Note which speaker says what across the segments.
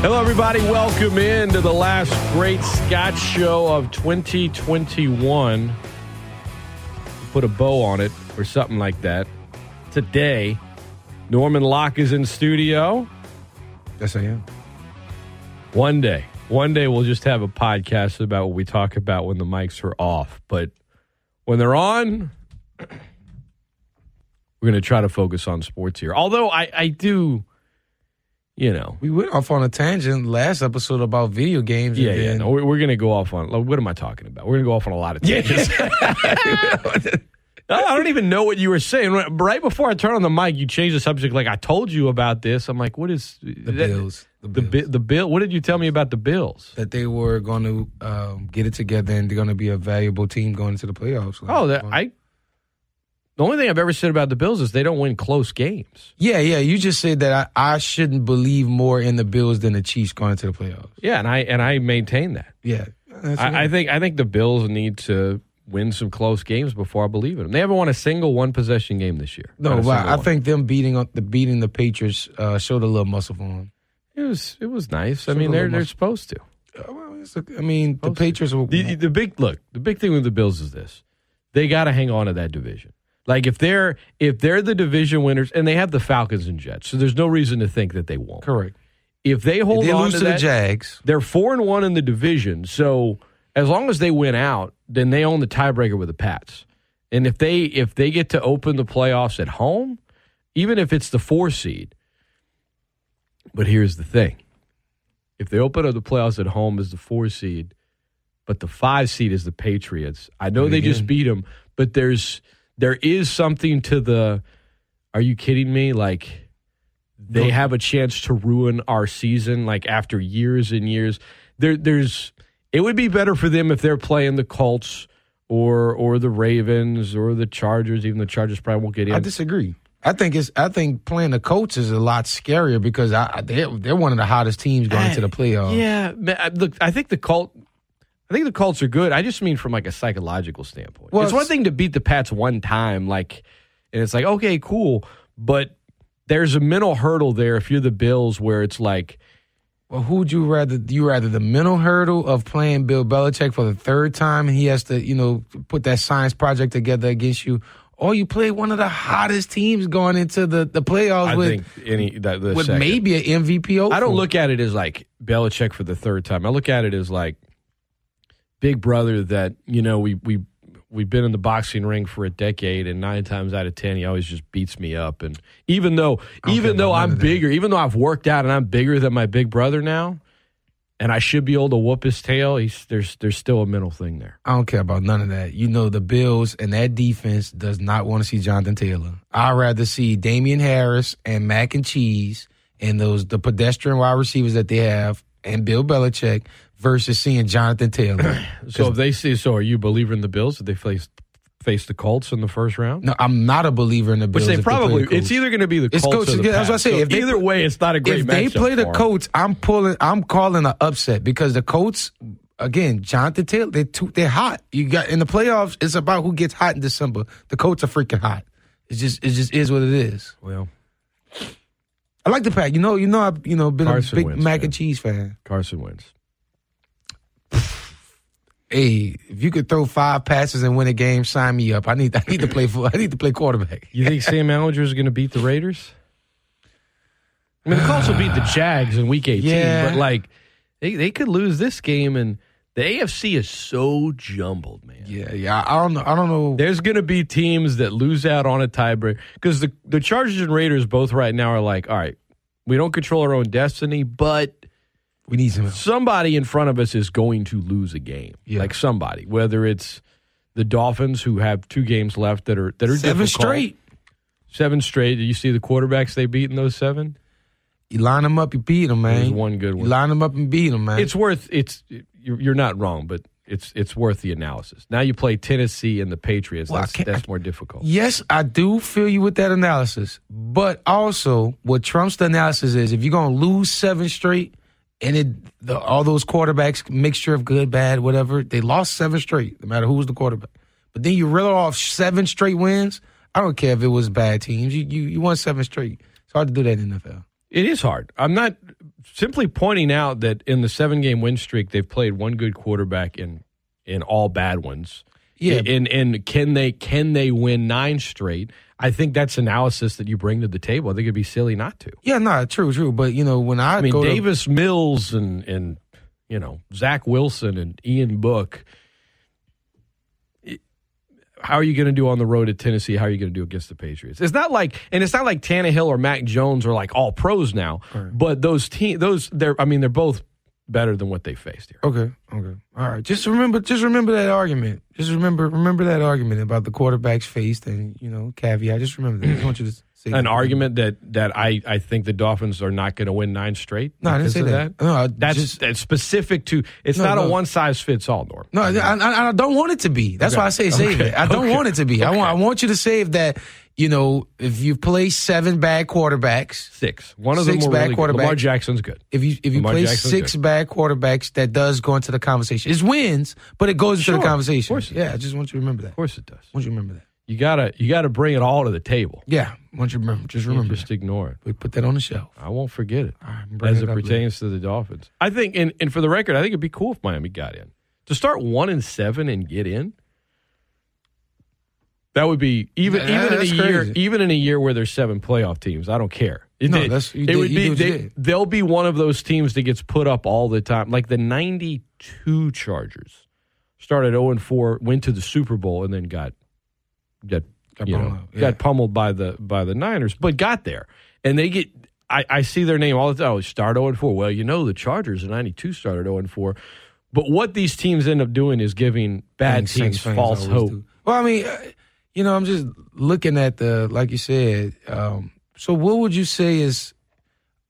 Speaker 1: Hello, everybody. Welcome in to the last Great Scott Show of 2021. Put a bow on it or something like that. Today, Norman Locke is in studio.
Speaker 2: Yes, I am.
Speaker 1: One day, one day we'll just have a podcast about what we talk about when the mics are off. But when they're on, we're going to try to focus on sports here. Although I, I do, you know.
Speaker 2: We went off on a tangent last episode about video games. and
Speaker 1: Yeah, yeah.
Speaker 2: then-
Speaker 1: No, we're, we're gonna go off on. Like, what am I talking about? We're gonna go off on a lot of tangents. I don't even know what you were saying. Right- Right before I turned on the mic, you changed the subject. Like I told you about this. I'm like, what is
Speaker 2: the bills. The,
Speaker 1: The, bi-
Speaker 2: bills.
Speaker 1: the bill. What did you tell me about the bills?
Speaker 2: that they were going to um, get it together and they're going to be a valuable team going into the playoffs. Like,
Speaker 1: Oh, that, I. The only thing I've ever said about the bills is they don't win close games.
Speaker 2: yeah, yeah. You just said that I, I shouldn't believe more in the Bills than the Chiefs going into the playoffs.
Speaker 1: Yeah, and I and I maintain that.
Speaker 2: Yeah, That's it.
Speaker 1: I, I think I think the Bills need to win some close games before I believe in them. They haven't won a single one possession game this year. Not
Speaker 2: no,
Speaker 1: a
Speaker 2: but
Speaker 1: single
Speaker 2: I
Speaker 1: one.
Speaker 2: think them beating on- the beating the Patriots uh, showed a little muscle for them.
Speaker 1: It was it was nice. I
Speaker 2: Sort
Speaker 1: mean,
Speaker 2: of
Speaker 1: they're
Speaker 2: almost-
Speaker 1: they're supposed to.
Speaker 2: Uh, well, it's okay. I mean, the Patriots were.
Speaker 1: The, the big look, the big thing with the Bills is this: they got to hang on to that division. Like if they're if they're the division winners, and they have the Falcons and Jets, so there's no reason to think that they won't.
Speaker 2: correct.
Speaker 1: If they hold
Speaker 2: they
Speaker 1: on
Speaker 2: lose
Speaker 1: to,
Speaker 2: to the
Speaker 1: that,
Speaker 2: Jags.
Speaker 1: they're four and one in the division. So as long as they win out, then they own the tiebreaker with the Pats. And if they if they get to open the playoffs at home, even if it's the four seed. But here's the thing: if they open up the playoffs at home as the four seed, but the five seed is the Patriots. I know they just beat them, but there's there is something to the. Are you kidding me? Like they have a chance to ruin our season like after years and years there there's it would be better for them if they're playing the Colts or or the Ravens or the Chargers even the Chargers probably won't get in
Speaker 2: I disagree. I think it's. I think playing the Colts is a lot scarier because I, I- they're they're one of the hottest teams going into the playoffs.
Speaker 1: yeah ma- I- look I think the Colt I think the Colts are good I just mean from like a psychological standpoint
Speaker 2: Well,
Speaker 1: it's one
Speaker 2: it's-
Speaker 1: thing to beat the Pats one time like and it's like okay cool but there's a mental hurdle there if you're the Bills where it's like
Speaker 2: Well, who'd you rather? You rather the mental hurdle of playing Bill Belichick for the third time, and he has to, you know, put that science project together against you, or you play one of the hottest teams going into the the playoffs
Speaker 1: I
Speaker 2: with
Speaker 1: think any that the
Speaker 2: with
Speaker 1: second.
Speaker 2: maybe an MVP.
Speaker 1: I don't
Speaker 2: hopeful.
Speaker 1: look at it as like Belichick for the third time. I look at it as like big brother that you know we we we've been in the boxing ring for a decade, and nine times out of ten he always just beats me up. And even though
Speaker 2: don't care
Speaker 1: even though
Speaker 2: about none
Speaker 1: I'm
Speaker 2: of that.
Speaker 1: bigger, even though I've worked out and I'm bigger than my big brother now, and I should be able to whoop his tail, he's there's there's still a mental thing there.
Speaker 2: I don't care about none of that. You know, the Bills and that defense does not want to see Jonathan Taylor. I'd rather see Damian Harris and Mac and Cheese and those the pedestrian wide receivers that they have and Bill Belichick versus seeing Jonathan Taylor.
Speaker 1: So if they see, so are you a believer in the Bills? Did they face face the Colts in the first round?
Speaker 2: no, I'm not a believer in the
Speaker 1: Which
Speaker 2: Bills.
Speaker 1: they
Speaker 2: if play the
Speaker 1: probably
Speaker 2: Colts.
Speaker 1: it's either going to be the
Speaker 2: It's
Speaker 1: Colts
Speaker 2: Colts,
Speaker 1: or the
Speaker 2: yeah, that's what I
Speaker 1: Pats.
Speaker 2: say.
Speaker 1: So
Speaker 2: If they-
Speaker 1: either way, it's not a great.
Speaker 2: if they
Speaker 1: matchup
Speaker 2: play the
Speaker 1: for 'em.
Speaker 2: Colts, I'm pulling. I'm calling an upset because the Colts again, Jonathan Taylor. They too, they're hot. You got in the playoffs. It's about who gets hot in December. The Colts are freaking hot. It's just it just is what it is.
Speaker 1: well,
Speaker 2: I like the pack. You know, you know, I've you know been
Speaker 1: Carson
Speaker 2: a big
Speaker 1: Wentz
Speaker 2: mac
Speaker 1: fan.
Speaker 2: and cheese fan.
Speaker 1: Carson wins.
Speaker 2: Hey, if you could throw five passes and win a game, sign me up. I need I need to play for I need to play quarterback.
Speaker 1: You think Sam Allinger is going to beat the Raiders? I mean, the Colts will beat the Jags in Week 18,
Speaker 2: Yeah.
Speaker 1: but like they they could lose this game, and the AFC is so jumbled, man.
Speaker 2: Yeah, yeah. I don't know. I don't know.
Speaker 1: There's going to be teams that lose out on a tiebreaker because the the Chargers and Raiders both right now are like, all right, we don't control our own destiny, but
Speaker 2: We need some.
Speaker 1: somebody in front of us is going to lose a game.
Speaker 2: Yeah.
Speaker 1: Like somebody, whether it's the Dolphins who have two games left that are that are
Speaker 2: Seven
Speaker 1: difficult.
Speaker 2: straight.
Speaker 1: seven straight. Did you see the quarterbacks they beat in those seven?
Speaker 2: You line them up, you beat them,
Speaker 1: There's
Speaker 2: man.
Speaker 1: one good
Speaker 2: You
Speaker 1: one.
Speaker 2: line them up and beat them, man.
Speaker 1: It's worth it's you're you're not wrong, but it's it's worth the analysis. Now you play Tennessee and the Patriots.
Speaker 2: Well, I
Speaker 1: that's
Speaker 2: can't-
Speaker 1: that's more difficult.
Speaker 2: Yes, I do feel you with that analysis. But also, what Trump's analysis is if you're going to lose seven straight and it the, all those quarterbacks, mixture of good, bad, whatever, they lost seven straight, no matter who was the quarterback. But then you reel off seven straight wins. I don't care if it was bad teams. You you, you won seven straight. It's hard to do that in the NFL.
Speaker 1: It is hard. I'm not simply pointing out that in the seven game win streak, they've played one good quarterback in in all bad ones.
Speaker 2: Yeah.
Speaker 1: And and can they can they win nine straight? I think that's analysis that you bring to the table. I think it'd be silly not to.
Speaker 2: Yeah, no, true, true. But you know, when I,
Speaker 1: I mean,
Speaker 2: go to,
Speaker 1: Davis Mills and and you know Zach Wilson and Ian Book. It- How are you going to do on the road at Tennessee? How are you going to do against the Patriots? It's not like, and it's not like Tannehill or Mac Jones are like all pros now. But those team, those they're, I mean, they're both better than what they faced here.
Speaker 2: Okay, okay. All right. Just remember just remember that argument. Just remember remember that argument about the quarterbacks faced and, you know, caveat. Just remember that. I just want you to say
Speaker 1: An argument that that I I think the Dolphins are not going to win nine straight.
Speaker 2: No, I didn't
Speaker 1: because
Speaker 2: say
Speaker 1: of
Speaker 2: that. No, I
Speaker 1: That's,
Speaker 2: just,
Speaker 1: that's specific to. It's
Speaker 2: No,
Speaker 1: not
Speaker 2: no.
Speaker 1: a one size fits all, Norm.
Speaker 2: no. I, I, I don't want it to be. That's why I say save
Speaker 1: Okay.
Speaker 2: it. I don't
Speaker 1: Okay.
Speaker 2: want it to be. I want I want you to save that. You know, if you play seven bad quarterbacks,
Speaker 1: Six. One of
Speaker 2: Six
Speaker 1: them were
Speaker 2: back
Speaker 1: really good. Lamar
Speaker 2: quarterbacks.
Speaker 1: Jackson's good.
Speaker 2: if you if you
Speaker 1: Lamar
Speaker 2: play
Speaker 1: Jackson's
Speaker 2: six bad quarterbacks, that does go into the conversation. It's wins, but it goes into
Speaker 1: Sure,
Speaker 2: the
Speaker 1: of
Speaker 2: conversation.
Speaker 1: course it
Speaker 2: yeah, I just want you to remember that.
Speaker 1: Of
Speaker 2: I
Speaker 1: course it does.
Speaker 2: want you to remember that.
Speaker 1: You gotta you gotta bring it all to the table.
Speaker 2: Yeah, I want you to remember. Just
Speaker 1: Remember,
Speaker 2: remember. that.
Speaker 1: just ignore it.
Speaker 2: We put that on the shelf.
Speaker 1: I won't forget it
Speaker 2: All right, bring
Speaker 1: as it,
Speaker 2: up later.
Speaker 1: pertains to the Dolphins. I think, and, and for the record, I think it'd be cool if Miami got in to start one and seven and get in. That would be even
Speaker 2: Yeah,
Speaker 1: even in a
Speaker 2: that's
Speaker 1: year
Speaker 2: crazy.
Speaker 1: even in a year where there's seven playoff teams. I don't care. It,
Speaker 2: No,
Speaker 1: it-
Speaker 2: that's- you
Speaker 1: it
Speaker 2: did-
Speaker 1: would
Speaker 2: you
Speaker 1: be
Speaker 2: did what you
Speaker 1: they,
Speaker 2: did.
Speaker 1: they'll be one of those teams that gets put up all the time, like the '92 Chargers started 0 and 4, went to the Super Bowl, and then got got
Speaker 2: Got
Speaker 1: you know,
Speaker 2: pummeled, yeah.
Speaker 1: got pummeled by the by the Niners, but got there. And they get I, I see their name all the time. Oh, start 0 and 4. Well, you know the Chargers in 92 started 0 and 4. But what these teams end up doing is giving bad
Speaker 2: Saints
Speaker 1: teams
Speaker 2: fans
Speaker 1: false
Speaker 2: always
Speaker 1: hope.
Speaker 2: do. Well, I mean, uh, you know, I'm just looking at the like you said. Um, so, what would you say is?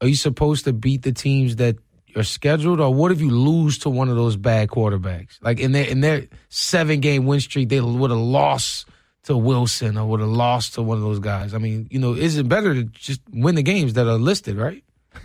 Speaker 2: Are you supposed to beat the teams that are scheduled, or what if you lose to one of those bad quarterbacks? Like in their in their seven game win streak, they would have lost to Wilson or would have lost to one of those guys. I mean, you know, is it better to just win the games that are listed, right?
Speaker 1: Where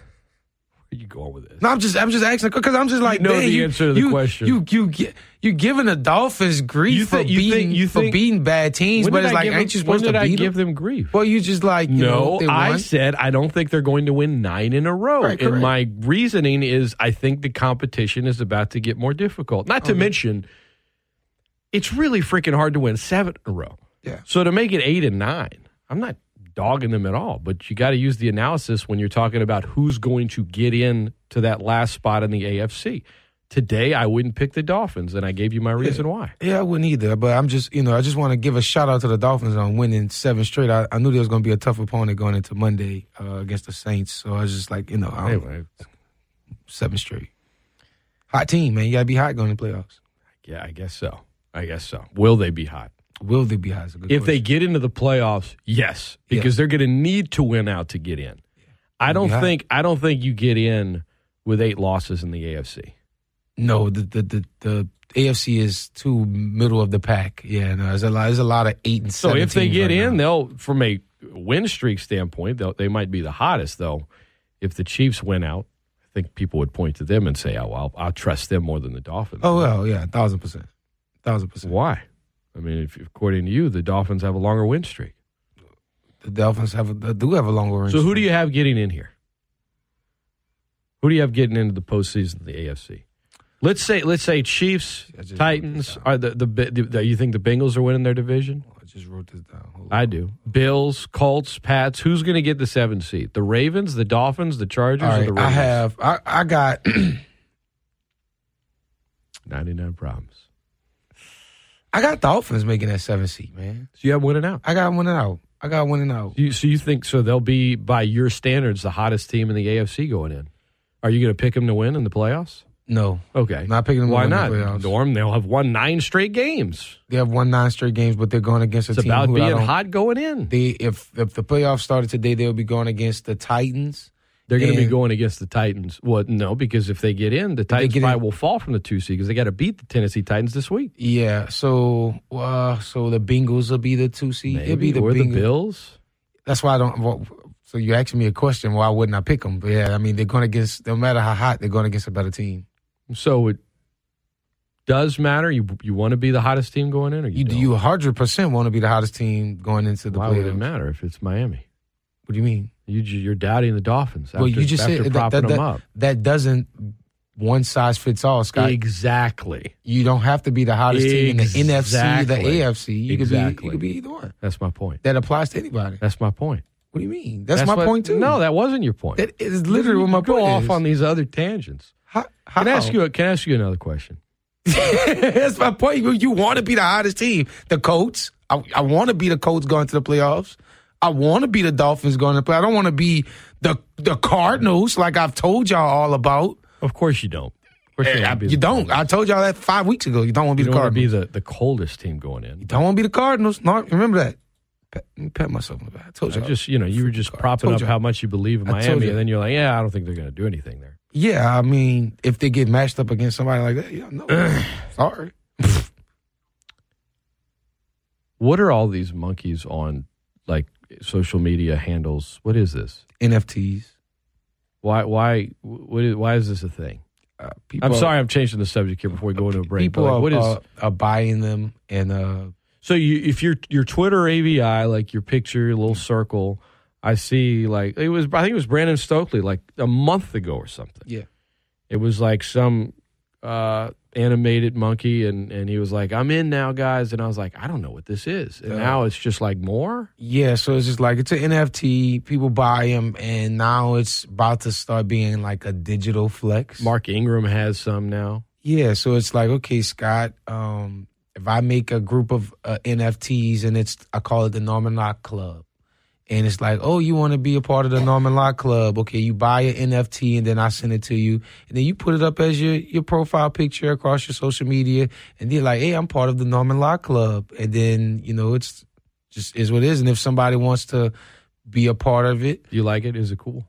Speaker 1: you going with this?
Speaker 2: No, I'm just I'm just asking because I'm just like
Speaker 1: You know
Speaker 2: man,
Speaker 1: the answer to the
Speaker 2: you,
Speaker 1: question.
Speaker 2: You you you you're giving the Dolphins grief
Speaker 1: You think-
Speaker 2: for
Speaker 1: you
Speaker 2: beating
Speaker 1: think- you
Speaker 2: for
Speaker 1: think-
Speaker 2: beating bad teams,
Speaker 1: When
Speaker 2: but
Speaker 1: did
Speaker 2: it's
Speaker 1: I
Speaker 2: like
Speaker 1: give them-
Speaker 2: ain't you
Speaker 1: when
Speaker 2: supposed
Speaker 1: did
Speaker 2: to
Speaker 1: I
Speaker 2: beat
Speaker 1: give
Speaker 2: them?
Speaker 1: them grief?
Speaker 2: Well, you just like you know,
Speaker 1: no,
Speaker 2: they
Speaker 1: I
Speaker 2: won.
Speaker 1: said I don't think they're going to win nine in a row.
Speaker 2: Right,
Speaker 1: and
Speaker 2: correct.
Speaker 1: my reasoning is I think the competition is about to get more difficult. Not to
Speaker 2: Oh,
Speaker 1: mention, it's really freaking hard to win seven in a row.
Speaker 2: Yeah.
Speaker 1: So to make it eight and nine, I'm not dogging them at all, but you got to use the analysis when you're talking about who's going to get in to that last spot in the AFC. Today, I wouldn't pick the Dolphins, and I gave you my reason why.
Speaker 2: Yeah, I wouldn't either. But I'm just, you know, I just want to give a shout out to the Dolphins on winning seven straight. I, I knew there was going to be a tough opponent going into Monday uh, against the Saints, so I was just like, you know, I don't,
Speaker 1: Anyway,
Speaker 2: seven straight. Hot team, man. You got to be hot going to playoffs.
Speaker 1: yeah, I guess so. I guess so. Will they be hot?
Speaker 2: Will they be hot? Is a good
Speaker 1: If they
Speaker 2: question.
Speaker 1: get into the playoffs, yes, because they're going to need to win out to get in. I don't
Speaker 2: Yeah.
Speaker 1: think I don't think you get in with eight losses in the AFC.
Speaker 2: No, the the the, the AFC is too middle of the pack. Yeah, no, there's a lot. There's a lot of eight and
Speaker 1: So
Speaker 2: seven
Speaker 1: if they
Speaker 2: teams
Speaker 1: get
Speaker 2: right
Speaker 1: in,
Speaker 2: now.
Speaker 1: they'll from a win streak standpoint, they'll, they might be the hottest. Though, if the Chiefs win out, I think people would point to them and say, "Oh, well, I'll trust them more than the Dolphins."
Speaker 2: oh well, yeah, thousand percent, thousand percent.
Speaker 1: why? I mean, if according to you, the Dolphins have a longer win streak.
Speaker 2: The Dolphins have a, do have a longer range.
Speaker 1: So who do you have getting in here? Who do you have getting into the postseason of the AFC? Let's say let's say Chiefs,
Speaker 2: I just-
Speaker 1: Titans are the, the the the- you think the Bengals are winning their division?
Speaker 2: I just wrote this down. Hold on.
Speaker 1: I do. Bills, Colts, Pats. Who's going to get the seven seed? The Ravens, the Dolphins, the Chargers,
Speaker 2: All
Speaker 1: or
Speaker 2: right,
Speaker 1: the Ravens?
Speaker 2: I have. I I got.
Speaker 1: ninety nine problems.
Speaker 2: I got Dolphins making that seven seat, man.
Speaker 1: So you have winning out.
Speaker 2: I got winning out. I got winning out.
Speaker 1: You, so you think so? They'll be by your standards the hottest team in the AFC going in. Are you going to pick them to win in the playoffs?
Speaker 2: No,
Speaker 1: Okay,
Speaker 2: Not picking them to
Speaker 1: Why
Speaker 2: win the
Speaker 1: not?
Speaker 2: playoffs.
Speaker 1: Norm, they'll have won nine straight games.
Speaker 2: they have won nine straight games, but they're going against a
Speaker 1: It's
Speaker 2: team
Speaker 1: about
Speaker 2: who I
Speaker 1: being
Speaker 2: don't-
Speaker 1: hot going in.
Speaker 2: They if if the playoffs started today, they'll be going against the Titans.
Speaker 1: They're going to be
Speaker 2: And-
Speaker 1: going against the Titans. What? No, because if they get in, the Titans
Speaker 2: get
Speaker 1: probably
Speaker 2: in-
Speaker 1: will fall from the two seed because they got to beat the Tennessee Titans this week.
Speaker 2: Yeah, so uh, so the Bengals will be the two seed. It'll be the
Speaker 1: or the
Speaker 2: Bengals.
Speaker 1: Bills.
Speaker 2: That's why I don't. Well, so you asking me a question? Why wouldn't I pick them? But yeah, I mean they're going against. No matter how hot, they're going against a better team.
Speaker 1: So it does matter. You you want to be the hottest team going in, or you,
Speaker 2: You
Speaker 1: don't?
Speaker 2: you hundred percent want to be the hottest team going into the
Speaker 1: Why
Speaker 2: playoffs.
Speaker 1: would it matter if it's Miami?
Speaker 2: What do you mean?
Speaker 1: You, ju- you're doubting the Dolphins. After,
Speaker 2: well, you just
Speaker 1: after
Speaker 2: said that,
Speaker 1: propping
Speaker 2: that,
Speaker 1: them
Speaker 2: that,
Speaker 1: up.
Speaker 2: that doesn't one size fits all, Scott.
Speaker 1: Exactly.
Speaker 2: You don't have to be the hottest team in the NFC, the
Speaker 1: Exactly.
Speaker 2: AFC. You could be
Speaker 1: Exactly.
Speaker 2: you could be either one.
Speaker 1: That's my point.
Speaker 2: That applies to anybody.
Speaker 1: That's my point.
Speaker 2: What do you mean? That's, my
Speaker 1: what-
Speaker 2: point too.
Speaker 1: No, that wasn't your point.
Speaker 2: that is literally what my
Speaker 1: You go
Speaker 2: point
Speaker 1: off
Speaker 2: is.
Speaker 1: on these other tangents.
Speaker 2: how,
Speaker 1: Can I
Speaker 2: how?
Speaker 1: ask you? a- Can I ask you another question?
Speaker 2: That's my point. You, you want to be the hottest team. The Colts. I, I want to be the Colts going to the playoffs. I want to be the Dolphins going to play. I don't want to be the the Cardinals, like I've told y'all all about.
Speaker 1: Of course you don't. Of course
Speaker 2: Eh,
Speaker 1: wanna
Speaker 2: I-
Speaker 1: be
Speaker 2: you
Speaker 1: the-
Speaker 2: don't. I told y'all that five weeks ago. You don't want to be
Speaker 1: You
Speaker 2: the
Speaker 1: don't want to
Speaker 2: Cardinals.
Speaker 1: be the, the coldest team going in.
Speaker 2: you don't want to be the Cardinals. No, remember that. Pat, let me pat myself on the back. I told
Speaker 1: I
Speaker 2: y'all.
Speaker 1: just, you know, you were just propping
Speaker 2: told
Speaker 1: up
Speaker 2: you.
Speaker 1: how much you believe in
Speaker 2: I told
Speaker 1: Miami,
Speaker 2: you.
Speaker 1: and then you're like, yeah, I don't think they're going to do anything there.
Speaker 2: yeah, I mean, if they get matched up against somebody like that, yeah, no. Sorry.
Speaker 1: What are all these monkeys on like social media handles? What is this?
Speaker 2: NFTs.
Speaker 1: Why why what is, why is this a thing?
Speaker 2: Uh, people
Speaker 1: I'm
Speaker 2: are-
Speaker 1: sorry, I'm changing the subject here before we go into a break.
Speaker 2: People
Speaker 1: but, like,
Speaker 2: are,
Speaker 1: what is
Speaker 2: are, are buying them and uh,
Speaker 1: so you if your your Twitter AVI like your picture, your little circle, I see like it was I think it was Brandon Stokely like a month ago or something.
Speaker 2: yeah.
Speaker 1: It was like some uh, animated monkey, and, and he was like, "I'm in now, guys." And I was like, "I don't know what this is." And
Speaker 2: Yeah.
Speaker 1: now it's just like more.
Speaker 2: Yeah, so it's just like it's an NFT. People buy them, and now it's about to start being like a digital flex.
Speaker 1: Mark Ingram has some now.
Speaker 2: Yeah, so it's like okay, Scott. Um, if I make a group of uh, NFTs, and it's I call it the Norman Lock Club, and it's like, oh, you want to be a part of the Norman Lock Club? Okay, you buy an NFT, and then I send it to you, and then you put it up as your your profile picture across your social media, and they're like, hey, I'm part of the Norman Lock Club, and then you know it's just is what it is, and if somebody wants to be a part of it,
Speaker 1: Do you like it? Is it cool?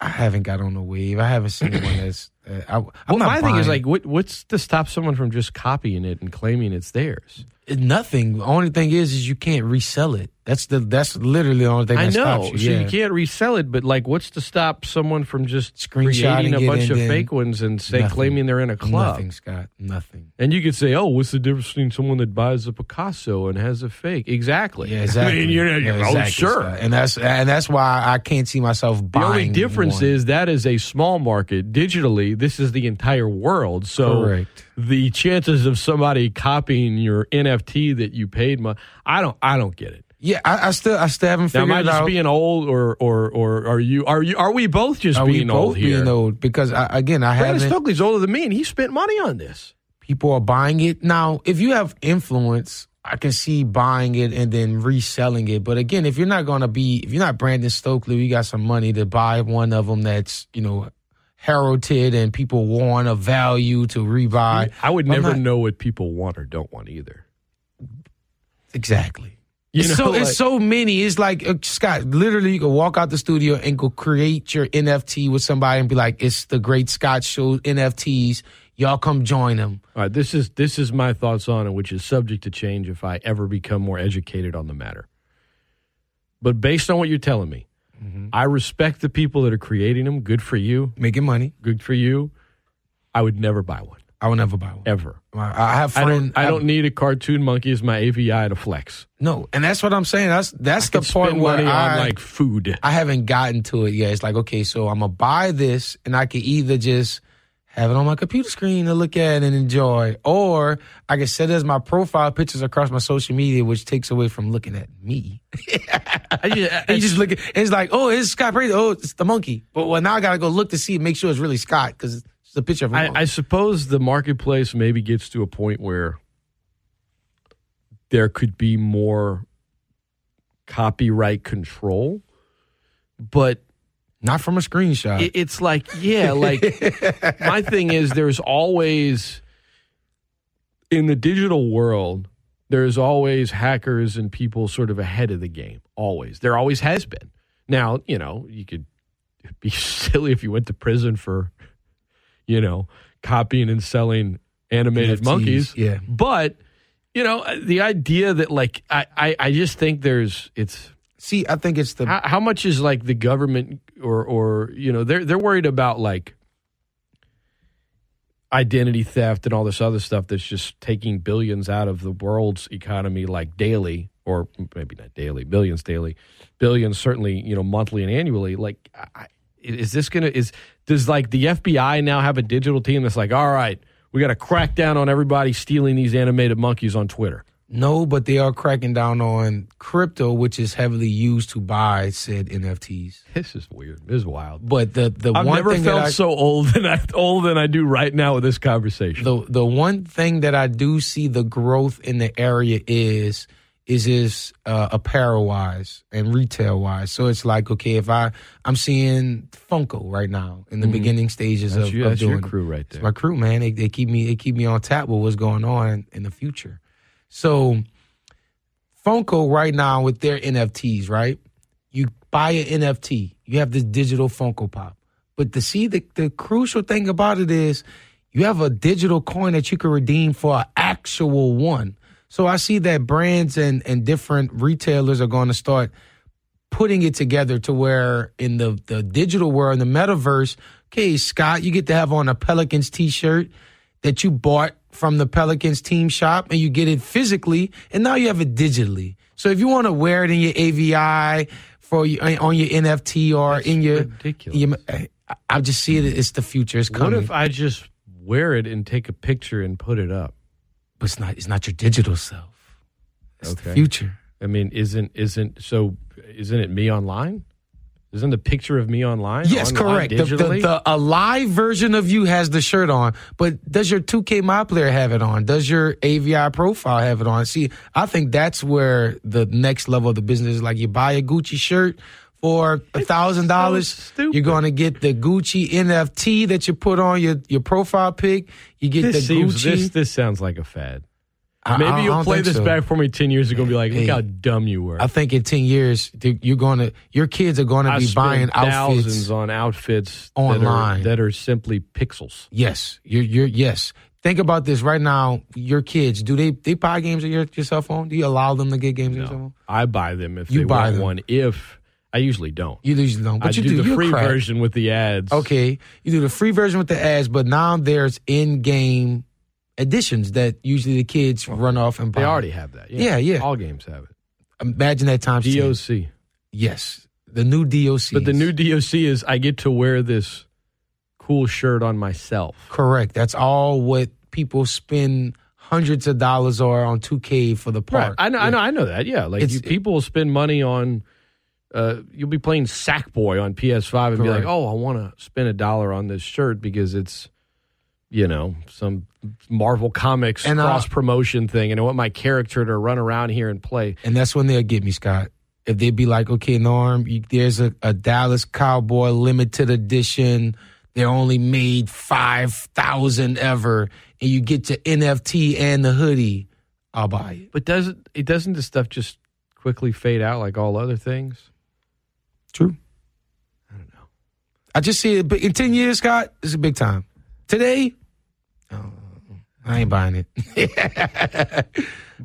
Speaker 2: I haven't got on the wave. I haven't seen one that's. Uh, I, I'm
Speaker 1: Well,
Speaker 2: not
Speaker 1: my thing is
Speaker 2: buying-
Speaker 1: like, what, what's to stop someone from just copying it and claiming it's theirs?
Speaker 2: Nothing. The only thing is, is you can't resell it. That's the that's literally the only thing that
Speaker 1: I know,
Speaker 2: stops you.
Speaker 1: so
Speaker 2: yeah.
Speaker 1: you can't resell it, but like, what's to stop someone from just
Speaker 2: Screenshotting
Speaker 1: creating a
Speaker 2: it
Speaker 1: bunch
Speaker 2: and
Speaker 1: of
Speaker 2: then-
Speaker 1: fake ones and say
Speaker 2: Nothing.
Speaker 1: claiming they're in a club?
Speaker 2: Nothing, Scott. Nothing.
Speaker 1: And you could say, "Oh, what's the difference between someone that buys a Picasso and has a fake?" Exactly.
Speaker 2: Yeah, exactly.
Speaker 1: I mean, you're,
Speaker 2: Yeah,
Speaker 1: oh,
Speaker 2: exactly,
Speaker 1: sure.
Speaker 2: Scott. And that's and that's why I can't see myself
Speaker 1: The
Speaker 2: buying.
Speaker 1: only difference
Speaker 2: one.
Speaker 1: is that is a small market. Digitally, this is the entire world. So
Speaker 2: Correct.
Speaker 1: the chances of somebody copying your NFT that you paid money, I don't, I don't get it.
Speaker 2: yeah. I, I still I still haven't
Speaker 1: Now,
Speaker 2: figured
Speaker 1: am I
Speaker 2: it
Speaker 1: just
Speaker 2: out.
Speaker 1: being old, or or or are you are you are we both just
Speaker 2: Are we
Speaker 1: being
Speaker 2: both
Speaker 1: old here?
Speaker 2: being old? Because I, again, I
Speaker 1: Brandon
Speaker 2: haven't.
Speaker 1: Stokely's older than me, and he spent money on this.
Speaker 2: people are buying it now. If you have influence, I can see buying it and then reselling it. But again, if you're not gonna be, if you're not Brandon Stokely, you got some money to buy one of them that's you know heralded and people want a value to rebuy.
Speaker 1: I would
Speaker 2: I'm
Speaker 1: never
Speaker 2: not-
Speaker 1: know what people want or don't want either.
Speaker 2: Exactly.
Speaker 1: You
Speaker 2: it's
Speaker 1: know,
Speaker 2: so
Speaker 1: like-
Speaker 2: it's so many. It's like uh, Scott. Literally, you can walk out the studio and go create your NFT with somebody and be like, "It's the Great Scott Show NFTs. Y'all come join them."
Speaker 1: All right, this is this is my thoughts on it, which is subject to change if I ever become more educated on the matter. But based on what you're telling me, I respect the people that are creating them. Good for you.
Speaker 2: Making money.
Speaker 1: Good for you. I would never buy one
Speaker 2: I will never buy one.
Speaker 1: ever.
Speaker 2: I I have
Speaker 1: I
Speaker 2: friends.
Speaker 1: don't. I don't need a cartoon monkey as my AVI to flex.
Speaker 2: No, and that's what I'm saying. That's that's the
Speaker 1: Could
Speaker 2: point
Speaker 1: spend
Speaker 2: where
Speaker 1: money
Speaker 2: I
Speaker 1: on like food.
Speaker 2: I haven't gotten to it yet. It's like okay, so I'm gonna buy this, and I can either just have it on my computer screen to look at and enjoy, or I can set it as my profile pictures across my social media, which takes away from looking at me.
Speaker 1: I just,
Speaker 2: And you just look at it's like oh, it's Scott Brady. Oh, it's the monkey. But well, now I gotta go look to see and make sure it's really Scott because it's just a picture of him.
Speaker 1: I, I suppose the marketplace maybe gets to a point where there could be more copyright control, but
Speaker 2: Not from a screenshot.
Speaker 1: it, it's like, yeah, like my thing is there's always in the digital world, there's always hackers and people sort of ahead of the game. Always. There always has been. Now, you know, you could it'd be silly if you went to prison for, you know, copying and selling animated
Speaker 2: NFTs,
Speaker 1: monkeys.
Speaker 2: yeah.
Speaker 1: But, you know, the idea that like I, I, I just think there's it's
Speaker 2: see, I think it's the
Speaker 1: how, how much is like the government or or you know they're they're worried about like identity theft and all this other stuff that's just taking billions out of the world's economy like daily or maybe not daily, billions daily, billions certainly, you know, monthly and annually. Like, I, I- is this gonna is does like the FBI now have a digital team that's like, all right, we got to crack down on everybody stealing these animated monkeys on Twitter?
Speaker 2: No, but they are cracking down on crypto, which is heavily used to buy said NFTs.
Speaker 1: This is weird. This is wild.
Speaker 2: But the the
Speaker 1: I've
Speaker 2: one
Speaker 1: never
Speaker 2: thing
Speaker 1: felt
Speaker 2: that I,
Speaker 1: so old than I old than I do right now with this conversation.
Speaker 2: the the one thing that I do see the growth in the area is is is uh, apparel wise and retail wise. So it's like okay, if I I'm seeing Funko right now in the beginning stages
Speaker 1: Mm-hmm. that's
Speaker 2: of,
Speaker 1: you-
Speaker 2: of
Speaker 1: that's
Speaker 2: doing
Speaker 1: your
Speaker 2: it.
Speaker 1: crew right there.
Speaker 2: my crew, man. They, they keep me they keep me on tap with what's going on in, in the future. So Funko right now with their NFTs, right? You buy an NFT, you have this digital Funko Pop. But to see the, the crucial thing about it is you have a digital coin that you can redeem for an actual one. So I see that brands and, and different retailers are going to start putting it together to where in the, the digital world, in the metaverse, okay, Scott, you get to have on a Pelicans t shirt that you bought from the Pelicans team shop and you get it physically, and now you have it digitally. So if you want to wear it in your AVI for your, on your NFT or in your,
Speaker 1: ridiculous.
Speaker 2: your- eh, I- I just see it. It's the future. It's
Speaker 1: What
Speaker 2: coming.
Speaker 1: if I just wear it and take a picture and put it up?
Speaker 2: but it's not. It's not your digital self. It's
Speaker 1: Okay.
Speaker 2: the future.
Speaker 1: I mean, isn't isn't so? Isn't it me online? Isn't the picture of me online?
Speaker 2: Yes,
Speaker 1: online
Speaker 2: correct. The, the,
Speaker 1: digitally?
Speaker 2: the alive version of you has the shirt on, but does your 2K My Player have it on? Does your AVI profile have it on? See, I think that's where the next level of the business is. Like you buy a Gucci shirt for a thousand dollars,
Speaker 1: stupid.
Speaker 2: you're going to get the Gucci NFT that you put on your, your profile pic. You get
Speaker 1: this
Speaker 2: the
Speaker 1: seems
Speaker 2: Gucci.
Speaker 1: this this sounds like a fad.
Speaker 2: I- I-
Speaker 1: Maybe
Speaker 2: I
Speaker 1: you'll
Speaker 2: don't
Speaker 1: play
Speaker 2: think
Speaker 1: this
Speaker 2: so.
Speaker 1: back for me ten years ago and be like, look
Speaker 2: Hey,
Speaker 1: how dumb you were.
Speaker 2: I think in ten years th- you're going to your kids are going to
Speaker 1: I
Speaker 2: be
Speaker 1: spent
Speaker 2: buying
Speaker 1: thousands
Speaker 2: outfits.
Speaker 1: on outfits
Speaker 2: online.
Speaker 1: that are, that are simply pixels.
Speaker 2: Yes, you're you're yes. Think about this right now. Your kids do they they buy games on your, your cell phone? Do you allow them to get games on your cell phone?
Speaker 1: I buy them if
Speaker 2: You
Speaker 1: they
Speaker 2: buy
Speaker 1: want
Speaker 2: them.
Speaker 1: one. If I usually don't,
Speaker 2: You usually don't,
Speaker 1: I
Speaker 2: but you
Speaker 1: do,
Speaker 2: do.
Speaker 1: the
Speaker 2: You're
Speaker 1: free
Speaker 2: crap.
Speaker 1: version with the ads.
Speaker 2: Okay, you do the free version with the ads, but now there's in-game additions that usually the kids run off and buy.
Speaker 1: they already have that.
Speaker 2: Yeah, yeah.
Speaker 1: All games have it.
Speaker 2: imagine that times ten.
Speaker 1: DOC.
Speaker 2: Yes, the new DOC.
Speaker 1: But the new DOC is I get to wear this cool shirt on myself.
Speaker 2: correct. That's all what people spend hundreds of dollars or on 2K for the part.
Speaker 1: I know, I know, I know that. Yeah, like
Speaker 2: It's-
Speaker 1: you, people will spend money on. Uh, you'll be playing Sackboy on PS5 and be like,
Speaker 2: Correct.
Speaker 1: "Oh, I want to spend a dollar on this shirt because it's, you know, some Marvel Comics
Speaker 2: And, uh,
Speaker 1: cross promotion thing, and I want my character to run around here and play."
Speaker 2: And that's when they'll get me, Scott. If they'd be like, okay, Norm, you, there's a, a Dallas Cowboy limited edition. They're only made 5,000 ever. And you get your NFT and the hoodie. I'll buy it.
Speaker 1: But doesn't it doesn't this stuff just quickly fade out like all other things?
Speaker 2: True. I don't know. I just see it. But in 10 years, Scott, it's a big time. Today, uh, I ain't buying it.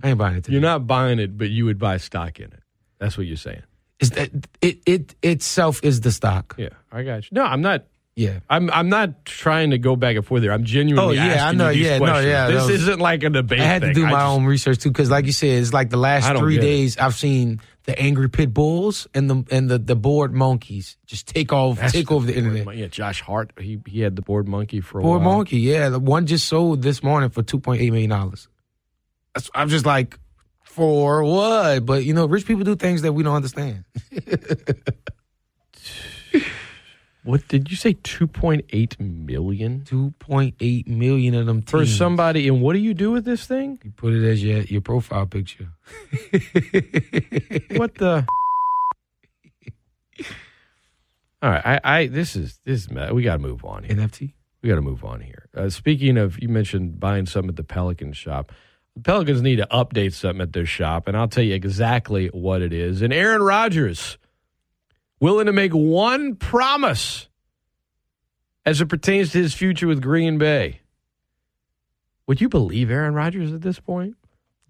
Speaker 2: I ain't buying it today.
Speaker 1: You're not buying it, but you would buy stock in it. That's what you're saying.
Speaker 2: Is that, it, it itself is the stock.
Speaker 1: Yeah, I got you. No, I'm not.
Speaker 2: Yeah.
Speaker 1: I'm I'm not trying to go back and forth there. I'm genuinely.
Speaker 2: Oh, yeah,
Speaker 1: asking
Speaker 2: I know.
Speaker 1: You these
Speaker 2: Yeah, no,
Speaker 1: questions.
Speaker 2: yeah,
Speaker 1: This
Speaker 2: that was-
Speaker 1: isn't like a debate.
Speaker 2: I had to
Speaker 1: thing.
Speaker 2: do my
Speaker 1: just-
Speaker 2: own research too, because like you said, it's like the
Speaker 1: I
Speaker 2: last
Speaker 1: don't
Speaker 2: three
Speaker 1: get it.
Speaker 2: days I've seen the angry pit bulls and the and the, the bored monkeys just take off,
Speaker 1: That's
Speaker 2: take over the
Speaker 1: board
Speaker 2: internet.
Speaker 1: mon- Yeah, Josh Hart. He he had the board monkey for a
Speaker 2: Bored
Speaker 1: while.
Speaker 2: monkey, yeah, the one just sold this morning for two point eight million dollars. I'm just like, for what? But you know, rich people do things that we don't understand.
Speaker 1: What did you say? Two point eight million
Speaker 2: Two point eight million of them
Speaker 1: for
Speaker 2: teens.
Speaker 1: somebody. And what do you do with this thing?
Speaker 2: You put it as your your profile picture.
Speaker 1: What the? All right, I, I this is this is mad. we got to move on here.
Speaker 2: NFT.
Speaker 1: We got to move on here. Uh, speaking of, you mentioned buying something at the Pelican shop. The Pelicans need to update something at their shop, and I'll tell you exactly what it is. And Aaron Rodgers willing to make one promise as it pertains to his future with Green Bay. Would you believe Aaron Rodgers at this point?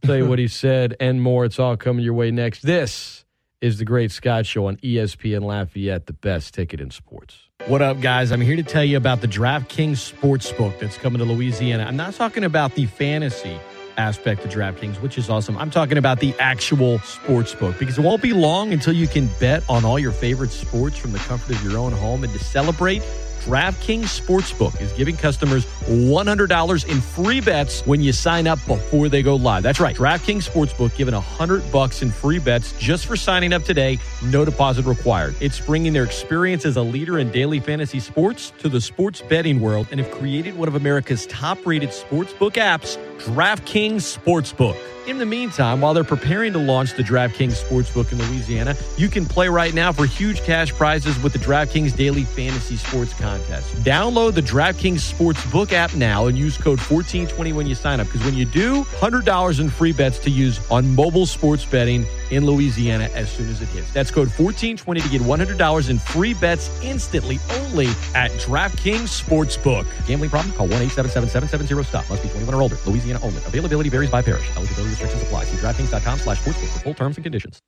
Speaker 1: I'll tell you what he said and more. It's all coming your way next. This is the Great Scott Show on E ESPN Lafayette, the best ticket in sports. What up, guys? I'm here to tell you about the DraftKings Sportsbook that's coming to Louisiana. I'm not talking about the fantasy
Speaker 3: aspect of DraftKings, which is awesome. I'm talking about the actual sports book because it won't be long until you can bet on all your favorite sports from the comfort of your own home. And to celebrate, DraftKings Sportsbook is giving customers $100 in free bets when you sign up before they go live. That's right. DraftKings Sportsbook giving 100 bucks in free bets just for signing up today. No deposit required. It's bringing their experience as a leader in daily fantasy sports to the sports betting world and have created one of America's top-rated sportsbook apps, DraftKings Sportsbook. In the meantime, while they're preparing to launch the DraftKings Sportsbook in Louisiana, you can play right now for huge cash prizes with the DraftKings Daily Fantasy Sports Contest. Download the DraftKings Sportsbook app now and use code 1420 when you sign up, because when you do, $100 in free bets to use on mobile sports betting in Louisiana as soon as it hits. That's code 1420 to get $100 in free bets instantly only at DraftKings Sportsbook. Gambling problem? Call 1 877 stop Must be 21 or older. Louisiana only. Availability varies by parish. Eligibility restrictions apply. See DraftKings.com slash sportsbook for full terms and conditions.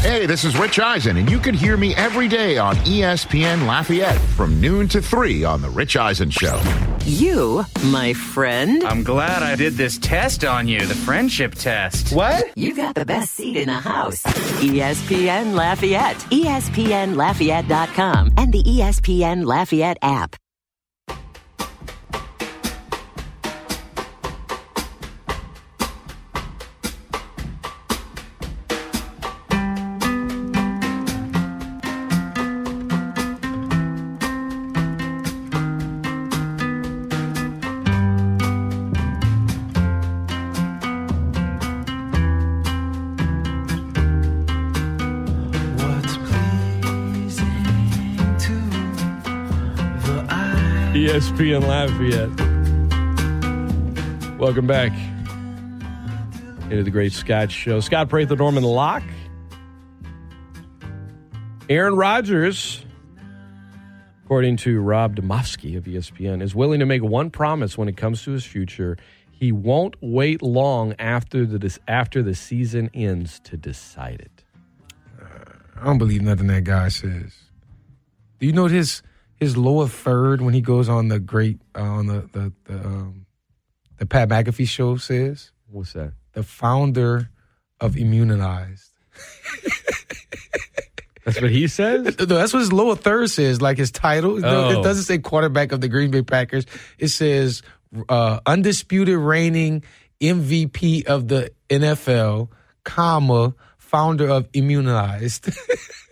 Speaker 4: Hey, this is Rich Eisen, and you can hear me every day on E ESPN Lafayette from noon to 3 on The Rich Eisen Show.
Speaker 5: You, my friend,
Speaker 6: I'm glad I did this test on you, the friendship test.
Speaker 2: What?
Speaker 5: you got the best seat in the house. E ESPN Lafayette, E ESPNLafayette.com, and the E ESPN Lafayette app.
Speaker 7: What's pleasing to the eye?
Speaker 1: E ESPN Lafayette. Welcome back into the Great Scott Show. Scott Prather, Norman Locke. Aaron Rodgers, according to Rob Domofsky of E ESPN, is willing to make one promise when it comes to his future. He won't wait long after the, after the season ends to decide it.
Speaker 2: I don't believe nothing that guy says. Do you know what his his lower third when he goes on the great uh, on the the the, um, the Pat McAfee show says
Speaker 1: What's that?
Speaker 2: the founder of Immunized.
Speaker 1: That's what he says?
Speaker 2: No, Uh, that's what his lower third says. Like his title, No,
Speaker 1: Oh.
Speaker 2: it doesn't say quarterback of the Green Bay Packers. It says uh, undisputed reigning MVP of the NFL, comma founder of Immunized.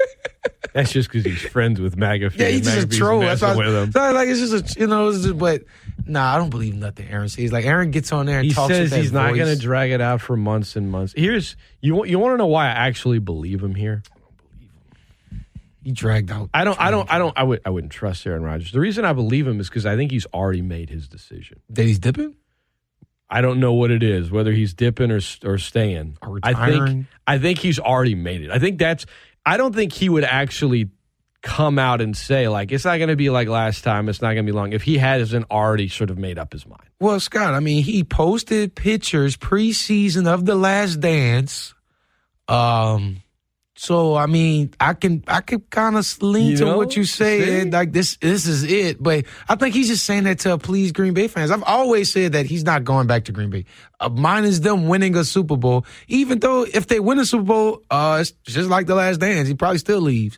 Speaker 1: That's just because he's friends with McAfee.
Speaker 2: yeah, he's
Speaker 1: and
Speaker 2: just a
Speaker 1: McAfee's
Speaker 2: troll. That's
Speaker 1: messing
Speaker 2: why.
Speaker 1: with him.
Speaker 2: So, like it's just a you know. It's just, but nah, I don't believe nothing Aaron says. Like Aaron gets on there and
Speaker 1: he
Speaker 2: talks.
Speaker 1: says
Speaker 2: with that
Speaker 1: he's not going
Speaker 2: voice.
Speaker 1: to drag it out for months and months. Here's you. wa- You want to know why I actually believe him here?
Speaker 2: He dragged out.
Speaker 1: I don't. I don't. I don't. I would. I wouldn't trust Aaron Rodgers. The reason I believe him is because I think he's already made his decision.
Speaker 2: That he's dipping.
Speaker 1: I don't know what it is, whether he's dipping or s- or staying.
Speaker 2: Or
Speaker 1: I think.
Speaker 2: retiring.
Speaker 1: I think he's already made it. I think that's. I don't think he would actually come out and say like it's not going to be like last time. It's not going to be long. If he hasn't already sort of made up his mind.
Speaker 2: Well, Scott, I mean, he posted pictures preseason of the last dance. Um, so I mean, I can I could kind of lean
Speaker 1: You
Speaker 2: to
Speaker 1: know,
Speaker 2: what you say,
Speaker 1: see?
Speaker 2: and like this this is it. But I think he's just saying that to please Green Bay fans. I've always said that he's not going back to Green Bay. Uh, mine is them winning a Super Bowl. Even though if they win a Super Bowl, uh, it's just like the last dance, he probably still leaves.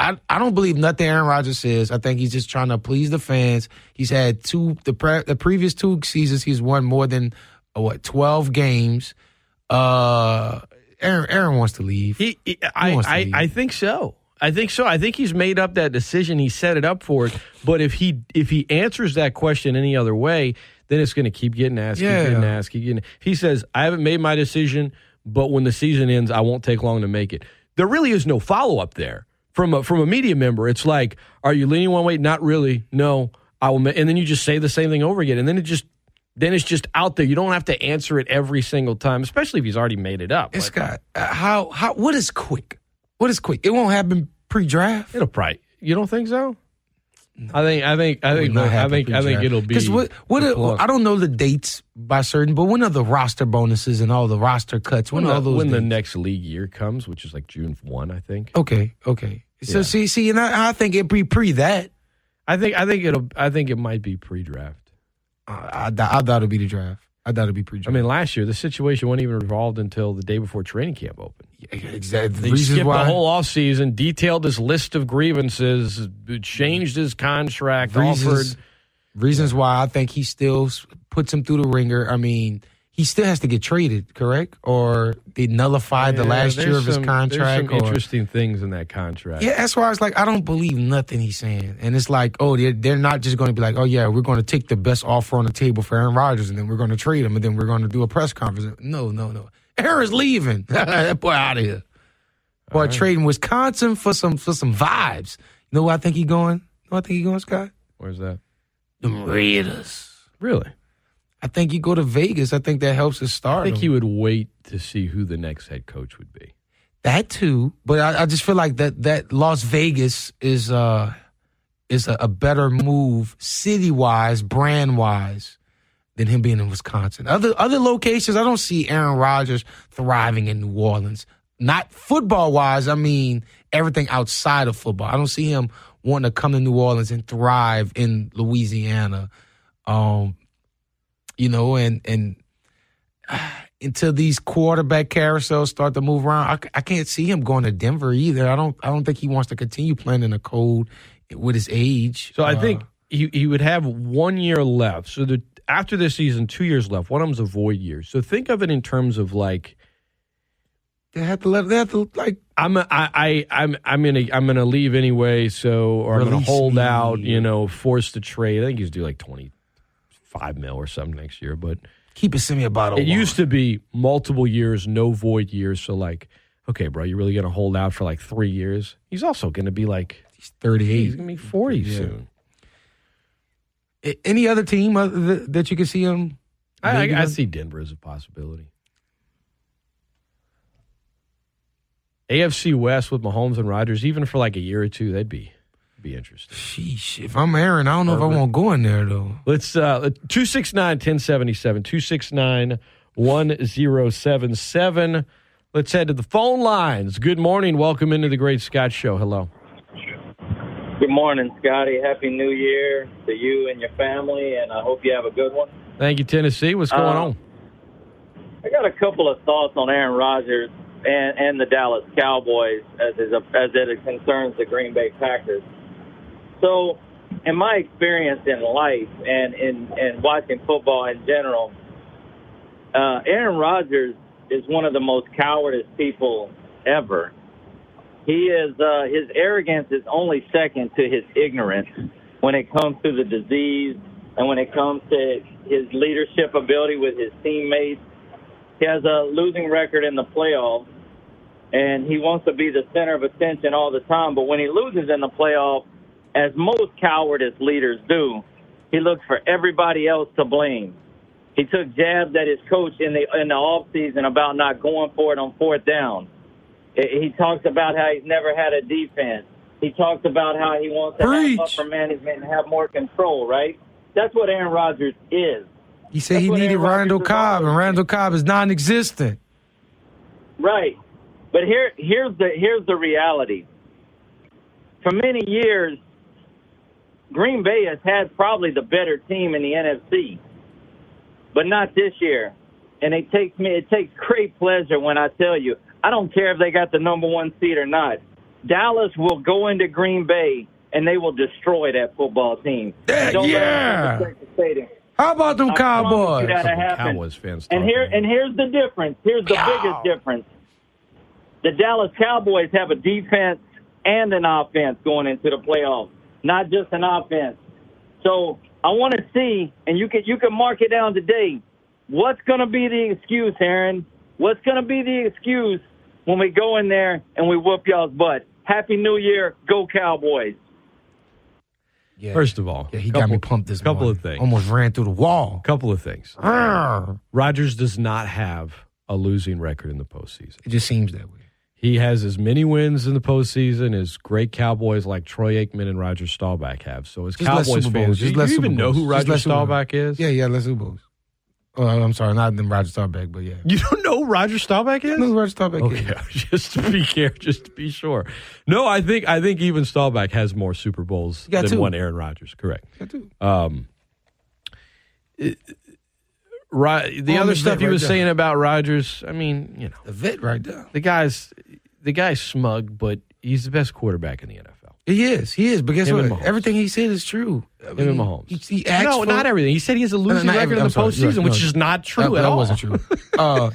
Speaker 2: I, I don't believe nothing Aaron Rodgers says. I think he's just trying to please the fans. He's had two the pre, the previous two seasons he's won more than uh, what twelve games. Uh, Aaron Aaron wants to leave.
Speaker 1: He, he- I,
Speaker 2: wants to
Speaker 1: I,
Speaker 2: leave.
Speaker 1: I think so. I think so. I think he's made up that decision. He set it up for it. But if he if he answers that question any other way, then it's going to keep getting asked,
Speaker 2: Yeah.
Speaker 1: keep getting asked, keep getting. If he says, "I haven't made my decision, but when the season ends, I won't take long to make it." There really is no follow up there from a, from a media member. It's like, "Are you leaning one way?" Not really. No, I will. ma-" And then you just say the same thing over again, and then it just then it's just out there. You don't have to answer it every single time, especially if he's already made it up.
Speaker 2: And
Speaker 1: Like,
Speaker 2: Scott, uh, how how what is quick? What is quick? It won't happen pre-draft.
Speaker 1: It'll probably. You don't think so? I think. I think. I think. I think. I think it'll be.
Speaker 2: because what what
Speaker 1: the
Speaker 2: are-
Speaker 1: plus.
Speaker 2: I don't know the dates by certain, but when are the roster bonuses and all the roster cuts? When,
Speaker 1: when,
Speaker 2: are
Speaker 1: the,
Speaker 2: all those?
Speaker 1: when the
Speaker 2: dates?
Speaker 1: next league year comes, which is like June one, I think.
Speaker 2: okay, okay. So
Speaker 1: Yeah.
Speaker 2: see, see, and I, I think it pre pre that.
Speaker 1: I think. I think it'll. I think it might be pre-draft.
Speaker 2: I, I, doubt- I thought it'd be the draft. I thought it'd be pre.
Speaker 1: I mean, last year the situation wasn't even resolved until the day before training camp opened.
Speaker 2: exactly.
Speaker 1: They skipped the whole offseason, detailed his list of grievances, changed his contract,
Speaker 2: reasons,
Speaker 1: offered.
Speaker 2: reasons why I think he still s- puts him through the ringer. I mean, he still has to get traded, correct? Or they nullified the
Speaker 1: Yeah,
Speaker 2: last year
Speaker 1: there's
Speaker 2: of his
Speaker 1: some-
Speaker 2: contract.
Speaker 1: There's some
Speaker 2: or-
Speaker 1: interesting things in that contract.
Speaker 2: yeah, that's why I was like, I don't believe nothing he's saying. And it's like, oh, they're, they're not just going to be like, oh, yeah, we're going to take the best offer on the table for Aaron Rodgers and then we're going to trade him and then we're going to do a press conference. No, no, no. Aaron's leaving. that boy out of here. Boy, trading Wisconsin for some for some vibes. You know where I think he going? You know where I think he going, Scott?
Speaker 1: Where's that?
Speaker 2: Them Raiders.
Speaker 1: Really?
Speaker 2: I think you go to Vegas. I think that helps us
Speaker 1: I
Speaker 2: start.
Speaker 1: think he would wait to see who the next head coach would be.
Speaker 2: that too, but I, I just feel like that that Las Vegas is uh is a, a better move city wise, brand wise, than him being in Wisconsin. Other other locations, I don't see Aaron Rodgers thriving in New Orleans. Not football wise. I mean everything outside of football. I don't see him wanting to come to New Orleans and thrive in Louisiana. Um, you know, and and until these quarterback carousels start to move around. I, c- I can't see him going to Denver either. I don't I don't think he wants to continue playing in the cold with his age.
Speaker 1: So I
Speaker 2: Uh,
Speaker 1: think he, he would have one year left. So the, after this season, two years left. One of them's a void year. So think of it in terms of like
Speaker 2: they have to let they have to like
Speaker 1: I'm a, I, I I'm I'm gonna I'm gonna leave anyway. So or I'm gonna
Speaker 2: Release
Speaker 1: hold
Speaker 2: me.
Speaker 1: out. You know, force the trade. I think he's due like twenty five mil or something next year. But
Speaker 2: keep it semi about a
Speaker 1: it used to be multiple years, no void years. So like, okay, bro, you're really gonna hold out for like three years. He's also gonna be like
Speaker 2: thirty
Speaker 1: he's
Speaker 2: eight.
Speaker 1: gonna be forty soon.
Speaker 2: Any other team other th- that you can see him?
Speaker 1: I,
Speaker 2: maybe
Speaker 1: I, I
Speaker 2: with?
Speaker 1: see Denver as a possibility. AFC West with Mahomes and Rodgers, even for like a year or two, that'd be be interesting.
Speaker 2: Sheesh, if I'm Aaron, I don't know if I want to go in there though.
Speaker 1: Let's uh 269-1077, 269-1077. Let's head to the phone lines. Good morning. Welcome into the Great Scott Show. Hello.
Speaker 8: Good morning, Scotty. Happy New Year to you and your family, and I hope you have a good one.
Speaker 1: Thank you, Tennessee. What's going
Speaker 8: Uh,
Speaker 1: on?
Speaker 8: I got a couple of thoughts on Aaron Rodgers and, and the Dallas Cowboys as is as it concerns the Green Bay Packers. So, in my experience in life and in and watching football in general, uh, Aaron Rodgers is one of the most cowardice people ever. He is uh, his arrogance is only second to his ignorance when it comes to the disease and when it comes to his leadership ability with his teammates. He has a losing record in the playoffs, and he wants to be the center of attention all the time. But when he loses in the playoffs, as most cowardice leaders do, he looks for everybody else to blame. He took jabs at his coach in the in the off season about not going for it on fourth down. He he talks about how he's never had a defense. He talks about how he wants to
Speaker 2: Preach.
Speaker 8: have upper management and have more control. Right? That's what Aaron Rodgers is.
Speaker 2: He said he
Speaker 8: That's what
Speaker 2: needed
Speaker 8: Aaron Rodgers
Speaker 2: Randall
Speaker 8: is
Speaker 2: Cobb,
Speaker 8: always-
Speaker 2: and Randall Cobb is non-existent.
Speaker 8: Right. But here here's the here's the reality. For many years, Green Bay has had probably the better team in the NFC. But not this year. And it takes me it takes great pleasure when I tell you, I don't care if they got the number one seed or not. Dallas will go into Green Bay and they will destroy that football team.
Speaker 2: Heck
Speaker 8: Don't let them
Speaker 2: yeah.
Speaker 8: disrespect the stadium.
Speaker 2: How about them
Speaker 8: I promise you
Speaker 2: Cowboys?
Speaker 8: that I
Speaker 1: Some
Speaker 8: happen.
Speaker 1: Cowboys fans
Speaker 8: And
Speaker 1: talking.
Speaker 8: here and here's the difference. Here's the biggest difference. The Dallas Cowboys have a defense and an offense going into the playoffs, not just an offense. So I want to see, and you can you can mark it down today. What's going to be the excuse, Aaron? What's going to be the excuse when we go in there and we whoop y'all's butt? Happy New Year, go Cowboys!
Speaker 2: Yeah.
Speaker 1: First of all,
Speaker 2: yeah, he got
Speaker 1: couple-
Speaker 2: me pumped this
Speaker 1: couple of
Speaker 2: morning.
Speaker 1: things.
Speaker 2: Almost ran through the wall.
Speaker 1: Couple of things.
Speaker 2: Arr.
Speaker 1: Rodgers does not have a losing record in the postseason.
Speaker 2: It just seems that way.
Speaker 1: He has as many wins in the postseason as great Cowboys like Troy Aikman and Roger Staubach have. So as
Speaker 2: Just let
Speaker 1: Cowboys
Speaker 2: Super Bowls-
Speaker 1: fans,
Speaker 2: just
Speaker 1: do you
Speaker 2: let
Speaker 1: even
Speaker 2: Super
Speaker 1: know
Speaker 2: Bowls-
Speaker 1: who
Speaker 2: just
Speaker 1: Roger
Speaker 2: let Super Bowls.
Speaker 1: Staubach is?
Speaker 2: Yeah, yeah, let's do Bulls. Oh, I'm sorry, not them Roger Staubach, but yeah.
Speaker 1: You don't know who Roger Staubach is?
Speaker 2: No, Roger Staubach.
Speaker 1: Okay, just to be care, just to be sure. No, I think I think even Staubach has more Super Bowls
Speaker 2: got
Speaker 1: than
Speaker 2: two.
Speaker 1: Um, one Aaron Rodgers. Correct.
Speaker 2: Yeah, too.
Speaker 1: Ri- the
Speaker 2: On
Speaker 1: other
Speaker 2: the
Speaker 1: stuff
Speaker 2: bit
Speaker 1: you
Speaker 2: right
Speaker 1: was
Speaker 2: there.
Speaker 1: saying about Rodgers, I mean, you know,
Speaker 2: The vet right there.
Speaker 1: the guy's the guy's smug, but he's the best quarterback in the NFL.
Speaker 2: He is. He is. But guess
Speaker 1: Him and
Speaker 2: what?
Speaker 1: Mahomes.
Speaker 2: Everything he said is true. I
Speaker 1: Him and
Speaker 2: mean,
Speaker 1: Mahomes.
Speaker 2: He, he acts
Speaker 1: no,
Speaker 2: for-
Speaker 1: not everything. He said he has a losing
Speaker 2: not
Speaker 1: record
Speaker 2: everything.
Speaker 1: in
Speaker 2: I'm
Speaker 1: the
Speaker 2: sorry.
Speaker 1: postseason,
Speaker 2: Right,
Speaker 1: which
Speaker 2: no.
Speaker 1: is not true
Speaker 2: that,
Speaker 1: at
Speaker 2: that
Speaker 1: all.
Speaker 2: wasn't true. Uh,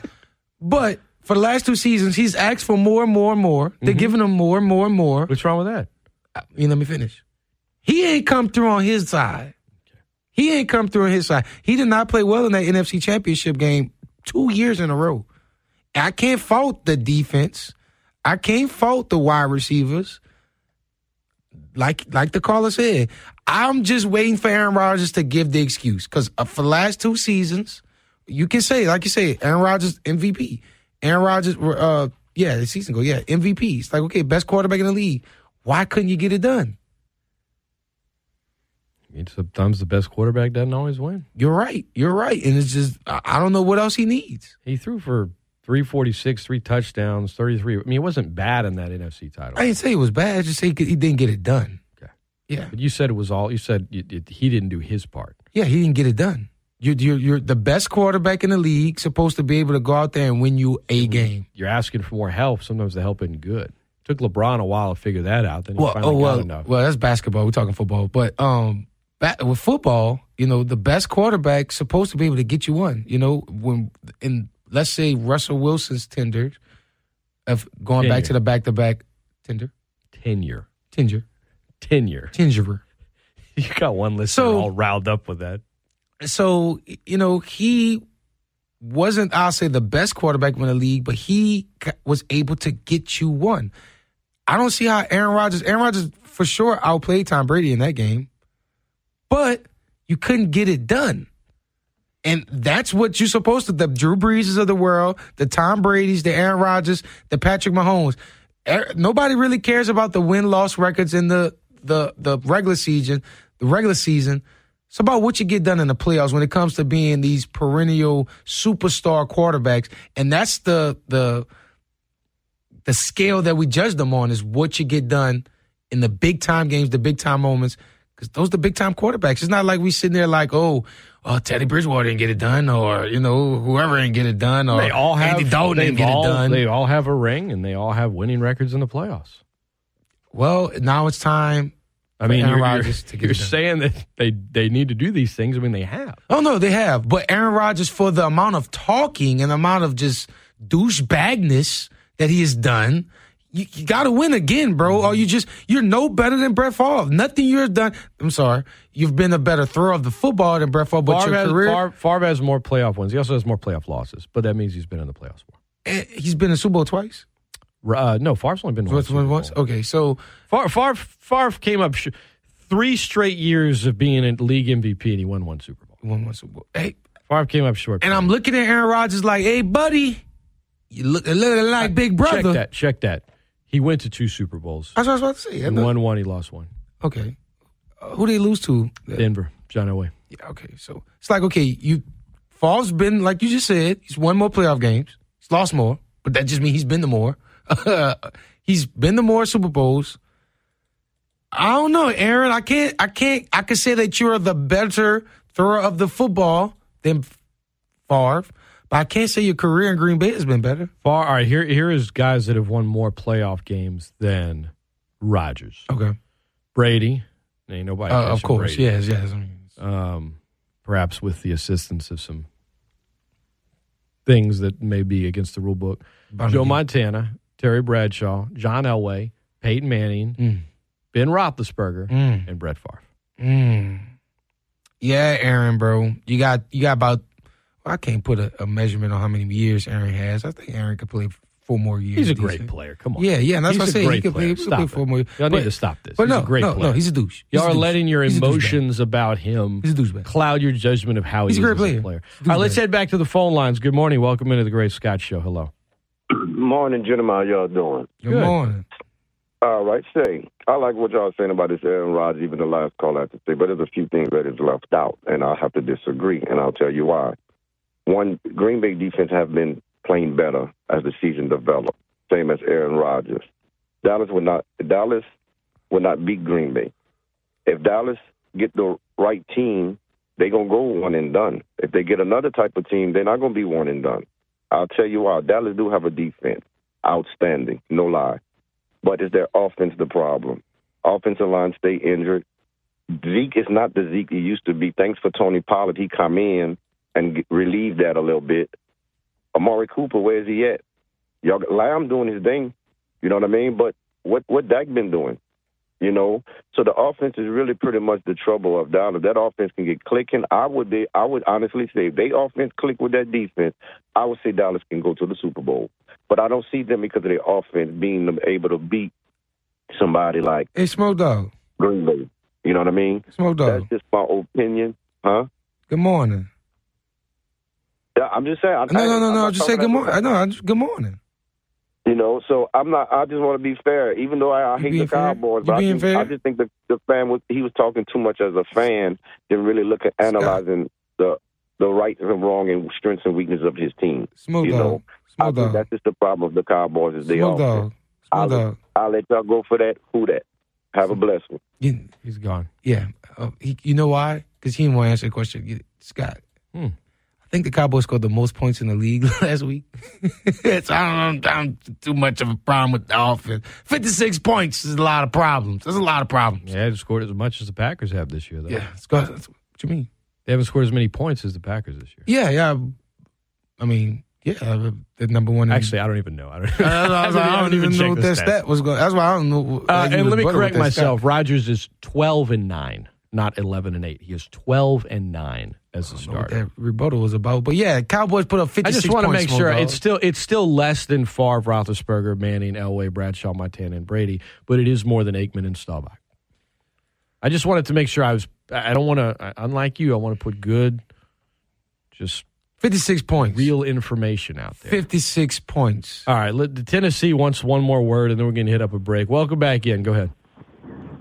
Speaker 2: but for the last two seasons, he's asked for more and more and more.
Speaker 1: Mm-hmm.
Speaker 2: They're giving him more and more and more.
Speaker 1: What's wrong with that?
Speaker 2: You let me finish. He ain't come through on his side. He ain't come through on his side. He did not play well in that NFC Championship game two years in a row. I can't fault the defense. I can't fault the wide receivers. Like like the caller said, I'm just waiting for Aaron Rodgers to give the excuse because for the last two seasons, you can say like you say Aaron Rodgers MVP, Aaron Rodgers uh yeah the season ago yeah MVP. It's like okay best quarterback in the league. Why couldn't you get it done?
Speaker 1: I mean, sometimes the best quarterback doesn't always win.
Speaker 2: You're right. You're right. And it's just I, I don't know what else he needs.
Speaker 1: He threw for 346, three touchdowns, 33. I mean, it wasn't bad in that NFC title.
Speaker 2: I didn't say it was bad. I just say he, could- he didn't get it done.
Speaker 1: Okay.
Speaker 2: Yeah.
Speaker 1: but you said it was all, you said you, you, he didn't do his part.
Speaker 2: Yeah, he didn't get it done. You're, you're, you're the best quarterback in the league, supposed to be able to go out there and win you a game.
Speaker 1: You're asking for more help. Sometimes the help isn't good. took LeBron a while to figure that out. Then he
Speaker 2: Well, oh,
Speaker 1: finally got
Speaker 2: well,
Speaker 1: enough.
Speaker 2: well, that's basketball. We're talking football, but um, ba- with football, you know, the best quarterback supposed to be able to get you one. You know, when in let's say Russell Wilson's tender, of going back
Speaker 1: Tenure.
Speaker 2: to the back to back tender,
Speaker 1: tenure.
Speaker 2: tinger,
Speaker 1: Tenure.
Speaker 2: tingerer.
Speaker 1: You got one listener
Speaker 2: So-
Speaker 1: all riled up with that.
Speaker 2: so you know he wasn't I'll say the best quarterback in the league, but he c- was able to get you one. I don't see how Aaron Rodgers. Aaron Rodgers for sure outplayed Tom Brady in that game, but you couldn't get it done, and that's what you're supposed to. The Drew Breeses of the world, the Tom Brady's, the Aaron Rodgers, the Patrick Mahomes. Er- Nobody really cares about the win loss records in the the the regular season. The regular season. It's about what you get done in the playoffs when it comes to being these perennial superstar quarterbacks, and that's the the the scale that we judge them on is what you get done in the big time games, the big time moments, because those are the big time quarterbacks. It's not like we sitting there like, oh, oh, Teddy Bridgewater didn't get it done, or you know, whoever didn't get it done, or
Speaker 1: They all have
Speaker 2: Andy Dalton
Speaker 1: they've
Speaker 2: didn't get
Speaker 1: all-
Speaker 2: it done.
Speaker 1: They all have a ring and they all have winning records in the playoffs.
Speaker 2: well, now it's time.
Speaker 1: I mean,
Speaker 2: Aaron
Speaker 1: you're, you're,
Speaker 2: Rodgers to get
Speaker 1: you're
Speaker 2: it done.
Speaker 1: saying that they, they need to do these things. I mean, they have.
Speaker 2: Oh no, they have. But Aaron Rodgers, for the amount of talking and amount of just douchebagness that he has done, you, you got to win again, bro. Or you just you're no better than Brett Favre. Nothing you're done. I'm sorry, you've been a better thrower of the football than Brett Favre, but
Speaker 1: Favre
Speaker 2: your
Speaker 1: has,
Speaker 2: career,
Speaker 1: Favre- Favre has more playoff wins. He also has more playoff losses, but that means he's been in the playoffs more.
Speaker 2: eh, he's been in Super Bowl twice.
Speaker 1: R- Uh, no, Favre's only been
Speaker 2: Once,
Speaker 1: Super Bowl.
Speaker 2: once. Okay, so
Speaker 1: Favre, Favre, Favre came up sh- three straight years of being a league MVP, and he won one Super Bowl.
Speaker 2: one one Super Bowl. Hey,
Speaker 1: Favre came up short.
Speaker 2: and I'm looking at Aaron Rodgers like, hey, buddy, you look, look like Big Brother.
Speaker 1: check that. Check that. He went to two Super Bowls.
Speaker 2: That's what I was about to say.
Speaker 1: He won one. He lost one.
Speaker 2: Okay, Uh, who they lose to?
Speaker 1: Denver, John Elway.
Speaker 2: Yeah, okay. So it's like, okay, you Favre's been, like you just said, he's won more playoff games. He's lost more, but that just means he's been to more. he's been to more Super Bowls. I don't know, Aaron. I can't I can't I can say that you're the better thrower of the football than Favre, but I can't say your career in Green Bay has been better.
Speaker 1: Favre. All right, here here is guys that have won more playoff games than Rodgers,
Speaker 2: Okay.
Speaker 1: Brady. Ain't nobody.
Speaker 2: Uh, of
Speaker 1: catching
Speaker 2: course.
Speaker 1: Brady.
Speaker 2: Yes, yes. I mean,
Speaker 1: um, perhaps with the assistance of some things that may be against the rule book. Joe Montana, Terry Bradshaw, John Elway, Peyton Manning,
Speaker 2: Mm.
Speaker 1: Ben Roethlisberger,
Speaker 2: Mm.
Speaker 1: and Brett Favre.
Speaker 2: Mm. Yeah, Aaron, bro. You got you got about. Well, I can't put a, a measurement on how many years Aaron has. I think Aaron could play four more years.
Speaker 1: He's a
Speaker 2: decent.
Speaker 1: great player. Come on.
Speaker 2: Yeah, yeah. And that's
Speaker 1: He's
Speaker 2: what
Speaker 1: a
Speaker 2: I said. He
Speaker 1: great
Speaker 2: could play,
Speaker 1: player.
Speaker 2: he could
Speaker 1: Stop
Speaker 2: play
Speaker 1: it.
Speaker 2: four more. years.
Speaker 1: Y'all
Speaker 2: But-
Speaker 1: need to stop this.
Speaker 2: But
Speaker 1: he's
Speaker 2: no,
Speaker 1: a great
Speaker 2: no,
Speaker 1: player.
Speaker 2: no. He's a douche. He's
Speaker 1: Y'all
Speaker 2: a
Speaker 1: are
Speaker 2: douche.
Speaker 1: letting your
Speaker 2: He's a douchebag.
Speaker 1: emotions about him
Speaker 2: He's a douchebag.
Speaker 1: cloud your judgment of how
Speaker 2: He's a
Speaker 1: he is
Speaker 2: great
Speaker 1: as
Speaker 2: player.
Speaker 1: player.
Speaker 2: He's a
Speaker 1: All right, let's
Speaker 2: douchebag.
Speaker 1: head back to the phone lines. Good morning. Welcome into the Great Scott Show. Hello.
Speaker 9: Morning, gentlemen. How y'all doing?
Speaker 2: Good
Speaker 1: Good.
Speaker 2: morning.
Speaker 9: All right, say, I like what y'all saying about this Aaron Rodgers, even the last call I have to say, but there's a few things that is left out, and I'll have to disagree, and I'll tell you why. One, Green Bay defense have been playing better as the season developed, same as Aaron Rodgers. Dallas would not Dallas would not beat Green Bay. If Dallas get the right team They're going to go one and done. If they get another type of team, they're not going to be one and done. I'll tell you why. Dallas do have a defense. Outstanding. No lie. But is their offense the problem? Offensive line stay injured. Zeke is not the Zeke he used to be. Thanks for Tony Pollard. He come in and g relieve that a little bit. Amari Cooper, where is he at? Y'all, Lamb doing his thing. You know what I mean? But what what Dak been doing? You know, so the offense is really pretty much the trouble of Dallas. That offense can get clicking. I would be, I would honestly say if they offense click with that defense, I would say Dallas can go to the Super Bowl. But I don't see them because of their offense being able to beat somebody like
Speaker 2: Hey, Smoke Dog.
Speaker 9: Green Bay. You know what I mean?
Speaker 2: Smoke Dog.
Speaker 9: That's just my opinion, huh?
Speaker 2: Good morning.
Speaker 9: Yeah, I'm just saying. I,
Speaker 2: No,
Speaker 9: I-
Speaker 2: no, no,
Speaker 9: I'm
Speaker 2: no.
Speaker 9: not
Speaker 2: Just say
Speaker 9: talking
Speaker 2: good
Speaker 9: about-
Speaker 2: morning. No, I just, good morning.
Speaker 9: You know, so I'm not. I just want to be fair, even though I, I
Speaker 2: You
Speaker 9: hate
Speaker 2: being
Speaker 9: the
Speaker 2: fair?
Speaker 9: Cowboys.
Speaker 2: You
Speaker 9: But I,
Speaker 2: being
Speaker 9: just,
Speaker 2: fair?
Speaker 9: I just think the the fan was he was talking too much as a fan than really look at
Speaker 2: Scott.
Speaker 9: analyzing the the right and wrong and strengths and weaknesses of his team.
Speaker 2: Smoke
Speaker 9: You
Speaker 2: Dog.
Speaker 9: know, I
Speaker 2: Smoke
Speaker 9: think
Speaker 2: Dog.
Speaker 9: that's just the problem of the Cowboys is they
Speaker 2: Smoke
Speaker 9: all.
Speaker 2: Dog. Smoke Dog.
Speaker 9: I'll let y'all go for that. Who that? Have a blessed one.
Speaker 2: You-
Speaker 1: He's gone.
Speaker 2: Yeah. Uh, he, you know why? Because he didn't want to answer the question. You- Scott.
Speaker 1: Hmm.
Speaker 2: I think the Cowboys scored the most points in the league last week. it's, I don't know. I'm too much of a problem with the offense. 56 points is a lot of problems. There's a lot of problems.
Speaker 1: Yeah, they haven't scored as much as the Packers have this year, though.
Speaker 2: Yeah. Scott, that's what you mean?
Speaker 1: They haven't scored as many points as the Packers this year.
Speaker 2: Yeah, yeah. I mean, yeah, uh, the number one. in-
Speaker 1: Actually, I don't even know. I don't,
Speaker 2: I, don't know, I was like, I
Speaker 1: haven't
Speaker 2: don't even know
Speaker 1: checked
Speaker 2: what
Speaker 1: the
Speaker 2: that
Speaker 1: stats.
Speaker 2: stat was going. That's why I don't know.
Speaker 1: Uh,
Speaker 2: like, you
Speaker 1: and
Speaker 2: was
Speaker 1: let me
Speaker 2: butter with
Speaker 1: correct
Speaker 2: that stat.
Speaker 1: myself. Rogers is 12 and 9, not 11 and 8. He is 12 and 9 as the
Speaker 2: I don't know what
Speaker 1: starter.
Speaker 2: that rebuttal was about, but yeah, Cowboys put up
Speaker 1: I
Speaker 2: fifty-six.
Speaker 1: just want to
Speaker 2: points,
Speaker 1: make
Speaker 2: Mo
Speaker 1: sure
Speaker 2: Dog.
Speaker 1: it's still it's still less than Favre, Roethlisberger, Manning, Elway, Bradshaw, Montana, and Brady, but it is more than Aikman and Staubach. I just wanted to make sure I was. I I don't want to. Unlike you, I want to put good, just
Speaker 2: fifty-six points.
Speaker 1: real information out there.
Speaker 2: fifty-six points.
Speaker 1: All right, let, the Tennessee wants one more word, and then we're going to hit up a break. Welcome back in. Go ahead.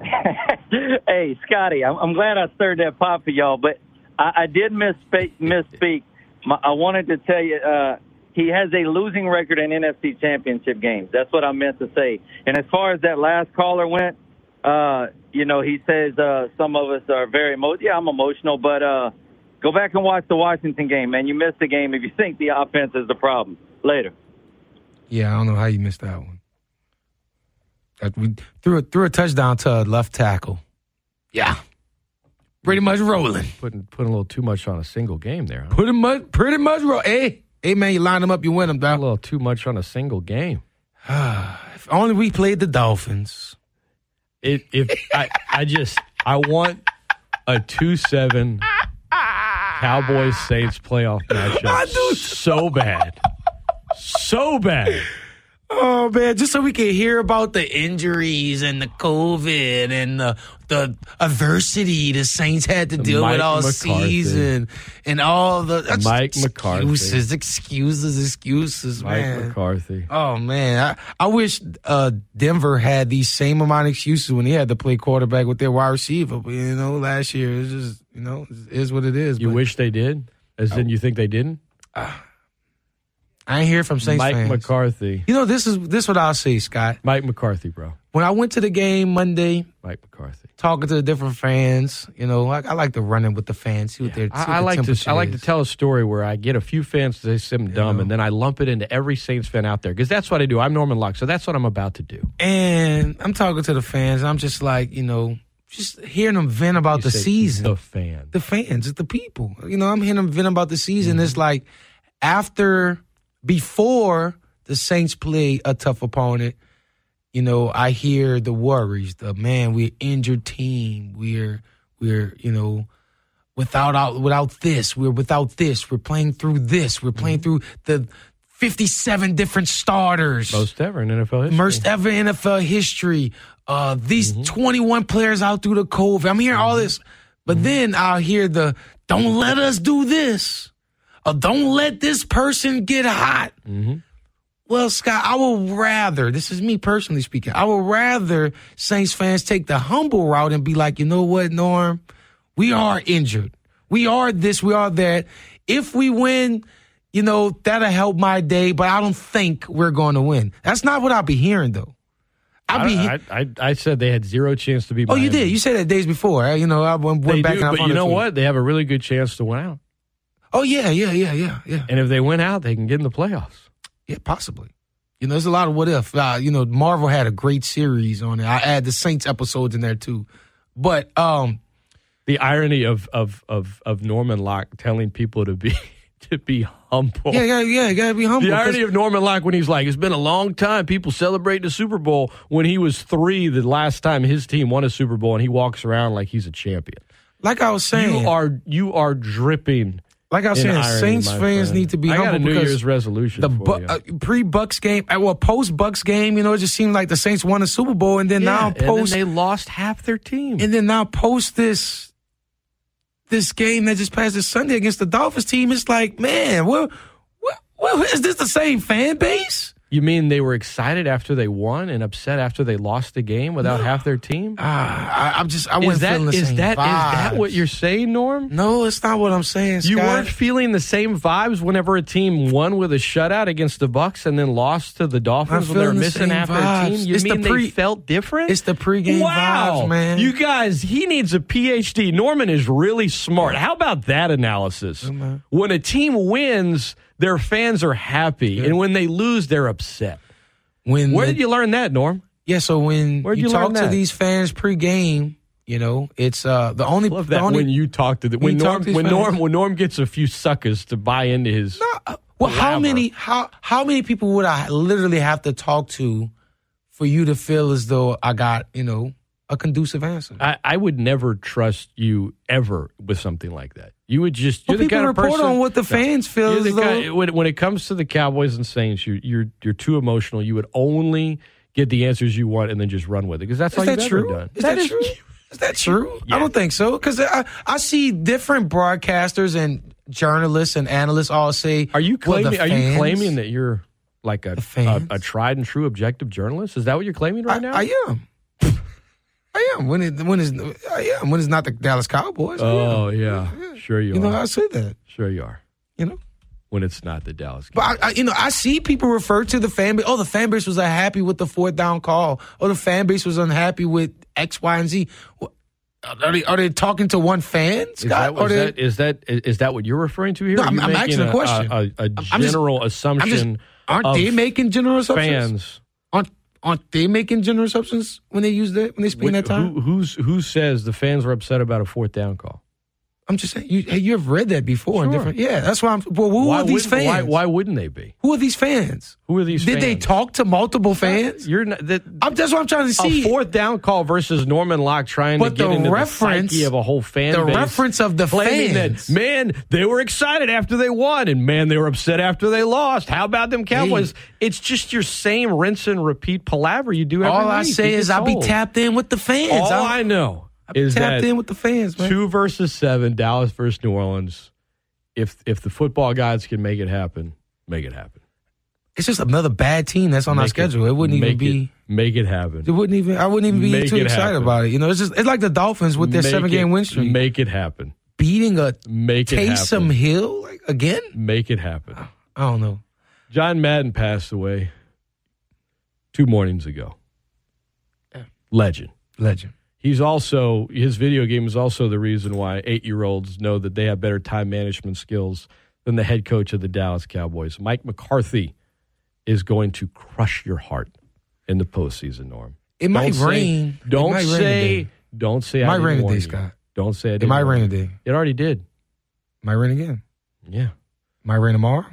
Speaker 8: hey, Scotty, I'm, I'm glad I stirred that pot for y'all, but I, I did misspeak. misspeak. My, I wanted to tell you uh, he has a losing record in NFC Championship games. That's what I meant to say. And as far as that last caller went, uh, you know, he says uh, some of us are very emo- yeah, I'm emotional, but uh, go back and watch the Washington game, man. You missed the game if you think the offense is the problem. Later.
Speaker 2: Yeah, I don't know how you missed that one. That we threw a, threw a touchdown to a left tackle. Yeah, pretty much rolling.
Speaker 1: Putting putting a little too much on a single game there. Huh?
Speaker 2: Pretty much, pretty much roll. Hey, hey, man, you line them up, you win them,
Speaker 1: A
Speaker 2: dog.
Speaker 1: little too much on a single game.
Speaker 2: If only we played the Dolphins.
Speaker 1: It, if I, I just I want a two seven Cowboys Saints playoff matchup so bad, so bad.
Speaker 2: Oh man, just so we can hear about the injuries and the COVID and the the adversity the Saints had to deal
Speaker 1: Mike
Speaker 2: with all
Speaker 1: McCarthy.
Speaker 2: season and all the that's
Speaker 1: Mike
Speaker 2: just
Speaker 1: McCarthy.
Speaker 2: excuses, excuses, excuses,
Speaker 1: Mike
Speaker 2: man.
Speaker 1: McCarthy.
Speaker 2: Oh man, I, I wish uh, Denver had these same amount of excuses when they had to play quarterback with their wide receiver. But you know, last year it's just you know it is what it is.
Speaker 1: You
Speaker 2: but
Speaker 1: wish they did, as in you think they didn't.
Speaker 2: I ain't hear from Saints
Speaker 1: Mike
Speaker 2: fans.
Speaker 1: McCarthy.
Speaker 2: You know this is this what I'll say, Scott.
Speaker 1: Mike McCarthy, bro.
Speaker 2: When I went to the game Monday,
Speaker 1: Mike McCarthy.
Speaker 2: talking to the different fans. You know, I, I like to run in with the fans, see what they're.
Speaker 1: I, I like to I like to tell a story where I get a few fans to say something dumb, and then I lump it into every Saints fan out there because that's what I do. I'm Norman Locke, so that's what I'm about to do.
Speaker 2: And I'm talking to the fans. And I'm just like, you know, just hearing them vent about
Speaker 1: You
Speaker 2: the
Speaker 1: say,
Speaker 2: season,
Speaker 1: the
Speaker 2: the,
Speaker 1: fan.
Speaker 2: fans, it's the people. You know, I'm hearing them vent about the season. It's like after, before the Saints play a tough opponent. You know, I hear the worries. The man, we're injured team. We're we're you know without out, without this, we're without this, we're playing through this, we're playing through the 57 different starters, most,
Speaker 1: Most ever in NFL history.
Speaker 2: ever NFL history. Uh, these 21 players out through the COVID. I'm hearing all this, but then I'll hear the don't let us do this, or don't let this person get hot. Well, Scott, I would rather, this is me personally speaking, I would rather Saints fans take the humble route and be like, you know what, Norm? We are injured. We are this, we are that. If we win, you know, that'll help my day, but I don't think we're going to win. That's not what I'll be hearing, though. I'll be.
Speaker 1: I, I, I said they had zero chance to be.
Speaker 2: oh, you
Speaker 1: Miami.
Speaker 2: did. You said that days before. I, you know, I went,
Speaker 1: They
Speaker 2: went back
Speaker 1: do,
Speaker 2: and I
Speaker 1: but
Speaker 2: found
Speaker 1: you
Speaker 2: it
Speaker 1: know
Speaker 2: for
Speaker 1: what? They have a really good chance to win out.
Speaker 2: Oh yeah, yeah, yeah, yeah, yeah.
Speaker 1: And if they win out, they can get in the playoffs.
Speaker 2: Yeah, possibly. You know, there's a lot of what if. Uh, you know, Marvel had a great series on it. I add the Saints episodes in there too. But um,
Speaker 1: The irony of of of, of Norman Locke telling people to be to be humble.
Speaker 2: yeah, yeah, yeah, you gotta be humble.
Speaker 1: Oh. The
Speaker 2: 'cause-
Speaker 1: irony of Norman Locke when he's like, it's been a long time. People celebrate the Super Bowl when he was three the last time his team won a Super Bowl, and he walks around like he's a champion.
Speaker 2: like I was saying,
Speaker 1: You are you are dripping.
Speaker 2: like I was
Speaker 1: in
Speaker 2: saying,
Speaker 1: irony,
Speaker 2: Saints
Speaker 1: my
Speaker 2: fans
Speaker 1: friend.
Speaker 2: need to be
Speaker 1: I
Speaker 2: humble
Speaker 1: got a New
Speaker 2: because
Speaker 1: Year's resolution.
Speaker 2: the
Speaker 1: for
Speaker 2: bu-
Speaker 1: you.
Speaker 2: uh, pre Bucks game, uh, well, post Bucks game. You know, it just seemed like the Saints won a Super Bowl, and then
Speaker 1: Yeah,
Speaker 2: now
Speaker 1: and then
Speaker 2: post,
Speaker 1: they lost half their team.
Speaker 2: and then now post this. This game that just passed this Sunday against the Dolphins team, it's like, man, well, well, well is this the same fan base?
Speaker 1: You mean they were excited after they won and upset after they lost the game without half their team?
Speaker 2: Ah, I, I'm just I wasn't
Speaker 1: Is that
Speaker 2: feeling the
Speaker 1: is
Speaker 2: same
Speaker 1: that is that
Speaker 2: vibes.
Speaker 1: what you're saying, Norm?
Speaker 2: No, it's not what I'm saying.
Speaker 1: You
Speaker 2: Scott.
Speaker 1: weren't feeling the same vibes whenever a team won with a shutout against the Bucks and then lost to the Dolphins when they were
Speaker 2: feeling the
Speaker 1: missing
Speaker 2: same
Speaker 1: half their
Speaker 2: vibes.
Speaker 1: team. You
Speaker 2: It's the
Speaker 1: mean they
Speaker 2: pre-
Speaker 1: felt different?
Speaker 2: it's the pregame
Speaker 1: wow.
Speaker 2: vibes, man.
Speaker 1: You guys, he needs a PhD. Norman is really smart. How about that analysis? When a team wins, their fans are happy, and when they lose, they're upset.
Speaker 2: Mm-hmm. when
Speaker 1: Where
Speaker 2: the-
Speaker 1: did you learn that, Norm?
Speaker 2: Yeah, so when
Speaker 1: Where'd
Speaker 2: you,
Speaker 1: you learn
Speaker 2: talk to
Speaker 1: that?
Speaker 2: these fans pregame, you know, it's uh the only
Speaker 1: Love
Speaker 2: the
Speaker 1: that
Speaker 2: only
Speaker 1: when you talk to the when
Speaker 2: when you talk
Speaker 1: Norm
Speaker 2: to these
Speaker 1: when
Speaker 2: fans.
Speaker 1: Norm when Norm gets a few suckers to buy into his.
Speaker 2: Uh, well, how
Speaker 1: Glamour.
Speaker 2: many how how many people would I literally have to talk to for you to feel as though I got you know a conducive answer?
Speaker 1: I, I would never trust you ever with something like that. You would just you're
Speaker 2: Well,
Speaker 1: the
Speaker 2: people
Speaker 1: kind of
Speaker 2: report
Speaker 1: person.
Speaker 2: on what the fans feel
Speaker 1: you're
Speaker 2: as
Speaker 1: the
Speaker 2: though.
Speaker 1: kind- when, when it comes to the Cowboys and Saints, you, you're you're too emotional. You would only get the answers you want and then just run with it because that's all
Speaker 2: Is that
Speaker 1: you've
Speaker 2: true?
Speaker 1: ever done.
Speaker 2: Is that, true? Is that true? I don't think so because I, I see different broadcasters and journalists and analysts all say,
Speaker 1: Are you
Speaker 2: well, the
Speaker 1: claiming? are you
Speaker 2: fans-
Speaker 1: claiming that you're like a, a
Speaker 2: fans?
Speaker 1: a tried and true objective journalist? Is that what you're claiming right
Speaker 2: I,
Speaker 1: now?
Speaker 2: I am. I am when it when it's I am when it's not the Dallas Cowboys. I am.
Speaker 1: oh yeah, sure you,
Speaker 2: you know
Speaker 1: are.
Speaker 2: I say that.
Speaker 1: sure you are.
Speaker 2: You know,
Speaker 1: When it's not the Dallas. Cowboys.
Speaker 2: but I, I you know I see people refer to the fan base. Oh, the fan base was unhappy with the fourth down call. Oh, the fan base was unhappy with X, Y, and Z. What- Are they are they talking to one fan?
Speaker 1: Is
Speaker 2: Scott?
Speaker 1: that,
Speaker 2: Are
Speaker 1: is,
Speaker 2: they-
Speaker 1: that, is that is that what you're referring to here?
Speaker 2: No,
Speaker 1: Are
Speaker 2: I'm-
Speaker 1: you
Speaker 2: I'm
Speaker 1: making
Speaker 2: asking a question.
Speaker 1: A, a
Speaker 2: I'm just-
Speaker 1: general
Speaker 2: I'm just,
Speaker 1: assumption
Speaker 2: aren't
Speaker 1: of
Speaker 2: they making general assumptions?
Speaker 1: fans.
Speaker 2: Aren't aren't they making general assumptions when they use that when they speak in that
Speaker 1: Wh-
Speaker 2: time?
Speaker 1: Who, who's who says the fans were upset about a fourth down call?
Speaker 2: I'm just saying you hey, you have read that before in
Speaker 1: Sure.
Speaker 2: different. Yeah, that's why I'm. Well, who
Speaker 1: why
Speaker 2: are these
Speaker 1: wouldn't-
Speaker 2: fans?
Speaker 1: Why, why wouldn't they be?
Speaker 2: Who are these fans?
Speaker 1: Who are these?
Speaker 2: Did
Speaker 1: fans?
Speaker 2: they talk to multiple fans?
Speaker 1: You're not, that,
Speaker 2: I'm that's what I'm trying to
Speaker 1: a
Speaker 2: see.
Speaker 1: fourth down call versus Norman Locke trying to
Speaker 2: But
Speaker 1: get
Speaker 2: the
Speaker 1: into
Speaker 2: reference-
Speaker 1: the psyche of a whole fan
Speaker 2: the
Speaker 1: base.
Speaker 2: reference of the
Speaker 1: claiming
Speaker 2: fans.
Speaker 1: that man they were excited after they won and man they were upset after they lost how about them cowboys it's just your same rinse and repeat palaver you do every
Speaker 2: All I
Speaker 1: week.
Speaker 2: say
Speaker 1: It
Speaker 2: is
Speaker 1: gets
Speaker 2: I'll be
Speaker 1: old.
Speaker 2: tapped in with the fans.
Speaker 1: all
Speaker 2: I'll-
Speaker 1: i know
Speaker 2: I'll be
Speaker 1: is
Speaker 2: tapped
Speaker 1: that
Speaker 2: in with the fans, man.
Speaker 1: two versus seven dallas versus new orleans if if the football gods can make it happen make it happen
Speaker 2: It's just another bad team that's on
Speaker 1: make
Speaker 2: our schedule. It, wouldn't even
Speaker 1: make
Speaker 2: be.
Speaker 1: make it
Speaker 2: It
Speaker 1: happen
Speaker 2: wouldn't even. I wouldn't even be
Speaker 1: Make
Speaker 2: too
Speaker 1: it
Speaker 2: excited
Speaker 1: happen.
Speaker 2: about it. You know, it's just it's like the Dolphins with their
Speaker 1: Make
Speaker 2: seven game
Speaker 1: it-
Speaker 2: win streak,
Speaker 1: make it happen
Speaker 2: beating a
Speaker 1: make it happen
Speaker 2: Taysom Hill like, again.
Speaker 1: make it happen
Speaker 2: I don't know.
Speaker 1: John Madden passed away two mornings ago. Legend.
Speaker 2: Legend.
Speaker 1: He's also his video game is also the reason why eight year olds know that they have better time management skills than the head coach of the Dallas Cowboys. Mike McCarthy is going to crush your heart in the postseason, Norm.
Speaker 2: It might
Speaker 1: say-
Speaker 2: rain. It
Speaker 1: don't
Speaker 2: might rain
Speaker 1: say.
Speaker 2: today.
Speaker 1: don't say.
Speaker 2: It
Speaker 1: I
Speaker 2: might
Speaker 1: didn't
Speaker 2: rain
Speaker 1: warn
Speaker 2: today,
Speaker 1: you.
Speaker 2: Scott.
Speaker 1: Don't say. I
Speaker 2: It
Speaker 1: didn't
Speaker 2: might
Speaker 1: warn
Speaker 2: rain
Speaker 1: you.
Speaker 2: today.
Speaker 1: It already did.
Speaker 2: Might rain again.
Speaker 1: Yeah.
Speaker 2: Might rain tomorrow.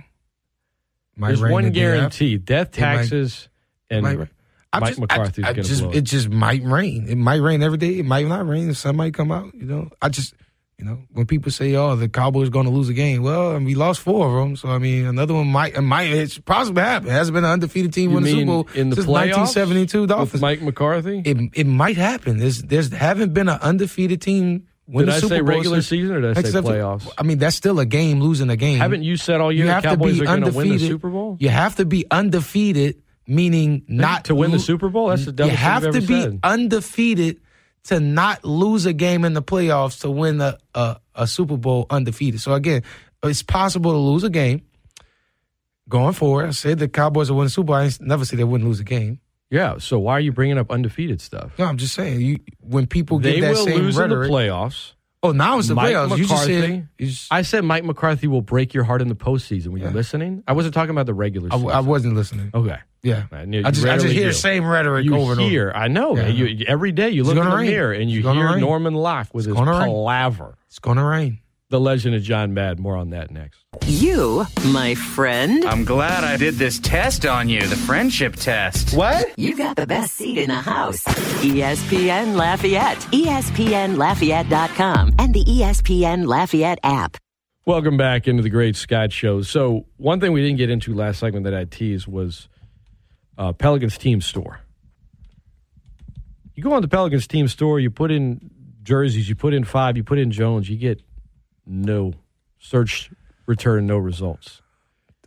Speaker 2: Might
Speaker 1: There's
Speaker 2: rain
Speaker 1: one
Speaker 2: the day after.
Speaker 1: guarantee: death,
Speaker 2: It might-
Speaker 1: taxes, and
Speaker 2: might rain. I'm
Speaker 1: Mike
Speaker 2: just-
Speaker 1: McCarthy's
Speaker 2: I, I
Speaker 1: gonna
Speaker 2: just,
Speaker 1: blow it.
Speaker 2: It just might rain. It might rain every day. It might not rain. Sun might come out. You know. I just, you know, when people say, "Oh, the Cowboys going to lose a game," well, and we lost four of them. So I mean, another one might. It might. It's possible to happen. It hasn't been an undefeated team
Speaker 1: You
Speaker 2: win a Super
Speaker 1: mean
Speaker 2: Bowl
Speaker 1: in the
Speaker 2: since
Speaker 1: playoffs
Speaker 2: 1972
Speaker 1: with
Speaker 2: Dolphins.
Speaker 1: Mike McCarthy.
Speaker 2: it it might happen. There's there's haven't been an undefeated team win
Speaker 1: Did
Speaker 2: a
Speaker 1: I
Speaker 2: Super
Speaker 1: say
Speaker 2: Bowl
Speaker 1: regular
Speaker 2: since-
Speaker 1: season or did I say
Speaker 2: except-
Speaker 1: playoffs?
Speaker 2: I mean, that's still a game losing a game.
Speaker 1: Haven't you said all year
Speaker 2: you
Speaker 1: the
Speaker 2: have to
Speaker 1: Cowboys
Speaker 2: be
Speaker 1: are going to win the
Speaker 2: undefeated.
Speaker 1: Super Bowl?
Speaker 2: You have to be undefeated, meaning not
Speaker 1: to win the
Speaker 2: lo-
Speaker 1: Super Bowl? That's the
Speaker 2: You
Speaker 1: dumbest thing
Speaker 2: have
Speaker 1: you've
Speaker 2: to
Speaker 1: ever
Speaker 2: be
Speaker 1: said.
Speaker 2: undefeated to not lose a game in the playoffs to win a, a a Super Bowl undefeated. So again, it's possible to lose a game. Going forward, I said the Cowboys will win the Super Bowl. I ain't never said they wouldn't lose a game.
Speaker 1: Yeah. So why are you bringing up undefeated stuff?
Speaker 2: No, I'm just saying. You when people
Speaker 1: They
Speaker 2: get that
Speaker 1: will
Speaker 2: same
Speaker 1: lose
Speaker 2: rhetoric.
Speaker 1: in the playoffs.
Speaker 2: Oh, now it's the
Speaker 1: Mike
Speaker 2: playoffs. You just
Speaker 1: McCarthy.
Speaker 2: said. you just-
Speaker 1: I said Mike McCarthy will break your heart in the postseason. Were you listening? I wasn't talking about the regular
Speaker 2: I,
Speaker 1: season.
Speaker 2: I wasn't listening.
Speaker 1: okay.
Speaker 2: Yeah,
Speaker 1: I knew-
Speaker 2: I just I just
Speaker 1: rarely
Speaker 2: hear
Speaker 1: do.
Speaker 2: the same rhetoric
Speaker 1: You
Speaker 2: over and over.
Speaker 1: hear, I know. man.
Speaker 2: Yeah.
Speaker 1: You, every day you
Speaker 2: It's
Speaker 1: look in
Speaker 2: gonna
Speaker 1: the
Speaker 2: rain.
Speaker 1: mirror and you
Speaker 2: It's gonna
Speaker 1: hear
Speaker 2: rain.
Speaker 1: Norman Locke with his
Speaker 2: gonna rain.
Speaker 1: palaver.
Speaker 2: It's gonna rain.
Speaker 1: The legend of John Madden. More on that next.
Speaker 5: You, my friend,
Speaker 6: I'm glad I did this test on you, the friendship test.
Speaker 3: What?
Speaker 5: you got the best seat in the house. E ESPN Lafayette, E ESPNLafayette.com, and the E ESPN Lafayette app.
Speaker 1: Welcome back into the Great Scott Show. So, one thing we didn't get into last segment that I teased was uh, Pelicans Team Store. You go on the Pelicans Team Store, you put in jerseys, you put in five, you put in Jones, you get no search return, no results.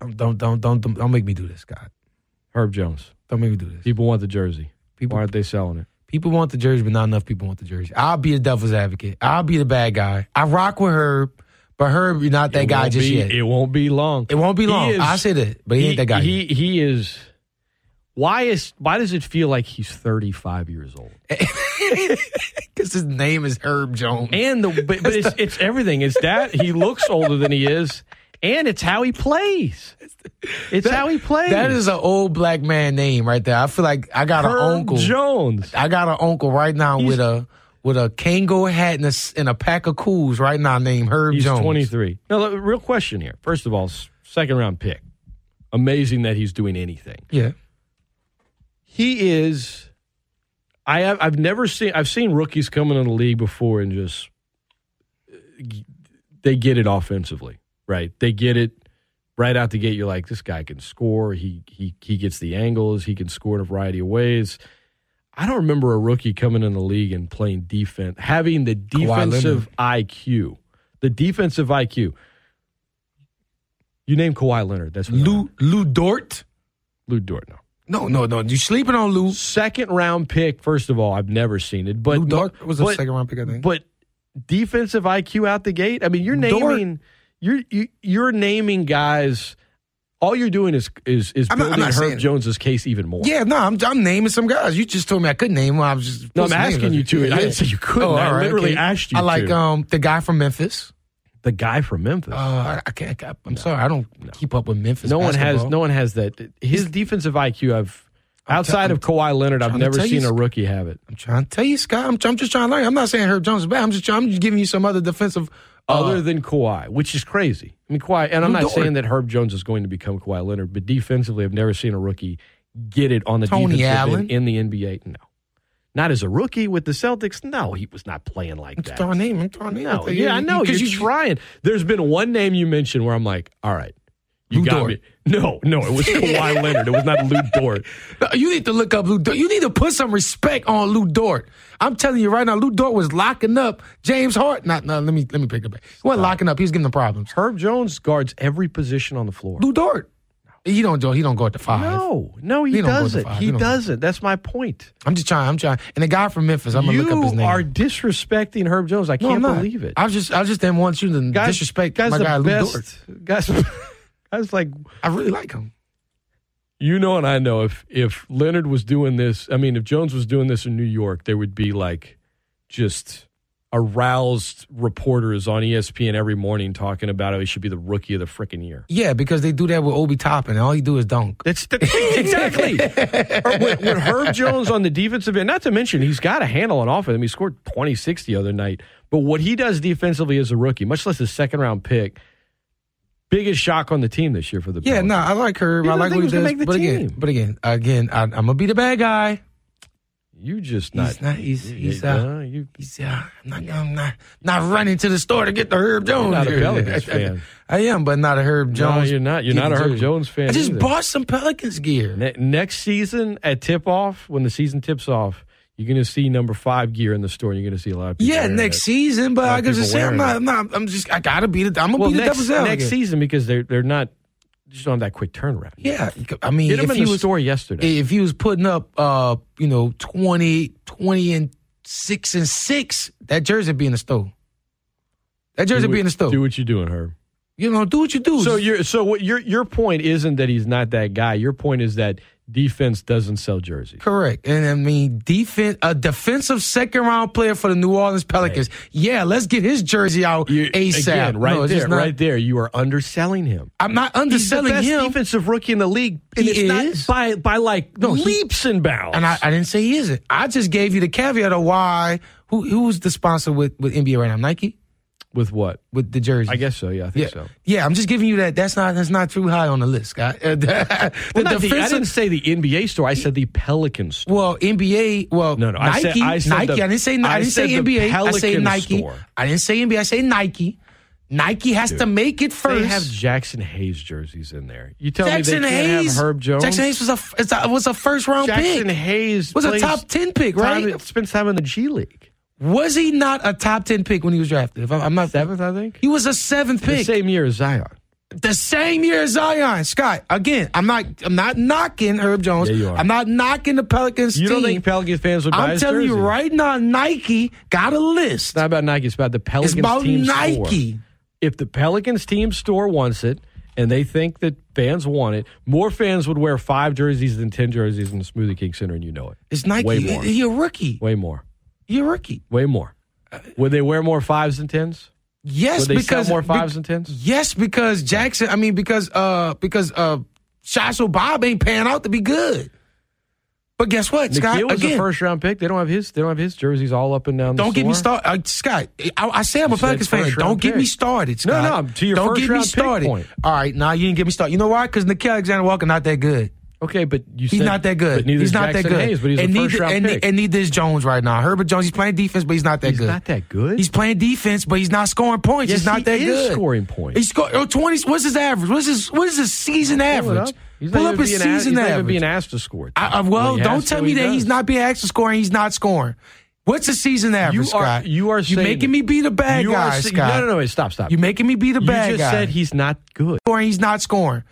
Speaker 2: Don't don't don't don't don't, don't make me do this, Scott.
Speaker 1: Herb Jones.
Speaker 2: Don't make me do this.
Speaker 1: People want the jersey.
Speaker 2: People-
Speaker 1: Why aren't they selling it?
Speaker 2: People want the jersey, but not enough people want the jersey. I'll be the devil's advocate. I'll be the bad guy. I rock with Herb, but Herb, you're not that
Speaker 1: It
Speaker 2: guy
Speaker 1: won't
Speaker 2: just
Speaker 1: be-
Speaker 2: yet.
Speaker 1: It won't be long.
Speaker 2: It won't be
Speaker 1: He
Speaker 2: long.
Speaker 1: is-
Speaker 2: I say that, but he, ain't that guy.
Speaker 1: He he is. Why is why does it feel like he's thirty five years old?
Speaker 2: because his name is Herb Jones.
Speaker 1: And the but, but it's it's everything. It's that he looks older than he is, and it's how he plays. It's how he plays.
Speaker 2: that is an old black man name right there. I feel like I got
Speaker 1: Herb
Speaker 2: an uncle.
Speaker 1: Jones.
Speaker 2: I got an uncle right now with a with a Kango hat and a, s- and a pack of cools right now named Herb
Speaker 1: He's
Speaker 2: Jones.
Speaker 1: twenty three. Now, look, real question here. First of all, s- second round pick. Amazing that he's doing anything.
Speaker 2: Yeah.
Speaker 1: he is I have I've never seen I've seen rookies coming in the league before and just they get it offensively, right? They get it right out the gate. You're like, this guy can score. He he he gets the angles. He can score in a variety of ways. I don't remember a rookie coming in the league and playing defense, having the
Speaker 2: Leonard.
Speaker 1: defensive IQ, the defensive IQ. You name Kawhi Leonard. That's one.
Speaker 2: Lou Lou Dort.
Speaker 1: Lou Dort. No.
Speaker 2: No, no, no. You sleeping on Lou?
Speaker 1: second round pick. First of all, I've never seen it, but
Speaker 2: Lou Dort was a
Speaker 1: but-
Speaker 2: second round pick, I think.
Speaker 1: But defensive IQ out the gate. I mean, you're
Speaker 2: Dort-
Speaker 1: naming you're you, you're naming guys. All you're doing is is is
Speaker 2: I'm not- I'm
Speaker 1: building
Speaker 2: not saying
Speaker 1: Herb
Speaker 2: it.
Speaker 1: Jones's case even more.
Speaker 2: yeah, no, I'm, I'm naming some guys. You just told me I couldn't name them. I was just
Speaker 1: No, I'm
Speaker 2: some names
Speaker 1: asking
Speaker 2: out
Speaker 1: you
Speaker 2: there.
Speaker 1: to. I didn't say you couldn't. I
Speaker 2: all
Speaker 1: literally asked you
Speaker 2: I like
Speaker 1: to.
Speaker 2: um the guy from Memphis.
Speaker 1: The guy from Memphis.
Speaker 2: Uh, I, I can't. I, am sorry, I don't keep up with Memphis.
Speaker 1: no one has
Speaker 2: basketball.
Speaker 1: no one has that. His defensive IQ. I've outside
Speaker 2: I'm-
Speaker 1: of Kawhi Leonard, I've
Speaker 2: trying to
Speaker 1: never
Speaker 2: tell you
Speaker 1: seen a
Speaker 2: s-
Speaker 1: rookie have it.
Speaker 2: I'm trying to tell you, Scott. I'm, I'm just trying to learn. I'm not saying Herb Jones is bad. I'm just trying, I'm just giving you some other defensive. Uh,
Speaker 1: other than Kawhi, which is crazy. I mean, Kawhi, and I'm
Speaker 2: Lou
Speaker 1: not
Speaker 2: Dort.
Speaker 1: saying that Herb Jones is going to become Kawhi Leonard, but defensively, I've never seen a rookie get it on the
Speaker 2: Tony
Speaker 1: defensive
Speaker 2: Allen?
Speaker 1: end in the NBA. No, not as a rookie with the Celtics. No, he was not playing like
Speaker 2: I'm
Speaker 1: that.
Speaker 2: just throwing name. I'm throwing name.
Speaker 1: no, yeah, I know you're
Speaker 2: Because
Speaker 1: trying. There's been one name you mentioned where I'm like, all right, you
Speaker 2: Lou
Speaker 1: got
Speaker 2: Dort.
Speaker 1: me. No, no, it was Kawhi Leonard. It was not Lou Dort.
Speaker 2: You need to look up Lou Dort. You need to put some respect on Lou Dort. I'm telling you right now, Lou Dort was locking up James Hart. Not, no, let me let me pick it back. He wasn't locking up. He was giving them problems.
Speaker 1: Herb Jones guards every position on the floor.
Speaker 2: Lou Dort. He don't do. He don't go at the five.
Speaker 1: No, no, he,
Speaker 2: He don't go to
Speaker 1: doesn't.
Speaker 2: five.
Speaker 1: He
Speaker 2: He don't go.
Speaker 1: doesn't. That's my point.
Speaker 2: I'm just trying. I'm trying. And the guy from Memphis. I'm gonna
Speaker 1: you
Speaker 2: look up his name.
Speaker 1: are disrespecting Herb Jones. I
Speaker 2: No, I'm
Speaker 1: can't
Speaker 2: not.
Speaker 1: believe it.
Speaker 2: I just I just didn't want you to
Speaker 1: Guys-
Speaker 2: disrespect
Speaker 1: guys
Speaker 2: my
Speaker 1: the
Speaker 2: guy Lou
Speaker 1: best-
Speaker 2: Dort.
Speaker 1: Guys, guys, like
Speaker 2: I really like him.
Speaker 1: you know, and I know if if Leonard was doing this, I mean, if Jones was doing this in New York, there would be like just aroused reporters on E ESPN every morning talking about how he should be the rookie of the freaking year.
Speaker 2: Yeah, because they do that with Obi Toppin. All he do is dunk.
Speaker 1: That's the exactly. Or when, when Herb Jones on the defensive end, not to mention he's got a handle on offense. I mean, he scored 26 the other night. But what he does defensively as a rookie, much less a second round pick, biggest shock on the team this year for the
Speaker 2: Yeah,
Speaker 1: Pelicans.
Speaker 2: no, I like her.
Speaker 1: You didn't
Speaker 2: I like
Speaker 1: think
Speaker 2: what
Speaker 1: he was
Speaker 2: he
Speaker 1: gonna make
Speaker 2: does.
Speaker 1: the
Speaker 2: but
Speaker 1: team.
Speaker 2: again, but again, again, I, I'm gonna be the bad guy.
Speaker 1: You just not.
Speaker 2: he's not. He's he's uh,
Speaker 1: uh, you,
Speaker 2: he's uh, I'm not. I'm not not running to the store to get the Herb Jones.
Speaker 1: not a
Speaker 2: jersey.
Speaker 1: Pelicans fan.
Speaker 2: I am, but not a Herb
Speaker 1: no,
Speaker 2: Jones.
Speaker 1: you're not. You're not a
Speaker 2: getting
Speaker 1: Herb
Speaker 2: jersey.
Speaker 1: Jones fan.
Speaker 2: I just
Speaker 1: either.
Speaker 2: bought some Pelicans gear.
Speaker 1: Ne- next season at tip off, when the season tips off, you're going to see number five gear in the store. and You're going to see a lot of people.
Speaker 2: Yeah,
Speaker 1: wearing
Speaker 2: next
Speaker 1: it.
Speaker 2: season. But
Speaker 1: lot
Speaker 2: I
Speaker 1: of
Speaker 2: can just
Speaker 1: people
Speaker 2: say I'm
Speaker 1: wearing
Speaker 2: not. I'm not. I'm just. I gotta be the. I'm gonna
Speaker 1: Well,
Speaker 2: be the
Speaker 1: next,
Speaker 2: devil's advocate.
Speaker 1: next season because they're they're not just on that quick turnaround.
Speaker 2: Yeah, I mean,
Speaker 1: Hit him
Speaker 2: if
Speaker 1: in
Speaker 2: he
Speaker 1: the
Speaker 2: was
Speaker 1: store yesterday.
Speaker 2: if he was putting up uh you know 20 20 and 6 and 6 that jersey would be in the store that jersey
Speaker 1: Do
Speaker 2: would be
Speaker 1: what-
Speaker 2: in the store
Speaker 1: Do what you're doing, Herb.
Speaker 2: you know do what you do
Speaker 1: So your so what your your point isn't that he's not that guy. Your point is that defense doesn't sell jerseys.
Speaker 2: Correct. And I mean, defense, a defensive second round player for the New Orleans Pelicans. Yeah, let's get his jersey out
Speaker 1: You-
Speaker 2: ASAP.
Speaker 1: Again, right
Speaker 2: No, it's
Speaker 1: there,
Speaker 2: just not-
Speaker 1: right there. You are underselling him.
Speaker 2: I'm not underselling
Speaker 1: He's the best
Speaker 2: him.
Speaker 1: defensive rookie in the league. And
Speaker 2: He
Speaker 1: it's
Speaker 2: is.
Speaker 1: not by by like
Speaker 2: No, he-
Speaker 1: leaps and bounds.
Speaker 2: And I, I didn't say he isn't. I just gave you the caveat of why. Who who's the sponsor with with NBA right now? Nike
Speaker 1: with what?
Speaker 2: with the jersey.
Speaker 1: I guess so. Yeah, I think
Speaker 2: Yeah,
Speaker 1: so.
Speaker 2: yeah. I'm just giving you that. That's not that's not too high on the list, guy. the
Speaker 1: Well, not the- I
Speaker 2: defensive-
Speaker 1: didn't say the NBA store. I said the Pelicans. store.
Speaker 2: Well, NBA. Well,
Speaker 1: No, no, I
Speaker 2: Nike.
Speaker 1: said- I said
Speaker 2: Nike.
Speaker 1: the-
Speaker 2: I didn't say. I,
Speaker 1: I
Speaker 2: didn't
Speaker 1: said
Speaker 2: say
Speaker 1: the
Speaker 2: NBA. I say
Speaker 1: Pelican
Speaker 2: Nike.
Speaker 1: store.
Speaker 2: I didn't say NBA. I say Nike. Nike has to make it first.
Speaker 1: They have Jackson Hayes jerseys in there. You tell
Speaker 2: Jackson
Speaker 1: me they can't
Speaker 2: Hayes.
Speaker 1: have Herb Jones.
Speaker 2: Jackson Hayes was a f- is a- was a first round
Speaker 1: Jackson
Speaker 2: pick.
Speaker 1: Hayes
Speaker 2: Was a
Speaker 1: plays
Speaker 2: top ten pick, right?
Speaker 1: Time, spends time in the G League.
Speaker 2: was he not a top ten pick when he was drafted? If I'm, I'm not
Speaker 1: Seventh, I think.
Speaker 2: He was a seventh
Speaker 1: The
Speaker 2: pick.
Speaker 1: same year as Zion.
Speaker 2: the same year as Zion. Scott, again, I'm not I'm not knocking Herb Jones.
Speaker 1: Yeah, you are.
Speaker 2: I'm not knocking the Pelicans
Speaker 1: You
Speaker 2: team.
Speaker 1: don't think Pelicans fans would buy
Speaker 2: I'm
Speaker 1: his
Speaker 2: telling you
Speaker 1: jersey?
Speaker 2: right now, Nike got a list.
Speaker 1: It's not about Nike. It's about the Pelicans
Speaker 2: it's about
Speaker 1: team
Speaker 2: Nike.
Speaker 1: store. If the Pelicans team store wants it and they think that fans want it, more fans would wear five jerseys than ten jerseys in the Smoothie King Center, and you know it.
Speaker 2: It's Nike.
Speaker 1: Way more.
Speaker 2: You're a rookie.
Speaker 1: Way more.
Speaker 2: You're a rookie.
Speaker 1: Way more. Would they wear more fives than tens?
Speaker 2: Yes,
Speaker 1: Would they
Speaker 2: because
Speaker 1: sell more fives
Speaker 2: be-
Speaker 1: than tens?
Speaker 2: Yes, because Jackson. I mean, because uh, because uh, Shasso Bob ain't panning out to be good. But guess what, Scott?
Speaker 1: McGill was
Speaker 2: again,
Speaker 1: a first round pick. They don't have his. They don't have his jerseys all up and down. the
Speaker 2: Don't get me
Speaker 1: floor.
Speaker 2: started, uh, Scott. I, I say I'm a
Speaker 1: You said
Speaker 2: Pelicans fan.
Speaker 1: first round
Speaker 2: Don't get me
Speaker 1: pick.
Speaker 2: started,
Speaker 1: No,
Speaker 2: Scott.
Speaker 1: no, to your
Speaker 2: don't
Speaker 1: first
Speaker 2: get me
Speaker 1: round pick
Speaker 2: started.
Speaker 1: point.
Speaker 2: All right, now you didn't get me started. You know why? Because Nikhil Alexander Walker not that good.
Speaker 1: Okay, but you
Speaker 2: He's
Speaker 1: said-
Speaker 2: not that good.
Speaker 1: But neither
Speaker 2: he's
Speaker 1: is
Speaker 2: not
Speaker 1: Jackson
Speaker 2: that good.
Speaker 1: Hayes, but he's
Speaker 2: and
Speaker 1: a first
Speaker 2: neither,
Speaker 1: round
Speaker 2: and,
Speaker 1: pick.
Speaker 2: and neither is Jones right now. Herbert Jones, he's playing defense, but he's not that
Speaker 1: he's
Speaker 2: good.
Speaker 1: not that good.
Speaker 2: He's playing defense, but he's not scoring points.
Speaker 1: Yes,
Speaker 2: he's not
Speaker 1: he
Speaker 2: that
Speaker 1: is
Speaker 2: good.
Speaker 1: scoring points.
Speaker 2: He's scored oh, 20. What's his average? What's his what is his season
Speaker 1: Pull it
Speaker 2: average?
Speaker 1: up. He's
Speaker 2: Pull
Speaker 1: not
Speaker 2: up
Speaker 1: even
Speaker 2: his
Speaker 1: being asked-
Speaker 2: season
Speaker 1: he's not even
Speaker 2: average.
Speaker 1: being asked to score.
Speaker 2: I, I, well,
Speaker 1: When he
Speaker 2: don't
Speaker 1: has
Speaker 2: tell
Speaker 1: to,
Speaker 2: me
Speaker 1: he
Speaker 2: that
Speaker 1: does.
Speaker 2: he's not being asked to score and he's not scoring. What's the season average,
Speaker 1: You are-
Speaker 2: Scott?
Speaker 1: you are
Speaker 2: you
Speaker 1: saying-
Speaker 2: making me be the bad
Speaker 1: You are
Speaker 2: guy,
Speaker 1: si-
Speaker 2: Scott.
Speaker 1: No, no, no. wait, Stop, stop.
Speaker 2: You making me be the
Speaker 1: you
Speaker 2: bad
Speaker 1: just
Speaker 2: guy.
Speaker 1: said he's not good.
Speaker 2: scoring, he's not scoring.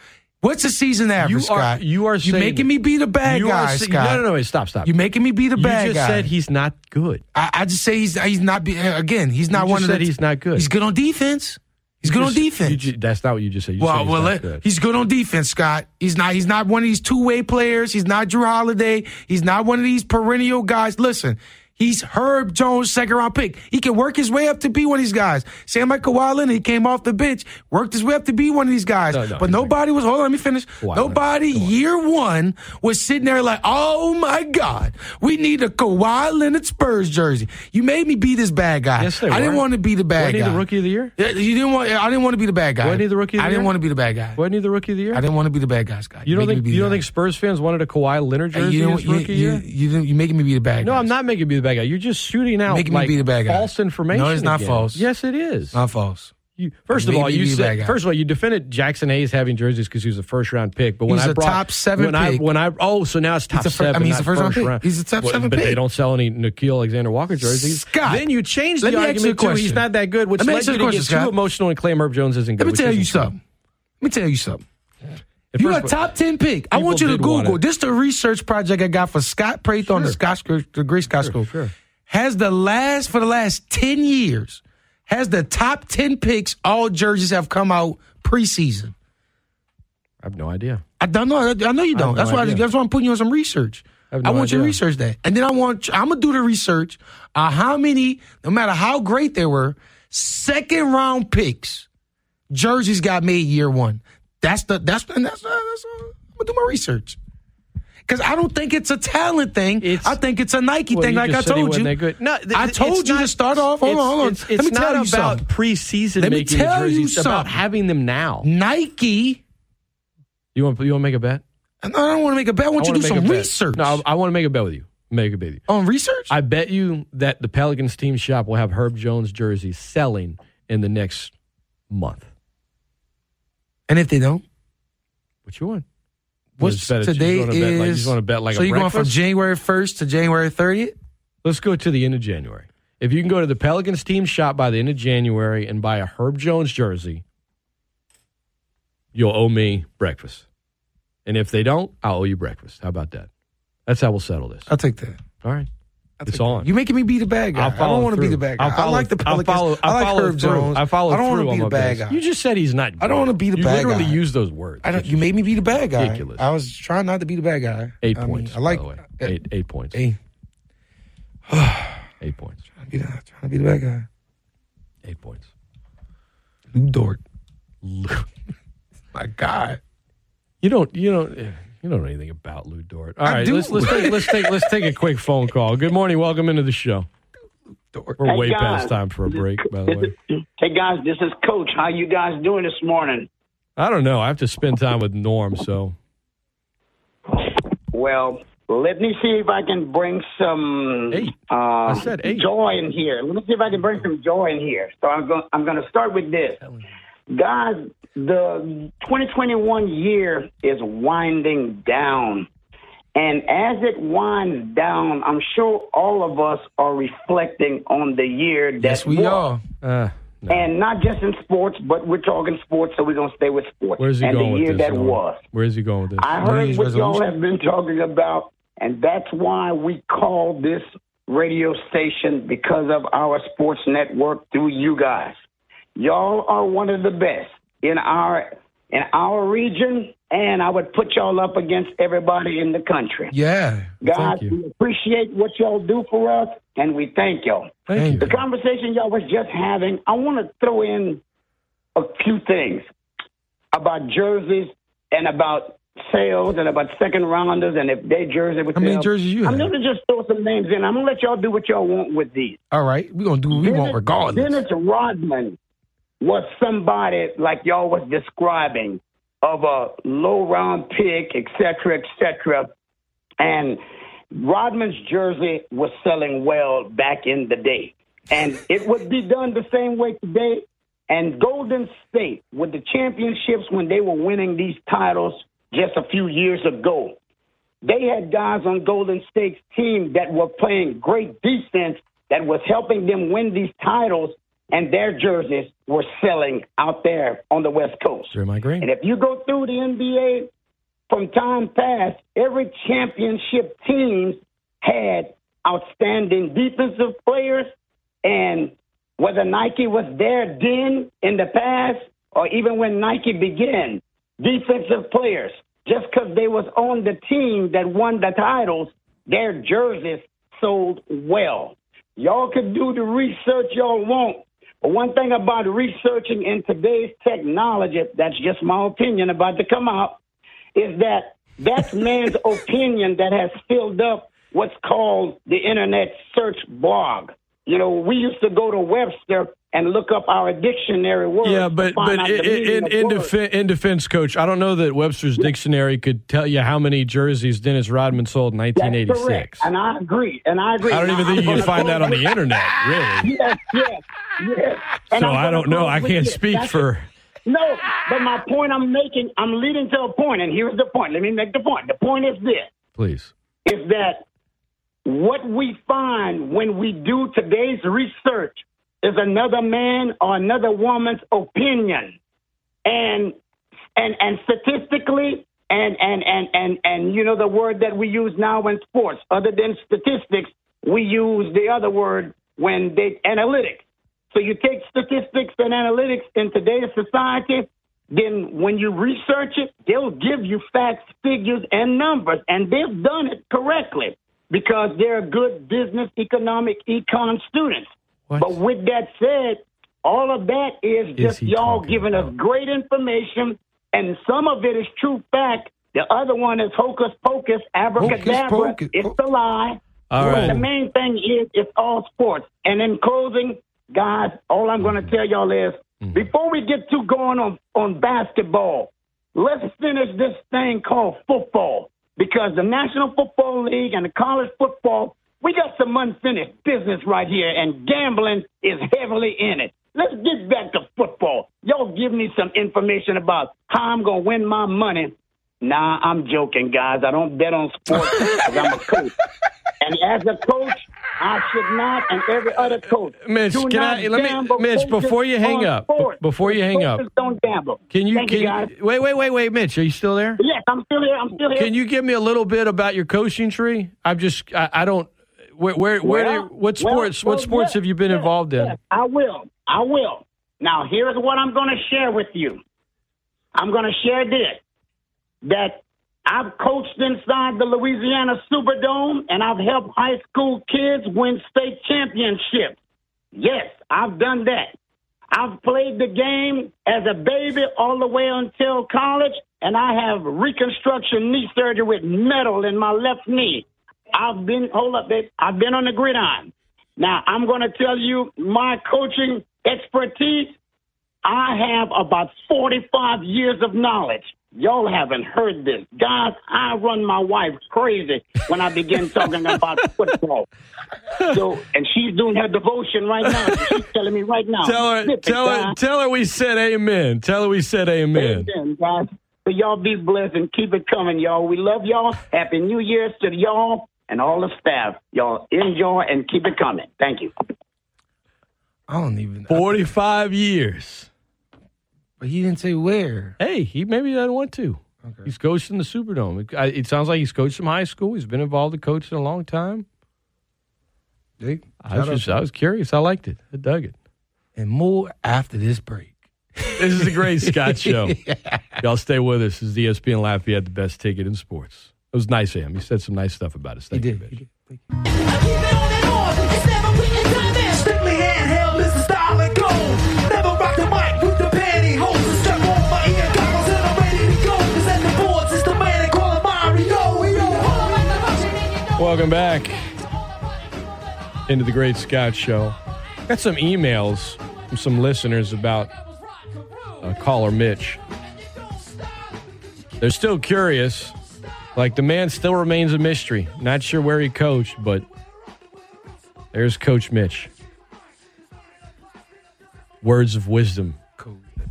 Speaker 2: What's the season average,
Speaker 1: You are-
Speaker 2: Scott?
Speaker 1: you are
Speaker 2: you
Speaker 1: saying-
Speaker 2: making me be the bad
Speaker 1: you
Speaker 2: guy,
Speaker 1: are, si-
Speaker 2: Scott.
Speaker 1: No, no, no. Wait, stop, stop.
Speaker 2: You making me be the
Speaker 1: You
Speaker 2: bad
Speaker 1: just
Speaker 2: guy.
Speaker 1: said he's not good.
Speaker 2: I, I just say he's he's not be, uh, again. He's not
Speaker 1: You
Speaker 2: one
Speaker 1: just
Speaker 2: of
Speaker 1: said
Speaker 2: the.
Speaker 1: he's not good.
Speaker 2: He's good on defense. He's good on
Speaker 1: Just- you
Speaker 2: defense.
Speaker 1: ju- that's not what you just said. You
Speaker 2: well,
Speaker 1: said he's
Speaker 2: well,
Speaker 1: not
Speaker 2: let-
Speaker 1: good.
Speaker 2: he's good on defense, Scott. He's not. He's not one of these two way players. He's not Drew Holiday. He's not one of these perennial guys. Listen, he's Herb Jones' second round pick. He can work his way up to be one of these guys. Sam like Kawhi Leonard, he came off the bench, worked his way up to be one of these guys.
Speaker 1: No, no,
Speaker 2: but
Speaker 1: he's not
Speaker 2: nobody was. Hold on, let me finish.
Speaker 1: Kawhi Leonard.
Speaker 2: nobody year one was sitting there like, oh my god, we need a Kawhi Leonard Spurs jersey. You made me be this bad guy.
Speaker 1: Yes, they
Speaker 2: I didn't
Speaker 1: were.
Speaker 2: want to be the bad
Speaker 1: Wasn't he
Speaker 2: guy.
Speaker 1: the rookie of the year?
Speaker 2: Yeah, you didn't want. I didn't want to be the bad guy.
Speaker 1: Wasn't he the rookie of the
Speaker 2: I didn't
Speaker 1: year?
Speaker 2: want to be the bad guy.
Speaker 1: Wasn't he the rookie of the year?
Speaker 2: I didn't want to be the bad guy, Scott.
Speaker 1: you don't
Speaker 2: You're making
Speaker 1: think
Speaker 2: me be
Speaker 1: you
Speaker 2: the
Speaker 1: don't
Speaker 2: bad
Speaker 1: think Spurs fans wanted a Kawhi Leonard
Speaker 2: guy. Hey,
Speaker 1: jersey
Speaker 2: you
Speaker 1: in
Speaker 2: don't,
Speaker 1: his
Speaker 2: you,
Speaker 1: rookie
Speaker 2: you,
Speaker 1: year?
Speaker 2: you didn't- you making me be the bad guy.
Speaker 1: No, I'm not making you be the bad guy. You're just shooting out
Speaker 2: Making me
Speaker 1: like,
Speaker 2: be the bad guy.
Speaker 1: false information.
Speaker 2: No, it's not
Speaker 1: again.
Speaker 2: false.
Speaker 1: Yes, it is.
Speaker 2: Not false.
Speaker 1: You- first of
Speaker 2: Making
Speaker 1: all,
Speaker 2: me
Speaker 1: you
Speaker 2: be the bad
Speaker 1: said
Speaker 2: guy.
Speaker 1: first of all you defended Jackson Hayes having jerseys because he was a first round pick. But when
Speaker 2: He's
Speaker 1: I
Speaker 2: a
Speaker 1: brought
Speaker 2: top seven
Speaker 1: when I
Speaker 2: pick.
Speaker 1: when I oh so now it's top
Speaker 2: a fir-
Speaker 1: seven.
Speaker 2: I mean, he's
Speaker 1: not
Speaker 2: a first round pick. He's a top
Speaker 1: Well,
Speaker 2: seven
Speaker 1: But they
Speaker 2: pick.
Speaker 1: don't sell any Nikhil Alexander Walker jerseys.
Speaker 2: Scott,
Speaker 1: then you changed
Speaker 2: let
Speaker 1: the
Speaker 2: me ask you a
Speaker 1: argument to
Speaker 2: question.
Speaker 1: he's not that good, which
Speaker 2: Let me
Speaker 1: led
Speaker 2: ask you
Speaker 1: you
Speaker 2: a
Speaker 1: to get
Speaker 2: question,
Speaker 1: too
Speaker 2: Scott.
Speaker 1: emotional and claim Herb Jones isn't good.
Speaker 2: Let me
Speaker 1: which
Speaker 2: tell you
Speaker 1: isn't true.
Speaker 2: something. Let me tell you something.
Speaker 1: At
Speaker 2: You're
Speaker 1: first,
Speaker 2: a
Speaker 1: but-
Speaker 2: top ten pick. I
Speaker 1: people
Speaker 2: want you to
Speaker 1: did want
Speaker 2: Google.
Speaker 1: it.
Speaker 2: This is the research project I got for Scott Prather on the
Speaker 1: Sure.
Speaker 2: Scott School, the Great Scott School.
Speaker 1: sure.
Speaker 2: Has the last for the last ten years has the top ten picks all jerseys have come out preseason.
Speaker 1: I have no idea.
Speaker 2: I don't know. I I know you
Speaker 1: I have
Speaker 2: don't.
Speaker 1: no
Speaker 2: that's why.
Speaker 1: idea.
Speaker 2: That's why I'm putting you on some research.
Speaker 1: I
Speaker 2: I,
Speaker 1: have no
Speaker 2: want you to
Speaker 1: idea.
Speaker 2: research that, and then I want. you- I'm gonna do the research. Uh, how many? No matter how great they were, second round picks, jerseys got made year one. That's the. That's and that's. that's uh, I'm gonna do my research. Because I don't think it's a talent thing.
Speaker 1: It's-
Speaker 2: I think it's a Nike
Speaker 1: Well,
Speaker 2: thing,
Speaker 1: you
Speaker 2: like I
Speaker 1: just said he
Speaker 2: told
Speaker 1: wasn't
Speaker 2: you.
Speaker 1: that good. No, th-
Speaker 2: I
Speaker 1: it's
Speaker 2: told you
Speaker 1: not-
Speaker 2: to start off. Hold on,
Speaker 1: it's-
Speaker 2: hold on.
Speaker 1: It's,
Speaker 2: Let
Speaker 1: it's
Speaker 2: me tell
Speaker 1: not
Speaker 2: you
Speaker 1: about
Speaker 2: something.
Speaker 1: preseason
Speaker 2: Let me
Speaker 1: making the
Speaker 2: tell you
Speaker 1: jerseys. It's about
Speaker 2: something.
Speaker 1: having them now.
Speaker 2: Nike.
Speaker 1: You want you want to make a bet?
Speaker 2: No, I don't want to make a bet. I want you to
Speaker 1: wanna
Speaker 2: do
Speaker 1: make a
Speaker 2: some
Speaker 1: bet.
Speaker 2: research.
Speaker 1: No, I, I want to make a bet with you. Make a bet with you.
Speaker 2: on research.
Speaker 1: I bet you that the Pelicans team shop will have Herb Jones jerseys selling in the next month.
Speaker 2: and if they don't.
Speaker 1: What you want?
Speaker 2: What's
Speaker 1: Just bet it. You just wanna
Speaker 2: today is?
Speaker 1: bet like- you just wanna bet like
Speaker 2: so
Speaker 1: a
Speaker 2: you're going from
Speaker 1: breakfast?
Speaker 2: January 1st to January 30th.
Speaker 1: Let's go to the end of January. If you can go to the Pelicans team shop by the end of January and buy a Herb Jones jersey, you'll owe me breakfast. And if they don't, I'll owe you breakfast. How about that? That's how we'll settle this.
Speaker 2: I'll take that.
Speaker 1: All right. It's on.
Speaker 2: You're making me be the bad guy.
Speaker 1: I'll
Speaker 2: I
Speaker 1: follow
Speaker 2: don't want to be
Speaker 1: through.
Speaker 2: the bad guy.
Speaker 1: I'll
Speaker 2: I
Speaker 1: follow-
Speaker 2: like the
Speaker 1: I'll
Speaker 2: Pelicans.
Speaker 1: follow-
Speaker 2: I
Speaker 1: I'll
Speaker 2: like
Speaker 1: follow
Speaker 2: Herb
Speaker 1: through.
Speaker 2: Jones.
Speaker 1: I follow
Speaker 2: don't
Speaker 1: through
Speaker 2: want to
Speaker 1: on
Speaker 2: be
Speaker 1: my
Speaker 2: the bad
Speaker 1: picks.
Speaker 2: guy.
Speaker 1: You just said he's not.
Speaker 2: I don't wanna
Speaker 1: great.
Speaker 2: be the
Speaker 1: you
Speaker 2: bad
Speaker 1: literally
Speaker 2: guy.
Speaker 1: used those words.
Speaker 2: I don't, you made me be the bad guy.
Speaker 1: Ridiculous.
Speaker 2: I was trying not to be the bad guy.
Speaker 1: eight
Speaker 2: I mean,
Speaker 1: points.
Speaker 2: I like.
Speaker 1: by the way.
Speaker 2: uh,
Speaker 1: eight eight points.
Speaker 2: hey,
Speaker 1: Eight points.
Speaker 2: you know, trying to be the bad guy.
Speaker 1: Eight points.
Speaker 2: Lou Dort. My God.
Speaker 1: You don't. You don't. You don't know anything about Lou Dort. All
Speaker 2: I
Speaker 1: right,
Speaker 2: do.
Speaker 1: Let's, let's take let's take let's take a quick phone call. Good morning. Welcome into the show.
Speaker 2: Dort.
Speaker 1: We're
Speaker 10: Hey,
Speaker 1: way
Speaker 10: guys.
Speaker 1: past time for a break. By the way,
Speaker 10: Hey guys, this is Coach. How you guys doing this morning?
Speaker 1: I don't know. I have to spend time with Norm, so
Speaker 10: Well, let me see if I can bring some
Speaker 1: Eight.
Speaker 10: uh,
Speaker 1: said eight.
Speaker 10: joy in here. Let me see if I can bring some joy in here. So I'm going. I'm going to start with this, guys. The 2021 year is winding down, and as it winds down, I'm sure all of us are reflecting on the year that
Speaker 2: Yes, we
Speaker 10: was.
Speaker 2: are.
Speaker 1: uh,
Speaker 10: And not just in sports, but we're talking sports, so we're going to stay with sports.
Speaker 1: where's he
Speaker 10: and
Speaker 1: going
Speaker 10: the
Speaker 1: with
Speaker 10: year
Speaker 1: this?
Speaker 10: that
Speaker 1: Norm?
Speaker 10: was.
Speaker 1: Where's he going with this?
Speaker 10: I
Speaker 2: New
Speaker 10: heard
Speaker 2: Year's
Speaker 10: what y'all
Speaker 2: resolution?
Speaker 10: have been talking about, and that's why we call this radio station because of our sports network through you guys. Y'all are one of the best in our in our region, and I would put y'all up against everybody in the country.
Speaker 2: Yeah.
Speaker 10: Guys,
Speaker 1: you.
Speaker 10: we appreciate what y'all do for us, and we thank y'all.
Speaker 1: Thank
Speaker 2: Thank
Speaker 1: you.
Speaker 10: The conversation y'all was just having, I want to throw in a few things about jerseys and about sales and about second rounders and if they jersey would
Speaker 2: How many
Speaker 10: sell.
Speaker 2: jerseys you have?
Speaker 10: I'm going to just throw some names in. I'm going to let y'all do what y'all want with these.
Speaker 2: All right. We're going to do what we want regardless.
Speaker 10: Dennis Rodman was somebody like y'all was describing of a low round pick, et cetera, et cetera. And Rodman's jersey was selling well back in the day. And it would be done the same way today. And Golden State, with the championships when they were winning these titles just a few years ago, they had guys on Golden State's team that were playing great defense that was helping them win these titles, and their jerseys were selling out there on the West Coast.
Speaker 1: Am I green?
Speaker 10: And if you go through the NBA from time past, every championship team had outstanding defensive players, and whether Nike was there then in the past or even when Nike began, defensive players, just because they was on the team that won the titles, their jerseys sold well. Y'all could do the research y'all want, but one thing about researching in today's technology, that's just my opinion about to come out, is that that's man's opinion that has filled up what's called the internet search blog. You know, we used to go to Webster and look up our dictionary words.
Speaker 1: Yeah,
Speaker 10: to
Speaker 1: but
Speaker 10: find
Speaker 1: but
Speaker 10: out
Speaker 1: in
Speaker 10: the meaning
Speaker 1: in,
Speaker 10: of
Speaker 1: in,
Speaker 10: words.
Speaker 1: defe- in defense, coach, I don't know that Webster's dictionary could tell you how many jerseys Dennis Rodman sold in
Speaker 10: That's
Speaker 1: 1986.
Speaker 10: correct. And I agree. And I agree.
Speaker 1: I don't
Speaker 10: Now,
Speaker 1: even think
Speaker 10: I'm
Speaker 1: you can
Speaker 10: gonna
Speaker 1: find
Speaker 10: close
Speaker 1: that on the
Speaker 10: with-
Speaker 1: internet, really.
Speaker 10: Yes, yes, yes. And
Speaker 1: So
Speaker 10: I'm
Speaker 1: I
Speaker 10: gonna
Speaker 1: don't know.
Speaker 10: close
Speaker 1: I
Speaker 10: with
Speaker 1: can't
Speaker 10: this.
Speaker 1: speak
Speaker 10: That's-
Speaker 1: for.
Speaker 10: No, but my point I'm making, I'm leading to a point, and here's the point. Let me make the point. The point is this:
Speaker 1: Please.
Speaker 10: is that what we find when we do today's research is another man or another woman's opinion, and and and statistically. And, and, and, and, and you know the word that we use now in sports, other than statistics, we use the other word when they analytics. So you take statistics and analytics in today's society, then when you research it, they'll give you facts, figures, and numbers, and they've done it correctly because they're good business, economic, econ students.
Speaker 1: What?
Speaker 10: But with that said, all of that is just
Speaker 1: he
Speaker 10: y'all
Speaker 1: talking
Speaker 10: giving us
Speaker 1: about?
Speaker 10: great information, and some of it is true fact. The other one is hocus pocus, abracadabra.
Speaker 2: pocus.
Speaker 10: It's a lie.
Speaker 1: All
Speaker 10: Well,
Speaker 1: right.
Speaker 10: The main thing is it's all sports. And in closing, guys, all I'm going to tell y'all is before we get too going on on basketball, let's finish this thing called football because the National Football League and the college football, we got some unfinished business right here, and gambling is heavily in it. Let's get back to football. Y'all give me some information about how I'm going to win my money. Nah, I'm joking, guys. I don't bet on sports 'cause I'm a coach. And as a coach, I should not, and every other coach.
Speaker 1: Mitch,
Speaker 10: do
Speaker 1: can
Speaker 10: not
Speaker 1: I- let me-
Speaker 10: gamble,
Speaker 1: Mitch,
Speaker 10: focus
Speaker 1: before you hang
Speaker 10: on
Speaker 1: up,
Speaker 10: sports.
Speaker 1: b- before you hang up,
Speaker 10: Focus, don't gamble.
Speaker 1: Can you
Speaker 10: Thank
Speaker 1: can
Speaker 10: you guys?
Speaker 1: wait wait wait wait Mitch are you still there?
Speaker 10: Yes, I'm still here. I'm still here.
Speaker 1: Can you give me a little bit about your coaching tree? I'm just I, I don't Where, where, where
Speaker 10: Well,
Speaker 1: do you- what sports?
Speaker 10: well,
Speaker 1: what sports
Speaker 10: yes,
Speaker 1: have you been
Speaker 10: yes,
Speaker 1: involved in?
Speaker 10: yes, I will. I will. Now, here's what I'm going to share with you. I'm going to share this that I've coached inside the Louisiana Superdome and I've helped high school kids win state championships. Yes, I've done that. I've played the game as a baby all the way until college, and I have reconstruction knee surgery with metal in my left knee. I've been hold up, babe. I've been on the gridiron. Now I'm going to tell you my coaching expertise. I have about 45 years of knowledge. Y'all haven't heard this, guys. I run my wife crazy when I begin talking about football. So, and she's doing her devotion right now. She's telling me right now.
Speaker 1: Tell her,
Speaker 10: "Listen,
Speaker 1: tell her,
Speaker 10: guys,
Speaker 1: tell her we said amen. Tell her we said amen.
Speaker 10: Amen, guys. So y'all be blessed and keep it coming, y'all. We love y'all. Happy New Year's to y'all and all the staff. Y'all enjoy and keep it coming. Thank you.
Speaker 2: I don't even.
Speaker 1: Forty-five years.
Speaker 2: But he didn't say where.
Speaker 1: Hey, he maybe doesn't want to. He's coached in the Superdome. It, I- it sounds like he's coached from high school. He's been involved in coaching a long time.
Speaker 2: Dick,
Speaker 1: I was just, I was curious. I liked it. I dug it.
Speaker 2: and more after this break.
Speaker 1: This is the Great Scott Show. Y'all stay with us. This is E ESPN Lafayette, the best ticket in sports. It was nice of him. He said some nice stuff about us. Thank
Speaker 2: He
Speaker 1: you,
Speaker 2: did.
Speaker 1: Mitch.
Speaker 7: Strictly handheld is the style and go. Never rock the mic with the pantyhose. And strap on my ear goggles and I'm ready to go. 'Cause at the boards is the man they call him Mario. Yo.
Speaker 1: Welcome back into the Great Scott Show. Got some emails from some listeners about uh, caller Mitch. They're still curious. Like the man still remains a mystery. Not sure where he coached, but there's Coach Mitch. Words of wisdom.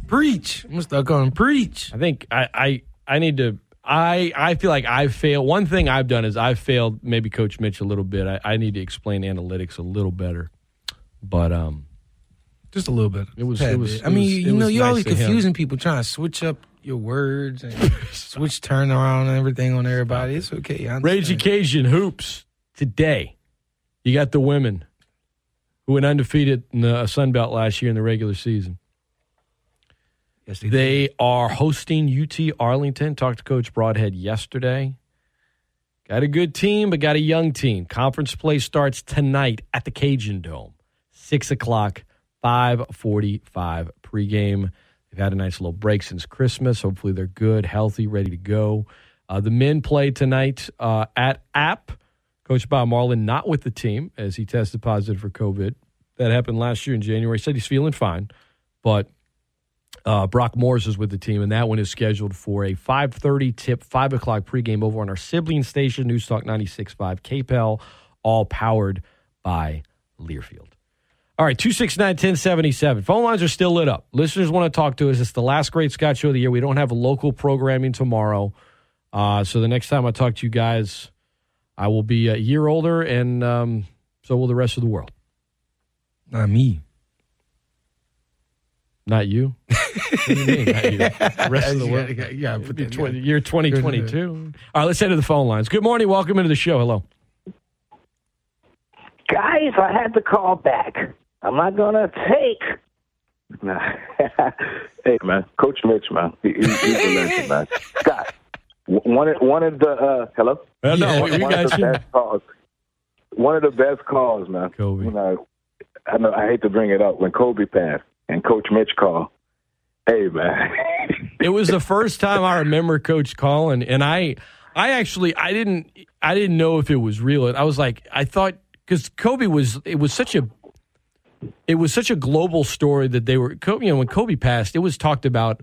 Speaker 2: Preach. I'm gonna start calling preach.
Speaker 1: I think I, I I need to. I I feel like I failed. One thing I've done is I've failed maybe Coach Mitch a little bit. I, I need to explain analytics a little better. But um,
Speaker 2: Just a little bit.
Speaker 1: It was-
Speaker 2: Tad
Speaker 1: it was-
Speaker 2: bit.
Speaker 1: it
Speaker 2: I mean,
Speaker 1: was- it
Speaker 2: you know,
Speaker 1: was
Speaker 2: you're
Speaker 1: nice
Speaker 2: always
Speaker 1: of him.
Speaker 2: confusing people trying to switch up your words and switch turnaround and everything on everybody. It's okay. I
Speaker 1: Rage
Speaker 2: understand.
Speaker 1: Occasion hoops today. You got the women who went undefeated in the Sun Belt last year in the regular season.
Speaker 2: Yes, they,
Speaker 1: They are hosting UT Arlington. Talked to Coach Broadhead yesterday. Got a good team, but got a young team. Conference play starts tonight at the Cajun Dome, six o'clock, five forty-five pregame. They've had a nice little break since Christmas. Hopefully, they're good, healthy, ready to go. Uh, the men play tonight uh, at App. Coach Bob Marlin not with the team as he tested positive for COVID. That happened last year in January. Said he's feeling fine, but uh, Brock Morris is with the team, and that one is scheduled for a 5.30 tip, 5 o'clock pregame over on our sibling station, Newstalk 96.5 KPEL, E all powered by Learfield. All right, 269-1077. Phone lines are still lit up. Listeners want to talk to us. It's the last Great Scott Show of the year. We don't have local programming tomorrow. Uh, so the next time I talk to you guys, I will be a year older, and um, so will the rest of the world.
Speaker 2: not me.
Speaker 1: Not you. What do you mean, not you? The rest of the world.
Speaker 2: Yeah, but
Speaker 1: Be twen- year 2022. All right, let's head to the phone lines. Good morning. Welcome into the show. Hello.
Speaker 10: Guys, I had to call back. I'm not going to take.
Speaker 9: Nah. hey man, Coach Mitch, man, he, he, he's a legend, man. Scott, w- one of- one of the uh, hello,
Speaker 1: Uh, no,
Speaker 9: one,
Speaker 1: we, we
Speaker 9: one of
Speaker 1: got
Speaker 9: the
Speaker 1: you.
Speaker 9: best calls. One of the best calls, man.
Speaker 1: Kobe.
Speaker 9: When I, I know I hate to bring it up when Kobe passed and Coach Mitch called. Hey man,
Speaker 1: It was the first time I remember Coach Colin, and I, I actually, I didn't, I didn't know if it was real. And I was like, I thought because Kobe was, it was such a, it was such a global story that they were, Kobe- you know, when Kobe passed, it was talked about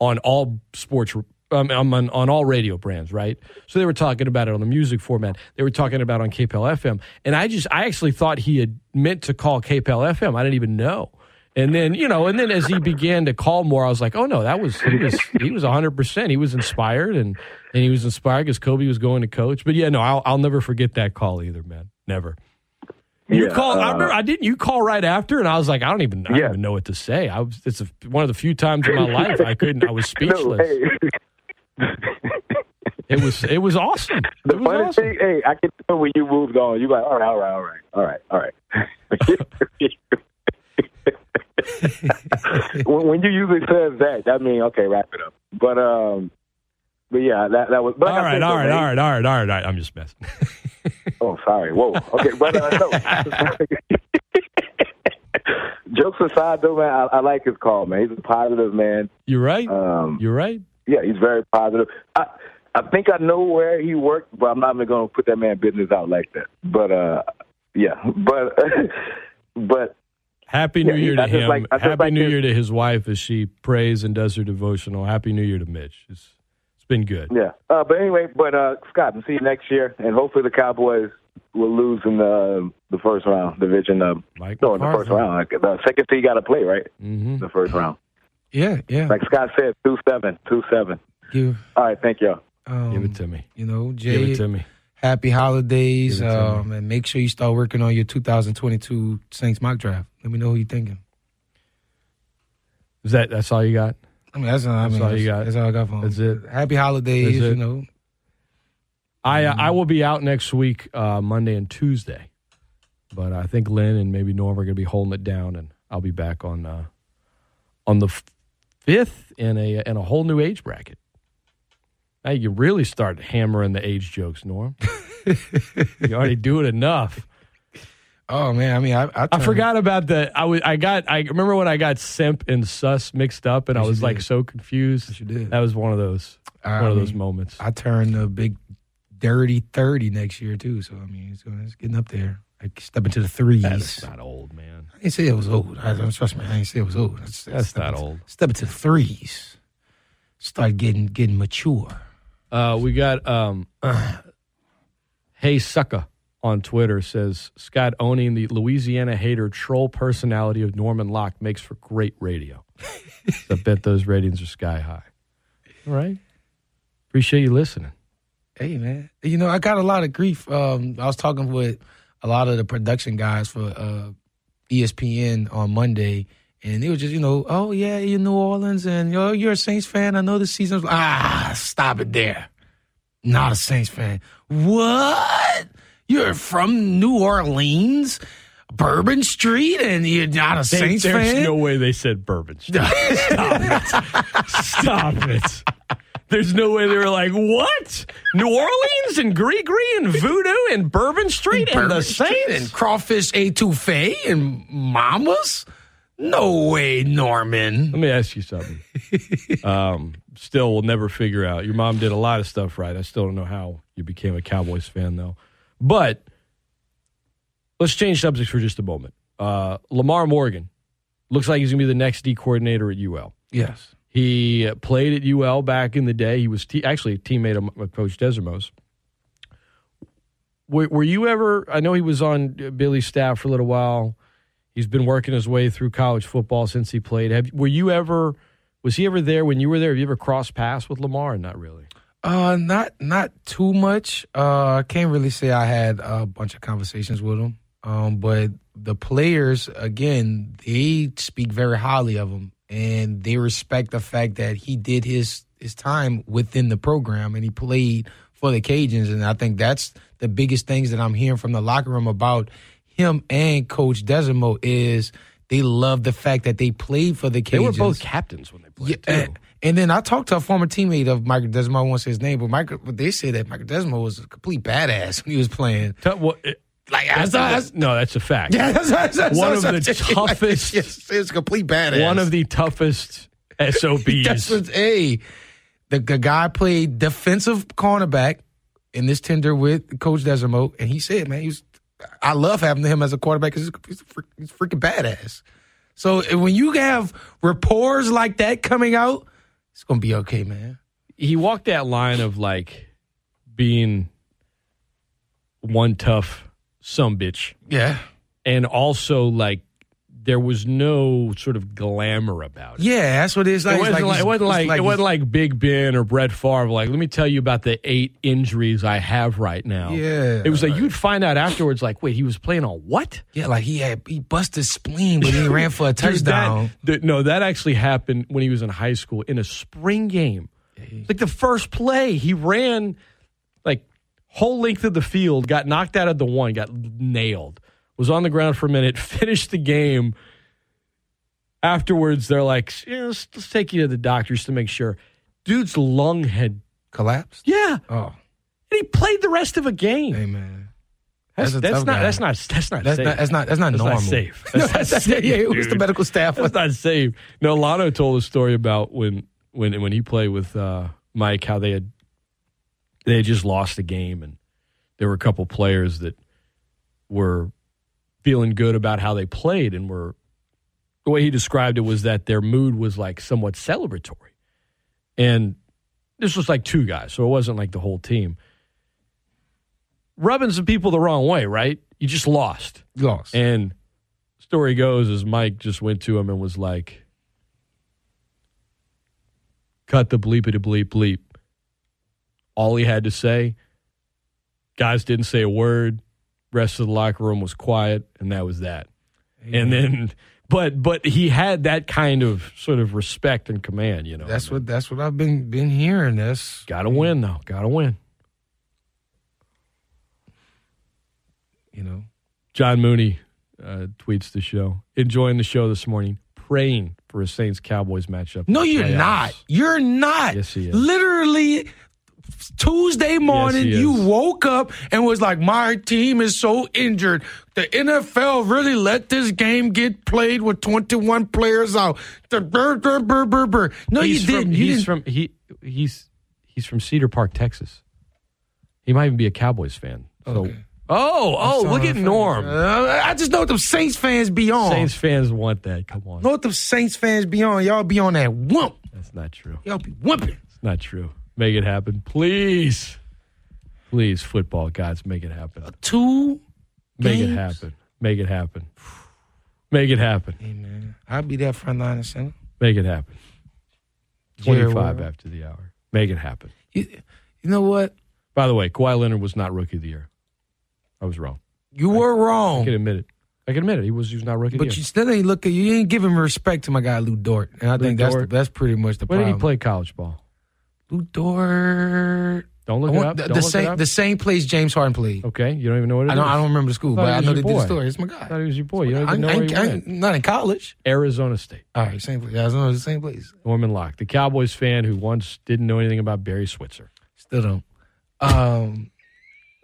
Speaker 1: on all sports. Um, um, on, on all radio brands, right? So they were talking about it on the music format. They were talking about it on KPL FM, and I just I actually thought he had meant to call KPL FM. I didn't even know. And then you know, and then as he began to call more, I was like, oh no, that was he was he was hundred percent. He was inspired, and and he was inspired because Kobe was going to coach. But yeah, no, I'll I'll never forget that call either, man. Never. You
Speaker 9: Yeah,
Speaker 1: called. I
Speaker 9: uh,
Speaker 1: remember. I didn't. You call right after, and I was like, I don't even. I
Speaker 9: Yeah.
Speaker 1: don't even know what to say. I was. It's a, one of the few times in my life I couldn't. I was
Speaker 9: No,
Speaker 1: speechless.
Speaker 9: hey.
Speaker 1: It was it was awesome.
Speaker 9: The funny thing, hey, I can tell when you moved on. You like, all right, all right, all right, all right, all right. when, when you usually says that, that means okay, wrap it up. But um, but yeah, that that was. But
Speaker 1: All right, all right, all right, all right, all right, all right. I'm just messing.
Speaker 9: Oh, sorry. Whoa. Okay, but uh, no. Jokes aside, though, man, I, I like his call, man. He's a positive man.
Speaker 1: You're right.
Speaker 9: Um,
Speaker 1: You're right.
Speaker 9: Yeah, he's very positive. I I think I know where he worked, but I'm not even going to put that man business out like that. But uh, yeah, but but
Speaker 1: Happy
Speaker 9: Yeah,
Speaker 1: New Year
Speaker 9: I
Speaker 1: to
Speaker 9: just
Speaker 1: him.
Speaker 9: like- I just
Speaker 1: Happy
Speaker 9: like
Speaker 1: New
Speaker 9: his-
Speaker 1: Year to his wife as she prays and does her devotional. Happy New Year to Mitch. It's it's been good.
Speaker 9: yeah. Uh, but anyway, but uh, Scott, we'll see you next year, and hopefully the Cowboys will lose in the the first round division. Uh,
Speaker 1: Mike
Speaker 9: no, in the first round, like the second team got to play right.
Speaker 1: Mm-hmm.
Speaker 9: The first round,
Speaker 2: Yeah, yeah.
Speaker 9: like Scott said, two seven, two seven.
Speaker 2: you,
Speaker 9: All right, thank y'all.
Speaker 2: um,
Speaker 1: Give it to me.
Speaker 2: you know,
Speaker 1: Give it
Speaker 2: Jay,
Speaker 1: to me.
Speaker 2: happy holidays.
Speaker 1: Give it to
Speaker 2: Um, and make sure you start working on your 2022 Saints mock draft. Let me know who you're thinking.
Speaker 1: Is that that's all you got?
Speaker 2: I mean, that's, all I
Speaker 1: That's
Speaker 2: mean,
Speaker 1: all
Speaker 2: that's,
Speaker 1: you got.
Speaker 2: that's all I got for him.
Speaker 1: That's it.
Speaker 2: Happy holidays,
Speaker 1: That's it.
Speaker 2: you know.
Speaker 1: I uh, I will be out next week, uh, Monday and Tuesday, but I think Lynn and maybe Norm are going to be holding it down, and I'll be back on uh, on the f- fifth in a in a whole new age bracket. Now you can really start hammering the age jokes, Norm. you already do it enough.
Speaker 2: Oh, man. I mean, I, I,
Speaker 1: I
Speaker 2: turned-
Speaker 1: forgot about the. I was. I got. I remember when I got simp and sus mixed up, and I
Speaker 2: Yes, you
Speaker 1: was like
Speaker 2: did.
Speaker 1: so confused.
Speaker 2: Yes, you did.
Speaker 1: That was one of those.
Speaker 2: I
Speaker 1: one of those
Speaker 2: mean,
Speaker 1: moments.
Speaker 2: I turn a big dirty 30 next year, too. So, I mean, it's, it's getting up there. Like, step into the threes.
Speaker 1: That's not old, man.
Speaker 2: I didn't say it was old. I, I- trust me, I didn't say it was old. I said
Speaker 1: That's
Speaker 2: step
Speaker 1: not
Speaker 2: into-
Speaker 1: old.
Speaker 2: Step into the threes. Start getting getting mature.
Speaker 1: Uh, we got um, Hey Sucka on Twitter says Scott owning the Louisiana hater troll personality of Norman Locke makes for great radio. I bet those ratings are sky high. All right. Appreciate you listening.
Speaker 2: Hey man, you know I got a lot of grief. Um, I was talking with a lot of the production guys for uh, ESPN on Monday, and they were just you know, oh yeah, you're New Orleans, and yo, you're a Saints fan. I know the season's ah, stop it there. Not a Saints fan. What? You're from New Orleans, Bourbon Street, and you're not a Saints
Speaker 1: there's
Speaker 2: fan.
Speaker 1: no way they said bourbon. Stop it. Stop it. There's no way they were like, what? New Orleans and Gree Gree and Voodoo and Bourbon Street and, the
Speaker 2: Bourbon
Speaker 1: Saints?
Speaker 2: Street and crawfish etouffee and mamas. No way, Norman.
Speaker 1: Let me ask you something. um, still, will never figure out. Your mom did a lot of stuff right. I still don't know how you became a Cowboys fan, though. But let's change subjects for just a moment. Uh, Lamar Morgan looks like he's going to be the next D coordinator at UL.
Speaker 2: Yes.
Speaker 1: He uh, played at UL back in the day. He was te- actually a teammate of, m- of Coach Desimos. Were, were you ever? I know he was on uh, Billy's staff for a little while. He's been working his way through college football since he played. Have were you ever? Was he ever there when you were there? Have you ever crossed paths with Lamar? Not really.
Speaker 2: Uh, not not too much. Uh, I can't really say I had a bunch of conversations with him. Um, but the players again, they speak very highly of him, and they respect the fact that he did his his time within the program and he played for the Cajuns, and I think that's the biggest things that I'm hearing from the locker room about him and Coach Desimo is they love the fact that they played for the Cajuns.
Speaker 1: They were both captains when they
Speaker 2: Yeah,
Speaker 1: played. too.
Speaker 2: and, and then I talked to a former teammate of Michael Desmond. I won't say his name, but Michael. But they say that Michael Desmond was a complete badass when he was playing.
Speaker 1: Tell- well, it-
Speaker 2: Like that's, that's,
Speaker 1: no, that's a fact.
Speaker 2: yeah, that's, that's, that's
Speaker 1: One
Speaker 2: that's-
Speaker 1: of the
Speaker 2: that's-
Speaker 1: toughest-
Speaker 2: yes, it's a complete badass.
Speaker 1: One of the toughest
Speaker 2: That's
Speaker 1: SOBs.
Speaker 2: what, hey, the, the guy played defensive cornerback in this tender with Coach Desimo, and he said, man, he's I love having him as a quarterback because he's, a freak- he's freaking badass. So and when you have rapports like that coming out, it's gonna be okay, man.
Speaker 1: he walked that line of like being one tough some bitch
Speaker 2: Yeah.
Speaker 1: and also like there was no sort of glamour about it.
Speaker 2: Yeah, that's what it is. Like,
Speaker 1: it wasn't like, it wasn't like, it wasn't like Big Ben or Brett Favre. Like, let me tell you about the eight injuries I have right now.
Speaker 2: Yeah,
Speaker 1: it was like you'd find out afterwards. Like, wait, he was playing on what?
Speaker 2: yeah, like he had he busted his spleen, but he ran for a
Speaker 1: Dude, that-
Speaker 2: touchdown.
Speaker 1: th- no, that actually happened when he was in high school in a spring game. It's like the first play, he ran like whole length of the field, got knocked out of the one, got nailed, was on the ground for a minute, finished the game. Afterwards, they're like, "Yeah, let's, let's take you to the doctors to make sure. Dude's lung had
Speaker 2: collapsed.
Speaker 1: Yeah,
Speaker 2: Oh,
Speaker 1: and he played the rest of a game.
Speaker 2: hey man,
Speaker 1: That's,
Speaker 2: That's a
Speaker 1: that's
Speaker 2: tough
Speaker 1: not,
Speaker 2: guy.
Speaker 1: that's not. That's not.
Speaker 2: that's
Speaker 1: safe.
Speaker 2: not that's not that's not
Speaker 1: That's
Speaker 2: normal.
Speaker 1: not safe. That's not
Speaker 2: yeah,
Speaker 1: safe,
Speaker 2: yeah, it was the
Speaker 1: dude.
Speaker 2: medical staff.
Speaker 1: That's not safe. No, Lano told a story about when when when he played with uh, Mike, how they had they had just lost the game, and there were a couple players that were feeling good about how they played, and were the way he described it was that their mood was like somewhat celebratory, and this was like two guys, so it wasn't like the whole team rubbing some people the wrong way, right? You just lost.
Speaker 2: lost.
Speaker 1: And story goes is Mike just went to him and was like, "Cut the bleepity bleep bleep." All he had to say, guys didn't say a word. Rest of the locker room was quiet, and that was that. And then, but but he had that kind of sort of respect and command. You know,
Speaker 2: that's what that's what I've been been hearing. That's
Speaker 1: got to win though. Got to win.
Speaker 2: you know
Speaker 1: John Mooney uh, tweets the show, enjoying the show this morning, praying for a Saints Cowboys matchup.
Speaker 2: No, you're
Speaker 1: Playoffs.
Speaker 2: not. You're not.
Speaker 1: Yes, he is.
Speaker 2: Literally Tuesday morning,
Speaker 1: he
Speaker 2: you
Speaker 1: is.
Speaker 2: woke up and was like, My team is so injured. The NFL really let this game get played with 21 players out. The brr, brr, brr, brr, brr. No,
Speaker 1: he's
Speaker 2: you didn't.
Speaker 1: From,
Speaker 2: you
Speaker 1: he's
Speaker 2: didn't.
Speaker 1: from he he's he's from Cedar Park, Texas. He might even be a Cowboys fan. So, oh oh,
Speaker 2: That's
Speaker 1: look
Speaker 2: all
Speaker 1: at
Speaker 2: I
Speaker 1: Norm.
Speaker 2: Uh, I just know what them Saints fans be on.
Speaker 1: Saints fans want that. Come on,
Speaker 2: Know what them Saints fans be on. Y'all be on that wimp.
Speaker 1: that's not true.
Speaker 2: Y'all be wimping.
Speaker 1: It's not true. Make it happen, please, please, football gods, make it happen.
Speaker 2: Two.
Speaker 1: Make it
Speaker 2: games?
Speaker 1: happen. Make it happen. Make it happen.
Speaker 2: Hey, man. I'll be that front line and center.
Speaker 1: Make it happen.
Speaker 2: Jerry
Speaker 1: 25
Speaker 2: World.
Speaker 1: after the hour. Make it happen.
Speaker 2: You, you know what?
Speaker 1: By the way, Kawhi Leonard was not rookie of the year. I was wrong.
Speaker 2: You were wrong.
Speaker 1: I can admit it. I can admit it. He was, he was not rookie of the
Speaker 2: But
Speaker 1: year.
Speaker 2: you still ain't look at you ain't giving respect to my guy Lou Dort, and I
Speaker 1: Lou
Speaker 2: think that's
Speaker 1: Dort.
Speaker 2: the, that's pretty much the
Speaker 1: When did
Speaker 2: problem.
Speaker 1: he play college ball?
Speaker 2: Lou Dort.
Speaker 1: Don't
Speaker 2: I
Speaker 1: look it
Speaker 2: want-
Speaker 1: up.
Speaker 2: the,
Speaker 1: Don't
Speaker 2: the
Speaker 1: look it
Speaker 2: same
Speaker 1: up.
Speaker 2: the same place James Harden played.
Speaker 1: okay, you don't even know what it is.
Speaker 2: I don't I don't remember the school,
Speaker 1: thought
Speaker 2: but
Speaker 1: he
Speaker 2: I
Speaker 1: was
Speaker 2: know
Speaker 1: your
Speaker 2: they did the
Speaker 1: boy.
Speaker 2: story. It's my
Speaker 1: I thought
Speaker 2: guy.
Speaker 1: he was your boy. You
Speaker 2: I,
Speaker 1: don't even know
Speaker 2: I-
Speaker 1: where he
Speaker 2: I-
Speaker 1: went.
Speaker 2: not in college.
Speaker 1: Arizona State.
Speaker 2: All right, same place. I know the same place.
Speaker 1: Norman Locke, the Cowboys fan who once didn't know anything about Barry Switzer.
Speaker 2: Still don't. Um,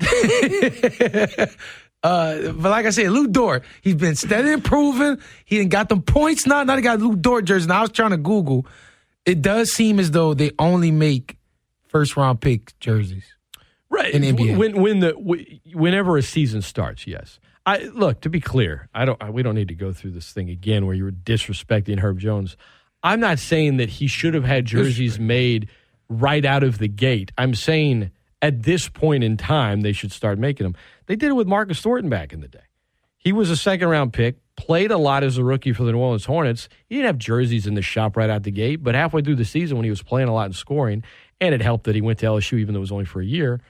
Speaker 2: uh, but like I said, Lou Dort, he's been steady improving. He did got them points now. Now they got Lou Dort jersey. Now I was trying to Google. It does seem as though they only make first round pick jerseys.
Speaker 1: Right.
Speaker 2: In NBA.
Speaker 1: When when the wh- whenever a season starts, yes. I look, to be clear, I don't I, we don't need to go through this thing again where you were disrespecting Herb Jones. I'm not saying that he should have had jerseys made right out of the gate. I'm saying at this point in time they should start making them. They did it with Marcus Thornton back in the day. He was a second round pick, played a lot as a rookie for the New Orleans Hornets. He didn't have jerseys in the shop right out the gate, but halfway through the season when he was playing a lot and scoring, and it helped that he went to LSU even though it was only for a year,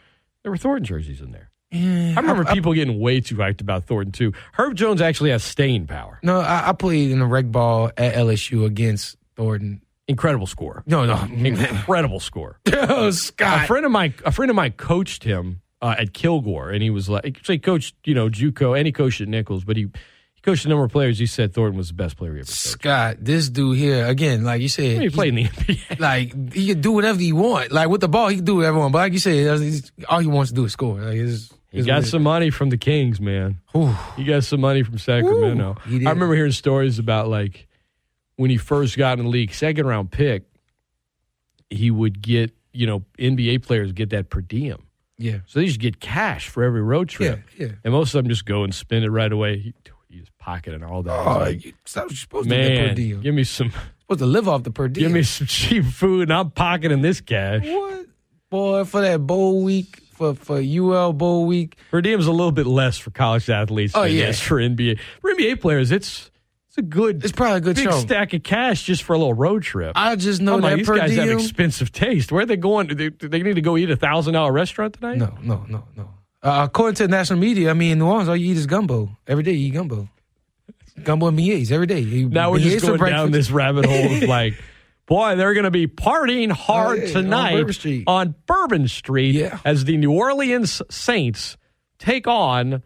Speaker 1: there were Thornton jerseys in there. I remember people getting way too hyped about Thornton too. Herb Jones actually has staying power.
Speaker 2: No, I, I played in the rec ball at LSU against Thornton.
Speaker 1: Incredible score.
Speaker 2: No, no.
Speaker 1: Incredible score.
Speaker 2: oh,
Speaker 1: a
Speaker 2: Scott.
Speaker 1: friend of mine a friend of mine coached him uh, at Kilgore and he was like so he coached, you know, JUCO and he coached at Nichols, but he, he coached a number of players. He said Thornton was the best player he ever coached.
Speaker 2: Scott, this dude here, again, like you said,
Speaker 1: He
Speaker 2: he's
Speaker 1: played in the NBA.
Speaker 2: like he can do whatever he want. Like with the ball, he can do whatever he want. But like you said, that's- he's- all he wants to do is score. Like it's,
Speaker 1: He
Speaker 2: it's
Speaker 1: got
Speaker 2: weird.
Speaker 1: some money from the Kings, man.
Speaker 2: Whew.
Speaker 1: He got some money from Sacramento.
Speaker 2: Ooh, he did.
Speaker 1: I remember hearing stories about like when he first got in the league, second round pick, he would get, you know, NBA players get that per diem.
Speaker 2: Yeah,
Speaker 1: So they just get cash for every road
Speaker 2: yeah,
Speaker 1: trip.
Speaker 2: yeah.
Speaker 1: And most of them just go and spend it right away. He, he was pocketing all that.
Speaker 2: Oh,
Speaker 1: It's
Speaker 2: you, so you're supposed
Speaker 1: like,
Speaker 2: to get per
Speaker 1: man,
Speaker 2: diem.
Speaker 1: give me some
Speaker 2: supposed to live off the per diem.
Speaker 1: give me some cheap food and I'm pocketing this cash.
Speaker 2: what, boy, for that bowl week, for for UL bowl week.
Speaker 1: Per diem's a little bit less for college athletes
Speaker 2: Oh,
Speaker 1: than
Speaker 2: yeah.
Speaker 1: it is for NBA. For NBA players, it's it's a good
Speaker 2: It's probably a good
Speaker 1: big
Speaker 2: show.
Speaker 1: stack of cash just for a little road trip.
Speaker 2: I just know
Speaker 1: I'm like,
Speaker 2: that
Speaker 1: these
Speaker 2: per
Speaker 1: guys
Speaker 2: diem.
Speaker 1: have expensive taste. Where are they going? Do they, do they need to go eat a thousand dollar restaurant tonight?
Speaker 2: no, no, no, no. Uh, according to the national media, I mean, in New Orleans, all you eat is gumbo every day. You eat gumbo, gumbo and beignets every day. You-
Speaker 1: Now we're
Speaker 2: beignets
Speaker 1: just
Speaker 2: for
Speaker 1: going down
Speaker 2: breakfast.
Speaker 1: this rabbit hole of like Boy, they're going to be partying hard
Speaker 11: Hey, on
Speaker 1: tonight
Speaker 11: Bourbon Street.
Speaker 1: on Bourbon Street as the New Orleans Saints take on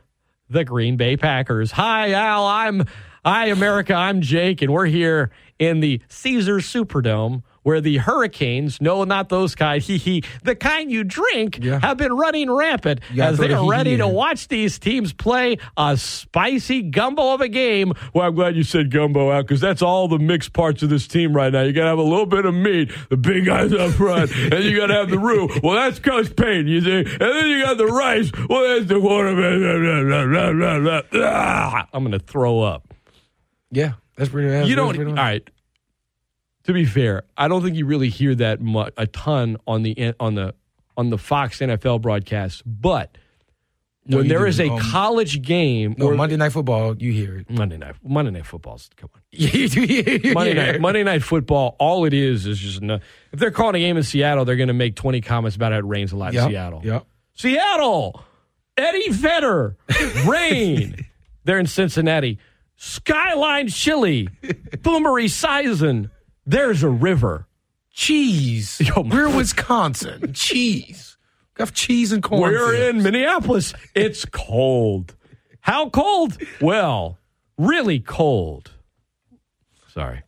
Speaker 1: the Green Bay Packers. Hi, Al. I'm I America. I'm Jake, and we're here in the Caesar Superdome where the hurricanes, no, not those kind, hee hee, the kind you drink, have been running rampant
Speaker 11: Yeah, I
Speaker 1: as
Speaker 11: thought
Speaker 1: they
Speaker 11: a
Speaker 1: are
Speaker 11: hee-hee
Speaker 1: ready to
Speaker 11: in.
Speaker 1: watch these teams play a spicy gumbo of a game. Well, I'm glad you said gumbo out because that's all the mixed parts of this team right now. You got to have a little bit of meat, the big guys up front, and you got to have the roux. Well, that's Coach Payne, you see. And then you got the rice. Well, that's the quarterback. Blah, blah, blah, blah, blah. Ah, I'm going to throw up.
Speaker 2: Yeah, that's pretty. That's
Speaker 1: You
Speaker 2: that's
Speaker 1: don't. e-
Speaker 2: pretty
Speaker 1: All
Speaker 2: much-
Speaker 1: right. To be fair, I don't think you really hear that much a ton on the on the on the Fox NFL broadcast, but
Speaker 2: No,
Speaker 1: when
Speaker 2: you
Speaker 1: there is
Speaker 2: didn't.
Speaker 1: a
Speaker 2: Um,
Speaker 1: college game
Speaker 2: No,
Speaker 1: or
Speaker 2: Monday Night Football, you hear it.
Speaker 1: Monday night Monday night football's come on. Monday
Speaker 2: Monday
Speaker 1: night Monday night football, all it is is just no, if they're calling a game in Seattle, they're gonna make twenty comments about how it rains a lot in Seattle.
Speaker 2: Yep.
Speaker 1: Seattle, Eddie Vedder, Rain. They're in Cincinnati. Skyline Chili, Boomery Sizen. There's a river.
Speaker 2: Cheese. We're Wisconsin. cheese. We have cheese and corn.
Speaker 1: We're in Minneapolis. It's cold. How cold? Well, really cold. Sorry.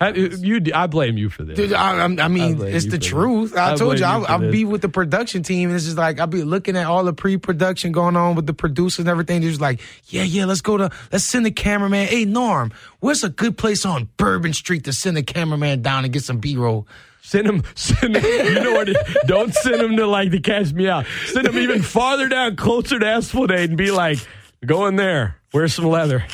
Speaker 1: I, you, I blame you for this.
Speaker 2: Dude, I, I'm- I mean,
Speaker 1: blame
Speaker 2: it's
Speaker 1: you
Speaker 2: the
Speaker 1: for this.
Speaker 2: truth. I,
Speaker 1: I
Speaker 2: told
Speaker 1: blame
Speaker 2: you,
Speaker 1: you
Speaker 2: I,
Speaker 1: for
Speaker 2: I'll
Speaker 1: this.
Speaker 2: be with the production team, and it's just like I'll be looking at all the pre-production going on with the producers and everything. They're just like, yeah, yeah, let's go to, let's send the cameraman. Hey, Norm, where's a good place on Bourbon Street to send the cameraman down and get some B-roll?
Speaker 1: Send him, send him. You know what? Don't send him to like the Cash Me Out. Send him even farther down, closer to Esplanade, and be like, "Go in there. Wear some leather."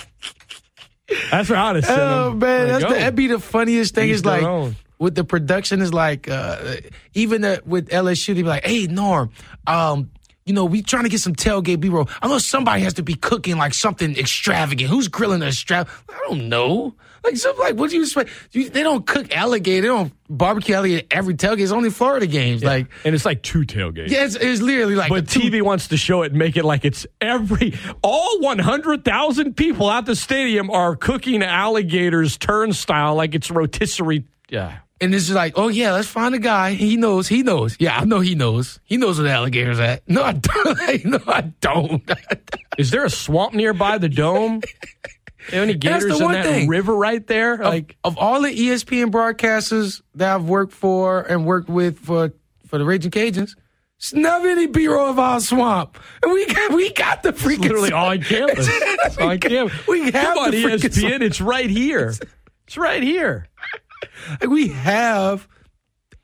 Speaker 1: That's where I to send him.
Speaker 2: Oh man,
Speaker 1: Like,
Speaker 2: that's the,
Speaker 1: go.
Speaker 2: that'd be the funniest thing.
Speaker 1: Each
Speaker 2: Is
Speaker 1: their
Speaker 2: like
Speaker 1: own.
Speaker 2: with the production is like uh, even uh, with LSU, they'd be like, "Hey Norm, um, you know we trying to get some tailgate B roll. I know somebody has to be cooking like something extravagant. Who's grilling a strap? I don't know. Like something like what do you expect? You, they don't cook alligator. They don't barbecue alligator every tailgate. It's only Florida games. Like
Speaker 1: and it's like two tailgates.
Speaker 2: yeah, it's, it's literally like
Speaker 1: But
Speaker 2: a two-
Speaker 1: TV wants to show it and make it like it's every all 100,000 people at the stadium are cooking alligators turnstile like it's rotisserie. Yeah.
Speaker 2: And it's just like, oh yeah, let's find a guy. He knows. He knows. Yeah, I know he knows. He knows where the alligator's at. No, I don't. no, I don't.
Speaker 1: Is there a swamp nearby the dome? Any
Speaker 2: That's
Speaker 1: gators
Speaker 2: the
Speaker 1: in
Speaker 2: one
Speaker 1: that
Speaker 2: thing.
Speaker 1: river right there? Like
Speaker 2: like of all the E ESPN broadcasters that I've worked for and worked with for for the Raging Cajuns, it's never any B-roll of our swamp, and we got we got the freaking
Speaker 1: literally on campus. It's
Speaker 2: We
Speaker 1: on
Speaker 2: got-
Speaker 1: campus.
Speaker 2: we have
Speaker 1: Come on E
Speaker 2: the freaking
Speaker 1: ESPN.
Speaker 2: swamp.
Speaker 1: It's right here. It's right here.
Speaker 2: Like, we have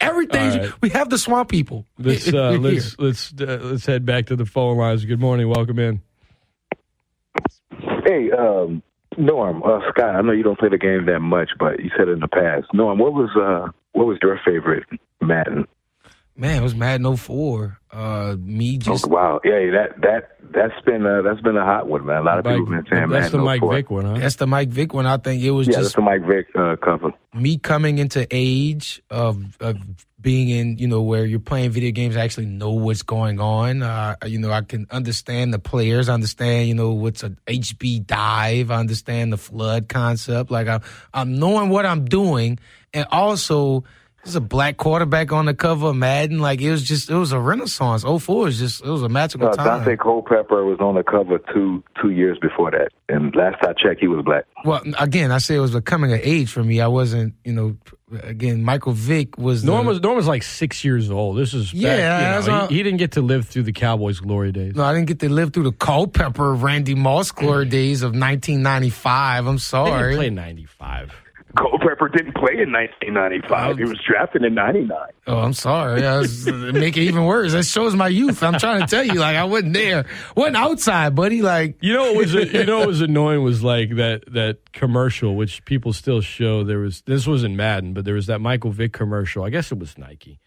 Speaker 2: everything.
Speaker 1: All right.
Speaker 2: We have the swamp people.
Speaker 1: Let's
Speaker 2: We're
Speaker 1: uh,
Speaker 2: here.
Speaker 1: let's let's uh, let's head back to the phone lines. Good morning. Welcome in.
Speaker 9: Hey, um, Norm, uh, Scott, I know you don't play the game that much, but you said in the past. Norm, what was uh, what was your favorite Madden?
Speaker 2: man. It was Madden 04. Uh, me
Speaker 9: Oh,
Speaker 2: just
Speaker 9: wow, yeah, that that that's been uh, that's been a hot one, man. A lot of people have been saying
Speaker 1: that's
Speaker 9: Madden
Speaker 1: the Mike
Speaker 9: 04.
Speaker 1: Vick one, huh?
Speaker 2: that's the Mike Vick one. I think it was
Speaker 9: Yeah,
Speaker 2: just
Speaker 9: that's the Mike Vick uh, cover.
Speaker 2: me coming into age of of being in you know where you're playing video games I actually know what's going on uh, you know i can understand the players I understand you know what's a hb dive i understand the flood concept like i'm, I'm knowing what i'm doing and also there's a black quarterback on the cover of madden like it was just it was a renaissance 04 is just it was a magical
Speaker 9: Uh,
Speaker 2: time
Speaker 9: Dante Culpepper was on the cover two two years before that, and last I checked, he was black.
Speaker 2: well again i say it was a coming of age for me i wasn't you know again michael vick was the-
Speaker 1: Norm was Norm was like six years old. This is back,
Speaker 2: Yeah,
Speaker 1: you
Speaker 2: that's
Speaker 1: know,
Speaker 2: what-
Speaker 1: he, he didn't get to live through the Cowboys' glory days.
Speaker 2: No, I didn't get to live through the Culpepper, Randy Moss glory days of 1995. I'm
Speaker 1: Mm. They didn't
Speaker 2: sorry.
Speaker 1: play ninety five.
Speaker 9: Culpepper didn't play in 1995; he was drafted in '99.
Speaker 2: Oh, I'm sorry. Yeah, that's- make it even worse. That shows my youth. I'm trying to tell you, like I wasn't there, wasn't outside, buddy. Like
Speaker 1: You know what was you know what was annoying was like that that commercial which people still show. There was this was in Madden, but there was that Michael Vick commercial. I guess it was Nike,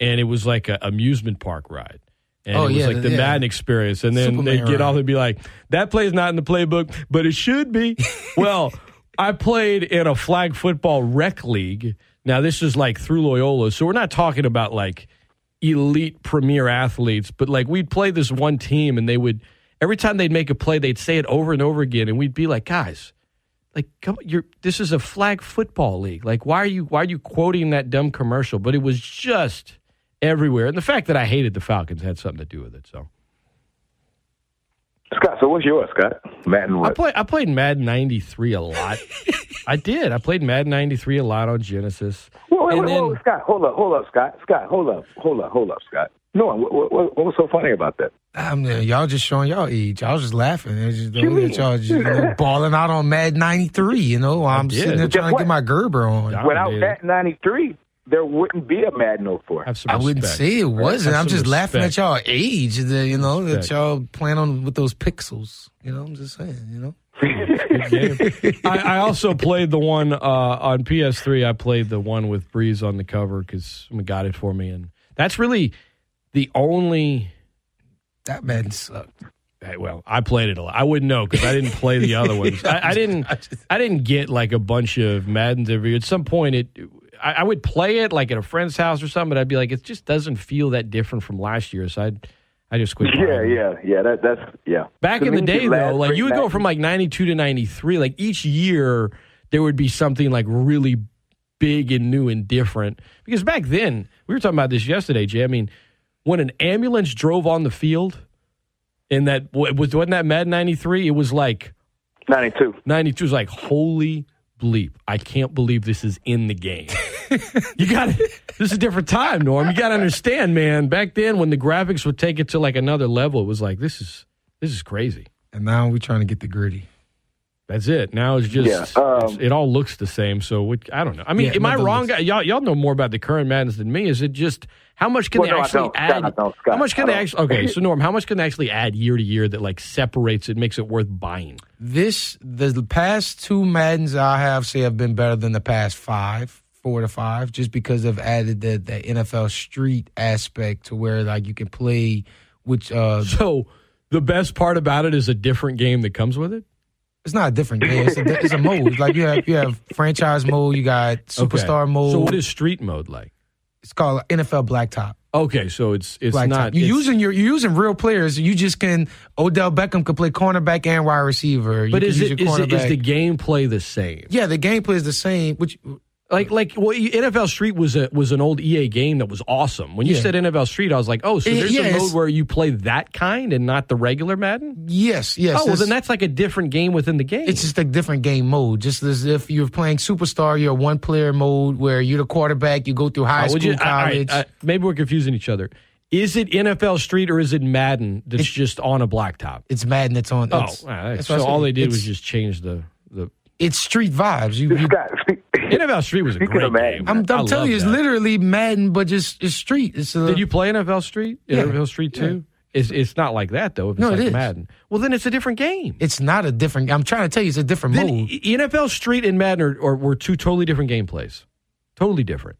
Speaker 1: and it was like an amusement park ride. And
Speaker 2: Oh,
Speaker 1: it was
Speaker 2: yeah,
Speaker 1: like the
Speaker 2: yeah.
Speaker 1: Madden experience. And then
Speaker 2: Superman
Speaker 1: they'd get
Speaker 2: ride.
Speaker 1: off and be like, that play's not in the playbook, but it should be. well, I played in a flag football rec league. Now, this is like through Loyola. So we're not talking about like elite premier athletes, but like we'd play this one team and they would every time they'd make a play, they'd say it over and over again, and we'd be like, guys, like come you're this is a flag football league. Like why are you why are you quoting that dumb commercial? But it was just everywhere. And the fact that I hated the Falcons had something to do with it. So
Speaker 9: Scott, so what's yours, Scott? Madden
Speaker 1: I
Speaker 9: what?
Speaker 1: play I played Madden 93 a lot. I did. I played Madden 93 a lot on Genesis.
Speaker 9: Whoa, wait,
Speaker 1: and
Speaker 9: wait,
Speaker 1: then-
Speaker 9: whoa, Scott, hold up, hold up, Scott, Scott, hold up, hold up, hold up, Scott. No, what, what, what was so funny about that?
Speaker 2: I'm there. Y'all just showing y'all age. I was just laughing. It was just the
Speaker 9: You
Speaker 2: way that
Speaker 9: mean?
Speaker 2: y'all just you know, balling out on Mad 93, you know? While I'm
Speaker 1: did.
Speaker 2: sitting there
Speaker 9: Guess
Speaker 2: trying to
Speaker 9: what?
Speaker 2: get my Gerber on.
Speaker 1: Yeah,
Speaker 9: Without
Speaker 1: Oh, dude.
Speaker 9: that 93, there wouldn't be a Madden 04.
Speaker 1: Have some
Speaker 2: I wouldn't
Speaker 1: respect.
Speaker 2: say it wasn't.
Speaker 1: Have
Speaker 2: I'm
Speaker 1: some
Speaker 2: just laughing at
Speaker 1: respect.
Speaker 2: y'all age, the, you know, that
Speaker 1: Respect.
Speaker 2: y'all playing on with those pixels. You know, I'm just saying, you know?
Speaker 1: I, I also played the one uh, on PS3. I played the one with Breeze on the cover because someone got it for me, and that's really the only.
Speaker 2: That Madden sucked.
Speaker 1: eh, Well, I played it a lot. I wouldn't know because I didn't play the other ones. I, I didn't. I didn't get like a bunch of Maddens every year. At some point, it. I, I would play it like at a friend's house or something, but I'd be like, it just doesn't feel that different from last year. So I'd. I just quit. buying
Speaker 9: yeah,
Speaker 1: them.
Speaker 9: yeah, yeah. That, that's yeah.
Speaker 1: Back
Speaker 9: To
Speaker 1: in the
Speaker 9: me,
Speaker 1: day,
Speaker 9: last
Speaker 1: though, like
Speaker 9: great
Speaker 1: you would go
Speaker 9: Madden-
Speaker 1: from like 92 to 93. Like each year, there would be something like really big and new and different. Because back then, we were talking about this yesterday, Jay. I mean, when an ambulance drove on the field, in that wa- was wasn't that Mad 93? It was like
Speaker 9: 92.
Speaker 1: 92 was like holy bleep! I can't believe this is in the game. you got to This is a different time, Norm. You got to understand, man. Back then, when the graphics would take it to like another level, it was like this is this is crazy.
Speaker 2: And now we're trying to get the gritty.
Speaker 1: That's it. Now it's just
Speaker 9: Yeah, um,
Speaker 1: it's- it all looks the same. So what, I don't know. I mean,
Speaker 2: Yeah,
Speaker 1: am I
Speaker 2: nothing
Speaker 1: wrong?
Speaker 2: looks-
Speaker 1: guy? Y'all y'all know more about the current Maddens than me. Is it just how much can
Speaker 9: Well,
Speaker 1: they
Speaker 9: no, I
Speaker 1: actually
Speaker 9: don't. Scott,
Speaker 1: add?
Speaker 9: I don't. Scott,
Speaker 1: how much can
Speaker 9: I
Speaker 1: they
Speaker 9: don't.
Speaker 1: actually? Okay, so Norm, how much can they actually add year to year that like separates it, makes it worth buying?
Speaker 2: This the past two Maddens I have say have been better than the past five, four to five, just because they've added the, the NFL street aspect to where like you can play which uh
Speaker 1: So the best part about it is a different game that comes with it.
Speaker 2: it's not a different game. It's a, it's a mode. Like you have you have franchise mode, you got
Speaker 1: Okay.
Speaker 2: superstar mode.
Speaker 1: So what is street mode like?
Speaker 2: it's called NFL Blacktop.
Speaker 1: Okay, so it's it's
Speaker 2: Blacktop.
Speaker 1: not
Speaker 2: you're
Speaker 1: it's-
Speaker 2: using your you're using real players. You just can Odell Beckham can play cornerback and wide receiver. You
Speaker 1: But
Speaker 2: can
Speaker 1: is
Speaker 2: use
Speaker 1: it
Speaker 2: your
Speaker 1: is it is
Speaker 2: cornerback.
Speaker 1: the gameplay the same?
Speaker 2: yeah, the gameplay is the same, which
Speaker 1: Like like well, E, NFL Street was a was an old EA game that was awesome. When you
Speaker 2: Yeah.
Speaker 1: said NFL Street, I was like, oh, so
Speaker 2: Eh,
Speaker 1: there's
Speaker 2: yeah,
Speaker 1: a
Speaker 2: it's-
Speaker 1: mode where you play that kind and not the regular Madden.
Speaker 2: yes, yes.
Speaker 1: oh, well,
Speaker 2: it's-
Speaker 1: then that's like a different game within the game.
Speaker 2: It's just a different game mode. Just as if you're playing superstar, you're one player mode where you're the quarterback, you go through high
Speaker 1: Uh,
Speaker 2: school,
Speaker 1: would you- I- all right,
Speaker 2: college.
Speaker 1: uh, maybe we're confusing each other. Is it NFL Street or is it Madden that's just on a blacktop?
Speaker 2: it's Madden. It's on.
Speaker 1: Oh,
Speaker 2: it's,
Speaker 1: all right.
Speaker 2: that's
Speaker 1: so
Speaker 2: what I said.
Speaker 1: all they did
Speaker 2: It's-
Speaker 1: was just change the the
Speaker 2: it's street vibes. You, you,
Speaker 9: Scott,
Speaker 1: NFL Street was a
Speaker 9: Speaking
Speaker 1: great
Speaker 9: of Madden.
Speaker 1: game.
Speaker 2: I'm,
Speaker 1: I
Speaker 2: I'm
Speaker 1: love
Speaker 2: telling you, it's
Speaker 1: that.
Speaker 2: literally Madden, but just it's street. It's a,
Speaker 1: Did you play NFL Street?
Speaker 2: Yeah.
Speaker 1: NFL Street Two. It's it's not like that though. If it's
Speaker 2: No, it
Speaker 1: like
Speaker 2: is.
Speaker 1: Madden, well then it's a different game.
Speaker 2: it's not a different. I'm trying to tell you, it's a different
Speaker 1: Then
Speaker 2: mode.
Speaker 1: E- NFL Street and Madden are, are, were two totally different gameplays. Totally different.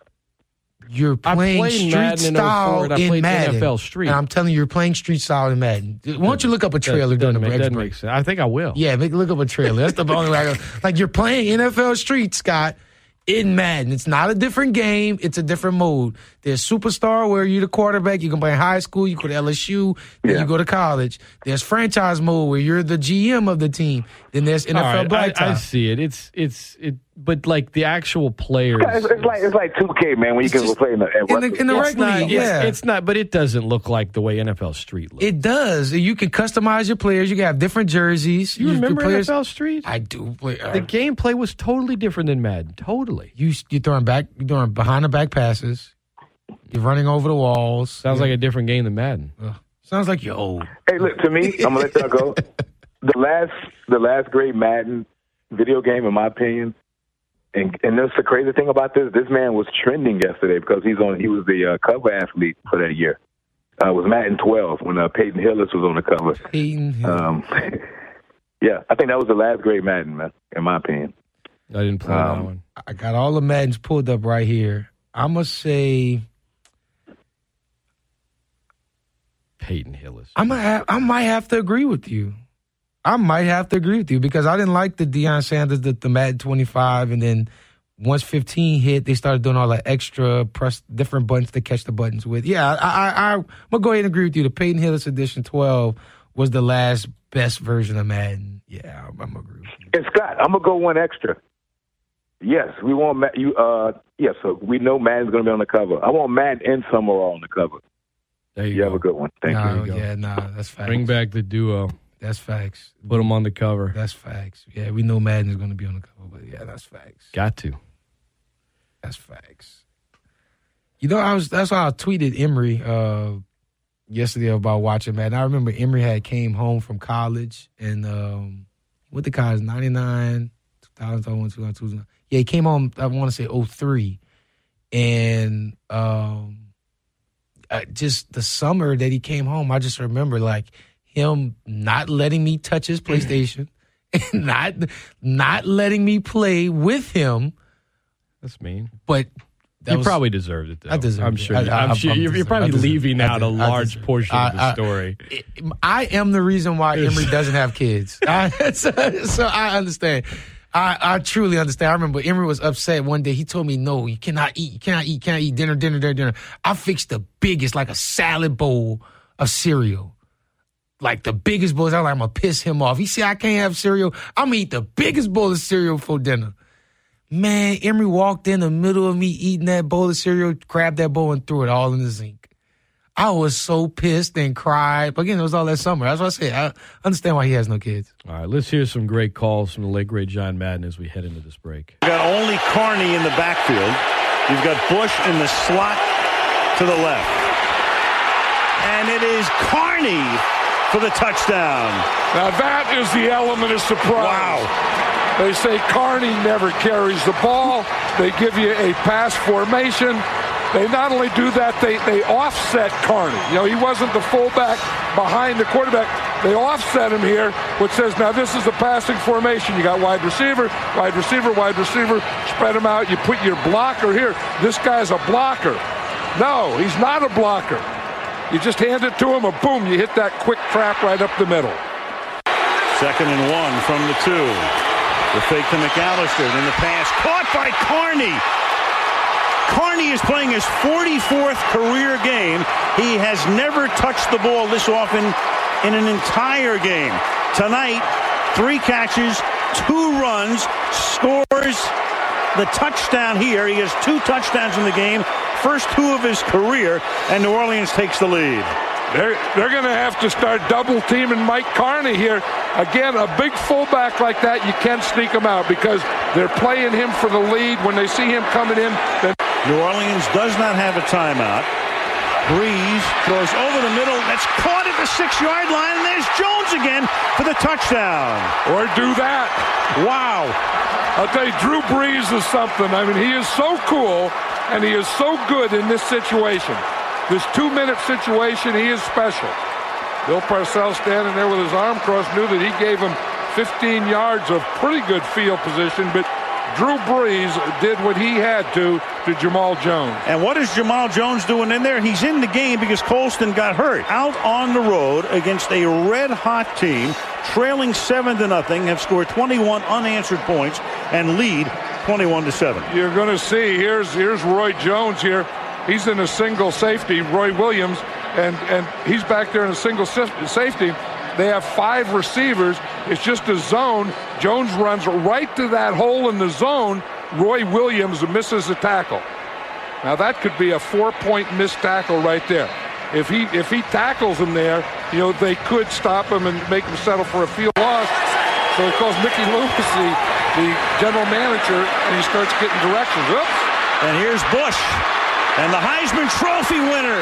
Speaker 2: You're
Speaker 1: I
Speaker 2: playing
Speaker 1: played
Speaker 2: street
Speaker 1: Madden in 04,
Speaker 2: style
Speaker 1: and I
Speaker 2: in
Speaker 1: played
Speaker 2: Madden.
Speaker 1: NFL Street.
Speaker 2: And I'm telling you, you're playing street style in Madden. Why don't you look up a trailer
Speaker 1: doesn't,
Speaker 2: during the
Speaker 1: make,
Speaker 2: break?
Speaker 1: doesn't make sense. I think I will.
Speaker 2: Yeah, make, look up a trailer. That's the only way I go. Like you're playing NFL Street, Scott, in Madden. It's not a different game. It's a different mode. There's Superstar where you're the quarterback. You can play in high school. You go to LSU. Then
Speaker 9: Yeah.
Speaker 2: you go to college. There's franchise mode where you're the GM of the team. Then there's
Speaker 1: All
Speaker 2: NFL
Speaker 1: right, I,
Speaker 2: Blacktop.
Speaker 1: I see it. It's it's it, but like the actual players.
Speaker 9: Scott, it's, it's like it's like 2K, man. When you can go play in the, at
Speaker 2: in the, in the
Speaker 1: It's
Speaker 2: rec
Speaker 1: not-
Speaker 2: league,
Speaker 1: it's-
Speaker 2: yeah.
Speaker 1: it's not. But it doesn't look like the way NFL Street looks.
Speaker 2: it does. You can customize your players. You can have different jerseys.
Speaker 1: you
Speaker 2: can
Speaker 1: remember
Speaker 2: players-
Speaker 1: NFL Street?
Speaker 2: I do. Play, uh,
Speaker 1: the gameplay was totally different than Madden. Totally.
Speaker 2: you you're throwing back, you're throwing behind the back passes. You're running over the walls.
Speaker 1: Sounds like a different game than Madden.
Speaker 2: Sounds like you're old.
Speaker 9: Hey, look to me. I'm gonna let y'all go. The last, the last great Madden video game, in my opinion, and and that's the crazy thing about this. This man was trending yesterday because he's on. He was the uh, cover athlete for that year. Uh, it was Madden 12 when uh, Peyton Hillis was on the cover.
Speaker 2: Peyton Hill.
Speaker 9: Um, yeah, I think that was the last great Madden, man. In my opinion,
Speaker 1: I didn't play that
Speaker 9: Um,
Speaker 1: one.
Speaker 2: I got all the Maddens pulled up right here. I'm gonna say
Speaker 1: Peyton Hillis.
Speaker 2: I'm gonna have, I might have to agree with you. I might have to agree with you because I didn't like the Deion Sanders, the, the Madden 25, and then once 15 hit, they started doing all the extra press different buttons to catch the buttons with. Yeah, I I, I I'm gonna go ahead and agree with you. The Peyton Hillis edition 12 was the last best version of Madden. Yeah, I'm, I'm agree.
Speaker 9: And Scott, I'm gonna go one extra. Yes, we want Matt. You, uh, yes, so we know Madden's gonna be on the cover. I want Madden and Summerall on the cover.
Speaker 12: There
Speaker 9: you, have a good one. Thank
Speaker 2: no,
Speaker 9: you.
Speaker 2: yeah, no, that's facts.
Speaker 12: Bring back the duo.
Speaker 2: That's facts.
Speaker 12: Put them on the cover.
Speaker 2: That's facts. Yeah, we know Madden is going to be on the cover, but yeah, that's facts.
Speaker 12: Got to.
Speaker 2: That's facts. You know, I was that's why I tweeted Emery uh, yesterday about watching Madden. I remember Emery had came home from college and um, went to college ninety nine, two thousand, two thousand, two thousand, two thousand. Yeah, he came home. I want to say 03. and um, uh, just the summer that he came home, I just remember like him not letting me touch his PlayStation, and not not letting me play with him.
Speaker 12: That's mean.
Speaker 2: But that
Speaker 12: you
Speaker 2: was-
Speaker 12: probably deserved it, though.
Speaker 2: I deserved
Speaker 12: I'm
Speaker 2: it.
Speaker 12: sure.
Speaker 2: I- I-
Speaker 12: am
Speaker 2: I'm-
Speaker 12: sure
Speaker 2: I'm
Speaker 12: you're, you're
Speaker 2: deserved- I
Speaker 12: probably
Speaker 2: deserved-
Speaker 12: leaving
Speaker 2: I
Speaker 12: out a
Speaker 2: deserved- I
Speaker 12: large
Speaker 2: deserved-
Speaker 12: portion of
Speaker 2: I-
Speaker 12: the
Speaker 2: I-
Speaker 12: story.
Speaker 2: I am the reason why Emory doesn't have kids. I, so, so I understand. I, I truly understand. I remember Emory was upset one day. He told me, "No, you cannot eat. You cannot eat. You cannot eat dinner, dinner, dinner, dinner." I fixed the biggest, like a salad bowl of cereal, like the biggest bowl. I'm like, I'm gonna piss him off. He said, "I can't have cereal. I'm gonna eat the biggest bowl of cereal for dinner." Man, Emory walked in the middle of me eating that bowl of cereal, grabbed that bowl, and threw it all in the sink. I was so pissed and cried. But again, it was all that summer. That's what I said. I understand why he has no kids.
Speaker 12: All right, let's hear some great calls from the late, great John Madden as we head into this break.
Speaker 10: You've got only Carney in the backfield. You've got Bush in the slot to the left. And it is Carney for the touchdown.
Speaker 1: Now that is the element of surprise. Wow. They say Carney never carries the ball. They give you a pass formation. They not only do that, they, they offset Carney. You know, he wasn't the fullback behind the quarterback. They offset him here, which says now this is a passing formation. You got wide receiver, wide receiver, wide receiver. Spread them out. You put your blocker here. This guy's a blocker. No, he's not a blocker. You just hand it to him, or boom, you hit that quick trap right up the middle.
Speaker 10: Second and one from the two. The fake to McAllister. Then the pass caught by Carney. Carney is playing his 44th career game. He has never touched the ball this often in an entire game. Tonight, three catches, two runs, scores the touchdown here. He has two touchdowns in the game, first two of his career, and New Orleans takes the lead.
Speaker 1: They're, they're going to have to start double teaming Mike Carney here. Again, a big fullback like that, you can't sneak him out because they're playing him for the lead. When they see him coming in, then
Speaker 10: New Orleans does not have a timeout. Breeze throws over the middle. That's caught at the six yard line. And there's Jones again for the touchdown.
Speaker 1: Or do that. Wow. I'll tell you, Drew Brees is something. I mean, he is so cool and he is so good in this situation. This two minute situation, he is special. Bill Parcells standing there with his arm crossed knew that he gave him 15 yards of pretty good field position, but Drew Brees did what he had to to Jamal Jones.
Speaker 10: And what is Jamal Jones doing in there? He's in the game because Colston got hurt. Out on the road against a red hot team, trailing seven to nothing, have scored 21 unanswered points and lead 21 to seven.
Speaker 1: You're going to see here's here's Roy Jones here. He's in a single safety, Roy Williams, and and he's back there in a single sif- safety. They have five receivers. It's just a zone. Jones runs right to that hole in the zone. Roy Williams misses the tackle. Now that could be a four-point missed tackle right there. If he if he tackles him there, you know they could stop him and make him settle for a field loss. So it calls Mickey Loomis the, the general manager, and he starts getting directions. Oops.
Speaker 10: And here's Bush and the Heisman Trophy winner.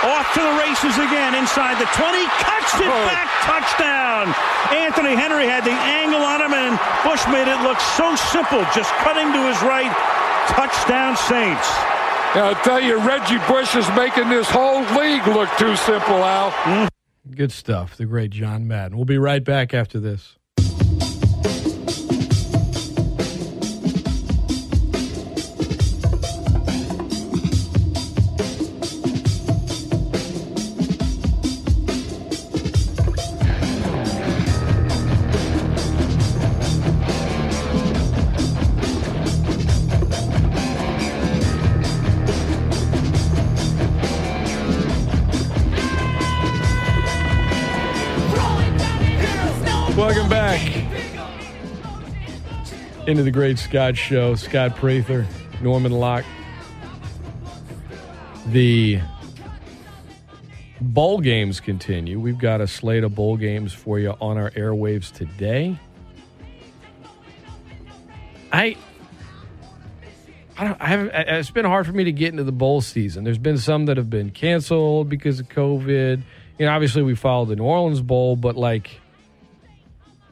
Speaker 10: Off to the races again inside the 20. Cuts it
Speaker 1: Oh.
Speaker 10: back. Touchdown. Anthony Henry had the angle on him, and Bush made it look so simple. Just cutting to his right. Touchdown, Saints.
Speaker 1: Now, I tell you, Reggie Bush is making this whole league look too simple, Al.
Speaker 12: Good stuff. The great John Madden. We'll be right back after this.
Speaker 1: Welcome back into the Great Scott Show. Scott Prather, Norman Locke. The bowl games continue. We've got a slate of bowl games for you on our airwaves today. I I don't. I haven't. I- It's been hard for me to get into the bowl season. There's been some that have been canceled because of COVID. You know, obviously we followed the New Orleans Bowl, but like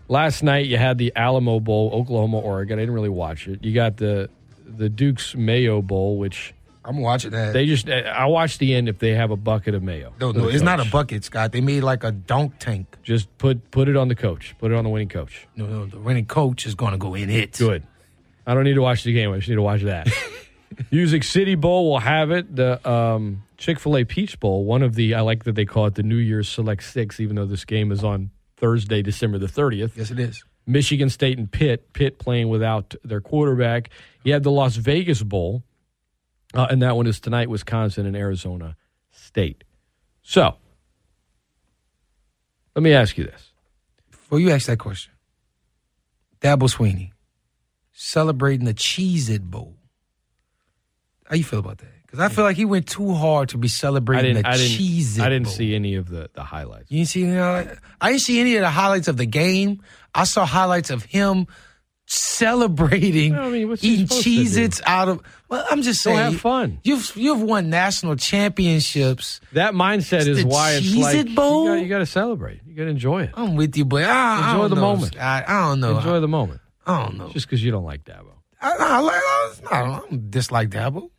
Speaker 1: last night you had the Alamo Bowl, Oklahoma, Oregon. I didn't really watch it. You got the the Duke's Mayo Bowl, which
Speaker 2: I'm watching that.
Speaker 1: they just. I- I watch the end if they have a bucket of mayo.
Speaker 2: no,
Speaker 1: for the
Speaker 2: no, it's not
Speaker 1: coach.
Speaker 2: a bucket, Scott. They made like a dunk tank.
Speaker 1: Just put put it on the coach. Put it on the winning coach.
Speaker 2: No, no, the winning coach is going to go in it.
Speaker 1: Good. I don't need to watch the game. I just need to watch that. Music City Bowl will have it. The um, Chick fil A Peach Bowl, one of the, I like that they call it the New Year's Select Six, even though this game is on Thursday, December the 30th.
Speaker 2: Yes, it is.
Speaker 1: Michigan State and Pitt, Pitt playing without their quarterback. You have the Las Vegas Bowl, uh, and that one is tonight, Wisconsin and Arizona State. So, let me ask you this.
Speaker 2: Before you ask that question, Dabble Sweeney celebrating the Cheez It Bowl. How you feel about that? Because I feel like he went too hard to be
Speaker 1: I
Speaker 2: celebrating
Speaker 1: didn't,
Speaker 2: the
Speaker 1: I
Speaker 2: Cheez
Speaker 1: didn't,
Speaker 2: It
Speaker 1: I didn't
Speaker 2: Bowl.
Speaker 1: see any of the, the highlights.
Speaker 2: You didn't see any highlight- I didn't see any of the highlights of the game. I saw highlights of him celebrating
Speaker 1: I mean, what's he
Speaker 2: eating
Speaker 1: supposed to do?
Speaker 2: Cheez-Its out of well, I'm just
Speaker 1: Go
Speaker 2: saying
Speaker 1: have fun.
Speaker 2: You've you've won national championships.
Speaker 1: That mindset
Speaker 2: It's
Speaker 1: is
Speaker 2: the
Speaker 1: why it's
Speaker 2: Cheez-It
Speaker 1: like
Speaker 2: Bowl? Oh,
Speaker 1: you got to celebrate. You got to enjoy it.
Speaker 2: I'm with you, but I, I
Speaker 1: Enjoy
Speaker 2: don't
Speaker 1: the
Speaker 2: know.
Speaker 1: moment.
Speaker 2: I, I don't know.
Speaker 1: Enjoy the moment.
Speaker 2: I don't know.
Speaker 1: Just because you don't like Dabo.
Speaker 2: I, I, like- I, was- I, don't, I don't dislike Dabo.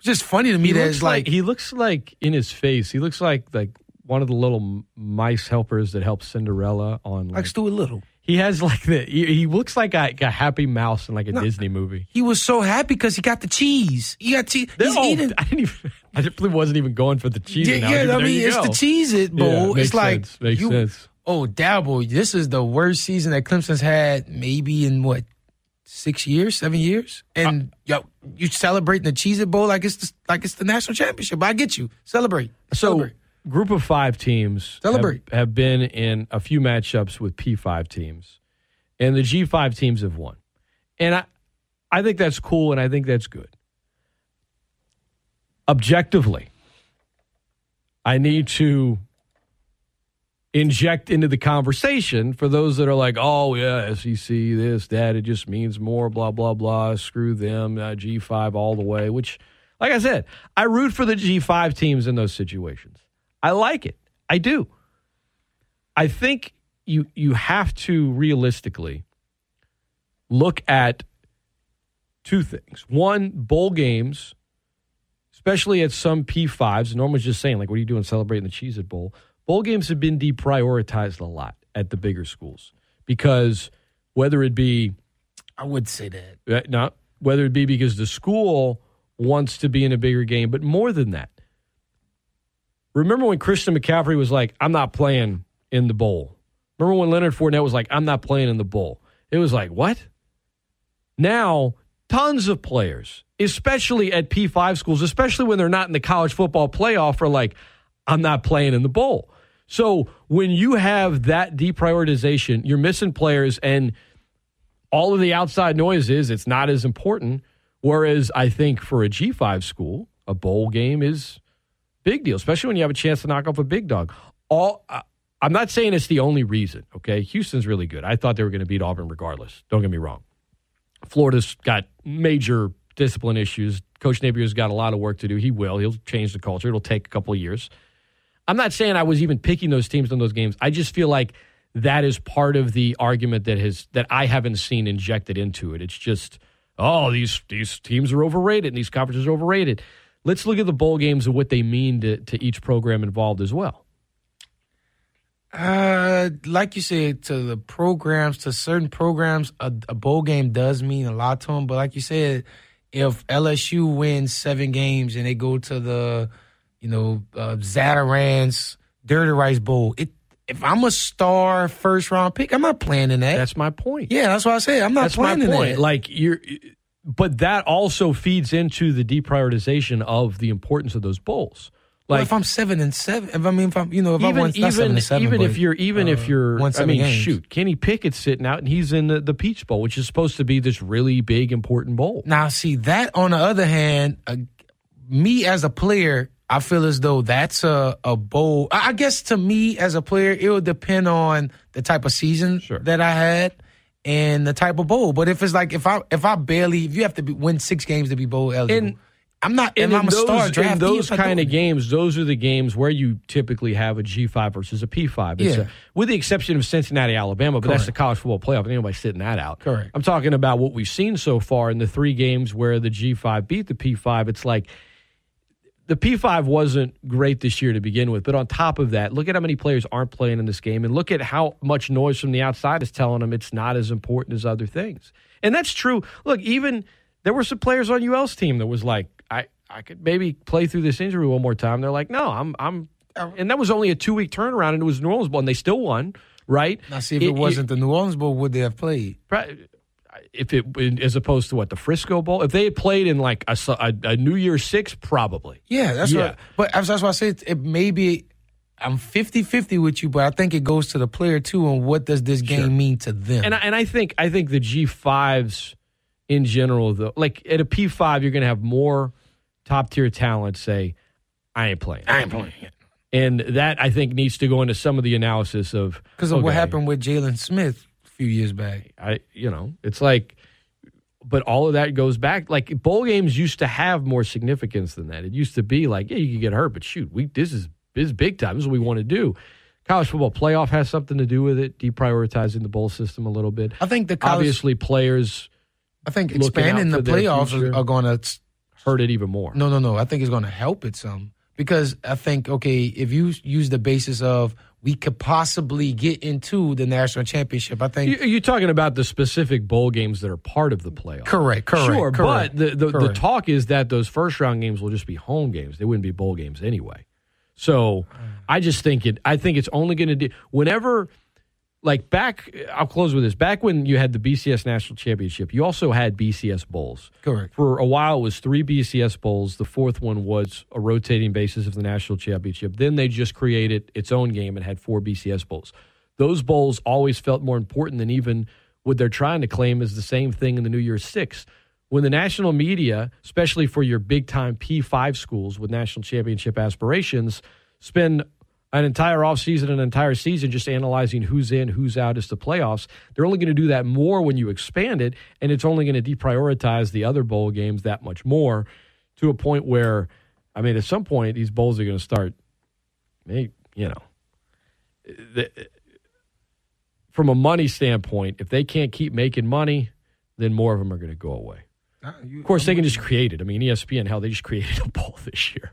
Speaker 2: It's just funny to me
Speaker 1: He
Speaker 2: that
Speaker 1: looks
Speaker 2: it's
Speaker 1: like,
Speaker 2: like,
Speaker 1: he looks like in his face. He looks like like one of the little m- mice helpers that helps Cinderella on. Like,
Speaker 2: like Stuart Little.
Speaker 1: he has like the he, he looks like a, a happy mouse in like a Disney movie.
Speaker 2: He was so happy because he got the cheese. He got cheese.
Speaker 1: They're
Speaker 2: He's
Speaker 1: all-
Speaker 2: eating.
Speaker 1: I didn't even. I definitely wasn't even going for the cheese.
Speaker 2: Yeah,
Speaker 1: analogy,
Speaker 2: yeah,
Speaker 1: but
Speaker 2: I
Speaker 1: there
Speaker 2: mean,
Speaker 1: you
Speaker 2: it's the
Speaker 1: go.
Speaker 2: Cheez It Bowl.
Speaker 1: Yeah, makes
Speaker 2: it's like,
Speaker 1: sense, makes
Speaker 2: you,
Speaker 1: sense.
Speaker 2: oh, Dabble, this is the worst season that Clemson's had maybe in what, six years, seven years? And yo, you celebrating the Cheez It Bowl like it's the, like it's the national championship. I get you. Celebrate.
Speaker 1: So,
Speaker 2: Celebrate.
Speaker 1: group of five teams have-
Speaker 2: Celebrate.
Speaker 1: Have, been in a few matchups with P5 teams, and the G5 teams have won. And I, I think that's cool, and I think that's good. Objectively, I need to inject into the conversation for those that are like, oh, yeah, SEC, this, that, it just means more, blah, blah, blah, screw them, uh, G5 all the way, which, like I said, I root for the G5 teams in those situations. I like it. I do. I think you you have to realistically look at two things. One, bowl games, especially at some P5s. Norm was just saying, like, what are you doing celebrating the Cheez It Bowl? Bowl games have been deprioritized a lot at the bigger schools because whether it be
Speaker 2: I would say that.
Speaker 1: uh, not whether it be because the school wants to be in a bigger game, but more than that. Remember when Christian McCaffrey was like, "I'm not playing in the bowl." Remember when Leonard Fournette was like, "I'm not playing in the bowl." It was like, "What?" Now, tons of players, especially at P5 schools, especially when they're not in the college football playoff, are like, "I'm not playing in the bowl." So, when you have that deprioritization, you're missing players and all of the outside noise is it's not as important. Whereas I think for a G5 school, a bowl game is big deal, especially when you have a chance to knock off a big dog. All I- I'm not saying it's the only reason. Okay, Houston's really good. I thought they were going to beat Auburn regardless. Don't get me wrong. Florida's got major discipline issues. Coach Napier's got a lot of work to do. He will. He'll change the culture. It'll take a couple of years. I'm not saying I was even picking those teams in those games. I just feel like that is part of the argument that has that I haven't seen injected into it. It's just oh these these teams are overrated and these conferences are overrated. Let's look at the bowl games and what they mean to, to each program involved as well.
Speaker 2: Uh, like you said, to the programs, to certain programs, a, a bowl game does mean a lot to them. But like you said, if LSU wins seven games and they go to the, you know, uh, Zatarans Dirty Rice Bowl, it if I'm a star first round pick, I'm not playing in that.
Speaker 1: That's my point.
Speaker 2: yeah, that's what I said. I'm not
Speaker 1: That's my
Speaker 2: playing in
Speaker 1: point.
Speaker 2: that.
Speaker 1: Like you're but that also feeds into the deprioritization of the importance of those bowls.
Speaker 2: Like well, if I'm seven and seven, if I mean if I'm you know if
Speaker 1: even
Speaker 2: I won,
Speaker 1: even
Speaker 2: seven and seven,
Speaker 1: even
Speaker 2: but,
Speaker 1: if you're even
Speaker 2: uh,
Speaker 1: if you're
Speaker 2: won
Speaker 1: I
Speaker 2: seven
Speaker 1: mean
Speaker 2: games.
Speaker 1: shoot Kenny Pickett's sitting out and he's in the, the Peach Bowl which is supposed to be this really big important bowl.
Speaker 2: Now, see that. On the other hand, uh, me as a player, I feel as though that's a a bowl. I I guess to me as a player, it would depend on the type of season that I had and the type of bowl. But if it's like if I if I barely if you have to be, win six games to be bowl eligible, I'm not. And,
Speaker 1: in
Speaker 2: I'm a
Speaker 1: those,
Speaker 2: star
Speaker 1: in
Speaker 2: draftee.
Speaker 1: those
Speaker 2: if I
Speaker 1: kind
Speaker 2: don't-
Speaker 1: of games, those are the games where you typically have a G five versus a P five.
Speaker 2: Yeah.
Speaker 1: with the exception of Cincinnati, Alabama, but that's the college football playoff. And anybody's sitting that out.
Speaker 2: Correct.
Speaker 1: I'm talking about what we've seen so far in the three games where the G five beat the P five. It's like the P five wasn't great this year to begin with, but on top of that, look at how many players aren't playing in this game, and look at how much noise from the outside is telling them it's not as important as other things. And that's true. Look, even there were some players on UL's team that was like, I, I could maybe play through this injury one more time. They're like, no, I'm, I'm, and that was only a two week turnaround, and it was New Orleans Bowl, and they still won, right?
Speaker 2: Now, see if it, wasn't the New Orleans Bowl, would they have played?
Speaker 1: Probably, if it as opposed to what the Frisco Bowl, if they had played in like a, su- a, a New Year's Six, probably.
Speaker 2: Yeah, that's
Speaker 1: Yeah.
Speaker 2: what. But that's that's why I said it maybe I'm 50-50 with you, but I think it goes to the player too. And what does this game mean to them?
Speaker 1: And I, and I think I think the G fives in general, though, like at a P five, you're going to have more top tier talent say, "I ain't playing, I ain't playing," and that I think needs to go into some of the analysis of
Speaker 2: Because of what
Speaker 1: okay,
Speaker 2: happened with Jalen Smith a few years back.
Speaker 1: I you know it's like, but all of that goes back. Like bowl games used to have more significance than that. It used to be like, yeah, you could get hurt, but shoot, we this is this is big time. This is what we want to do. College football playoff has something to do with it, deprioritizing the bowl system a little bit.
Speaker 2: I think the college-
Speaker 1: obviously players
Speaker 2: I think
Speaker 1: looking
Speaker 2: expanding
Speaker 1: out
Speaker 2: the
Speaker 1: for their
Speaker 2: playoffs
Speaker 1: future.
Speaker 2: are, going to
Speaker 1: hurt it even more.
Speaker 2: no, no, no. I think it's going to help it some because I think okay, if you use the basis of we could possibly get into the national championship, I think
Speaker 1: You, you're talking about the specific bowl games that are part of the playoff.
Speaker 2: Correct, correct,
Speaker 1: Sure, but
Speaker 2: correct,
Speaker 1: the, the, the
Speaker 2: correct.
Speaker 1: talk is that those first round games will just be home games. They wouldn't be bowl games anyway. So I just think it. I think it's only going to do whenever. Like back, I'll close with this. Back when you had the BCS National Championship, you also had BCS Bowls.
Speaker 2: Correct.
Speaker 1: For a while, it was three BCS Bowls. The fourth one was a rotating basis of the National Championship. Then they just created its own game and had four BCS Bowls. Those bowls always felt more important than even what they're trying to claim is the same thing in the New Year's Six. When the national media, especially for your big time P5 schools with national championship aspirations, spend an entire offseason, an entire season just analyzing who's in, who's out as the playoffs. They're only going to do that more when you expand it, and it's only going to deprioritize the other bowl games that much more to a point where, I mean, at some point, these bowls are going to start, may- you know, the, from a money standpoint, if they can't keep making money, then more of them are going to go away. of course, they can just create it. I mean, E ESPN, hell, they just created a bowl this year.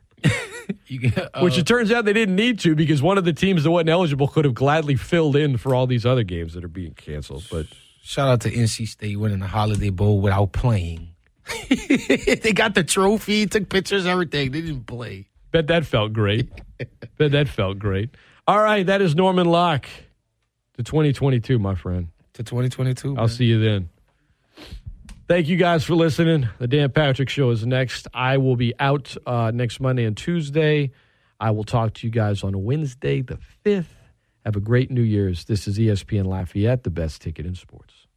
Speaker 1: Which it turns out they didn't need to because one of the teams that wasn't eligible could have gladly filled in for all these other games that are being canceled. But
Speaker 2: shout out to NC State winning the Holiday Bowl without playing. they got the trophy, took pictures, everything. They didn't play.
Speaker 1: bet that felt great. bet that felt great. All right, that is Norman Locke to 2022, my friend.
Speaker 2: to 2022.
Speaker 1: I'll see you then. Thank you guys for listening. The Dan Patrick Show is next. I will be out uh, next Monday and Tuesday. I will talk to you guys on E Wednesday, the 5th. Have a great New Year's. This is ESPN Lafayette, the best ticket in sports.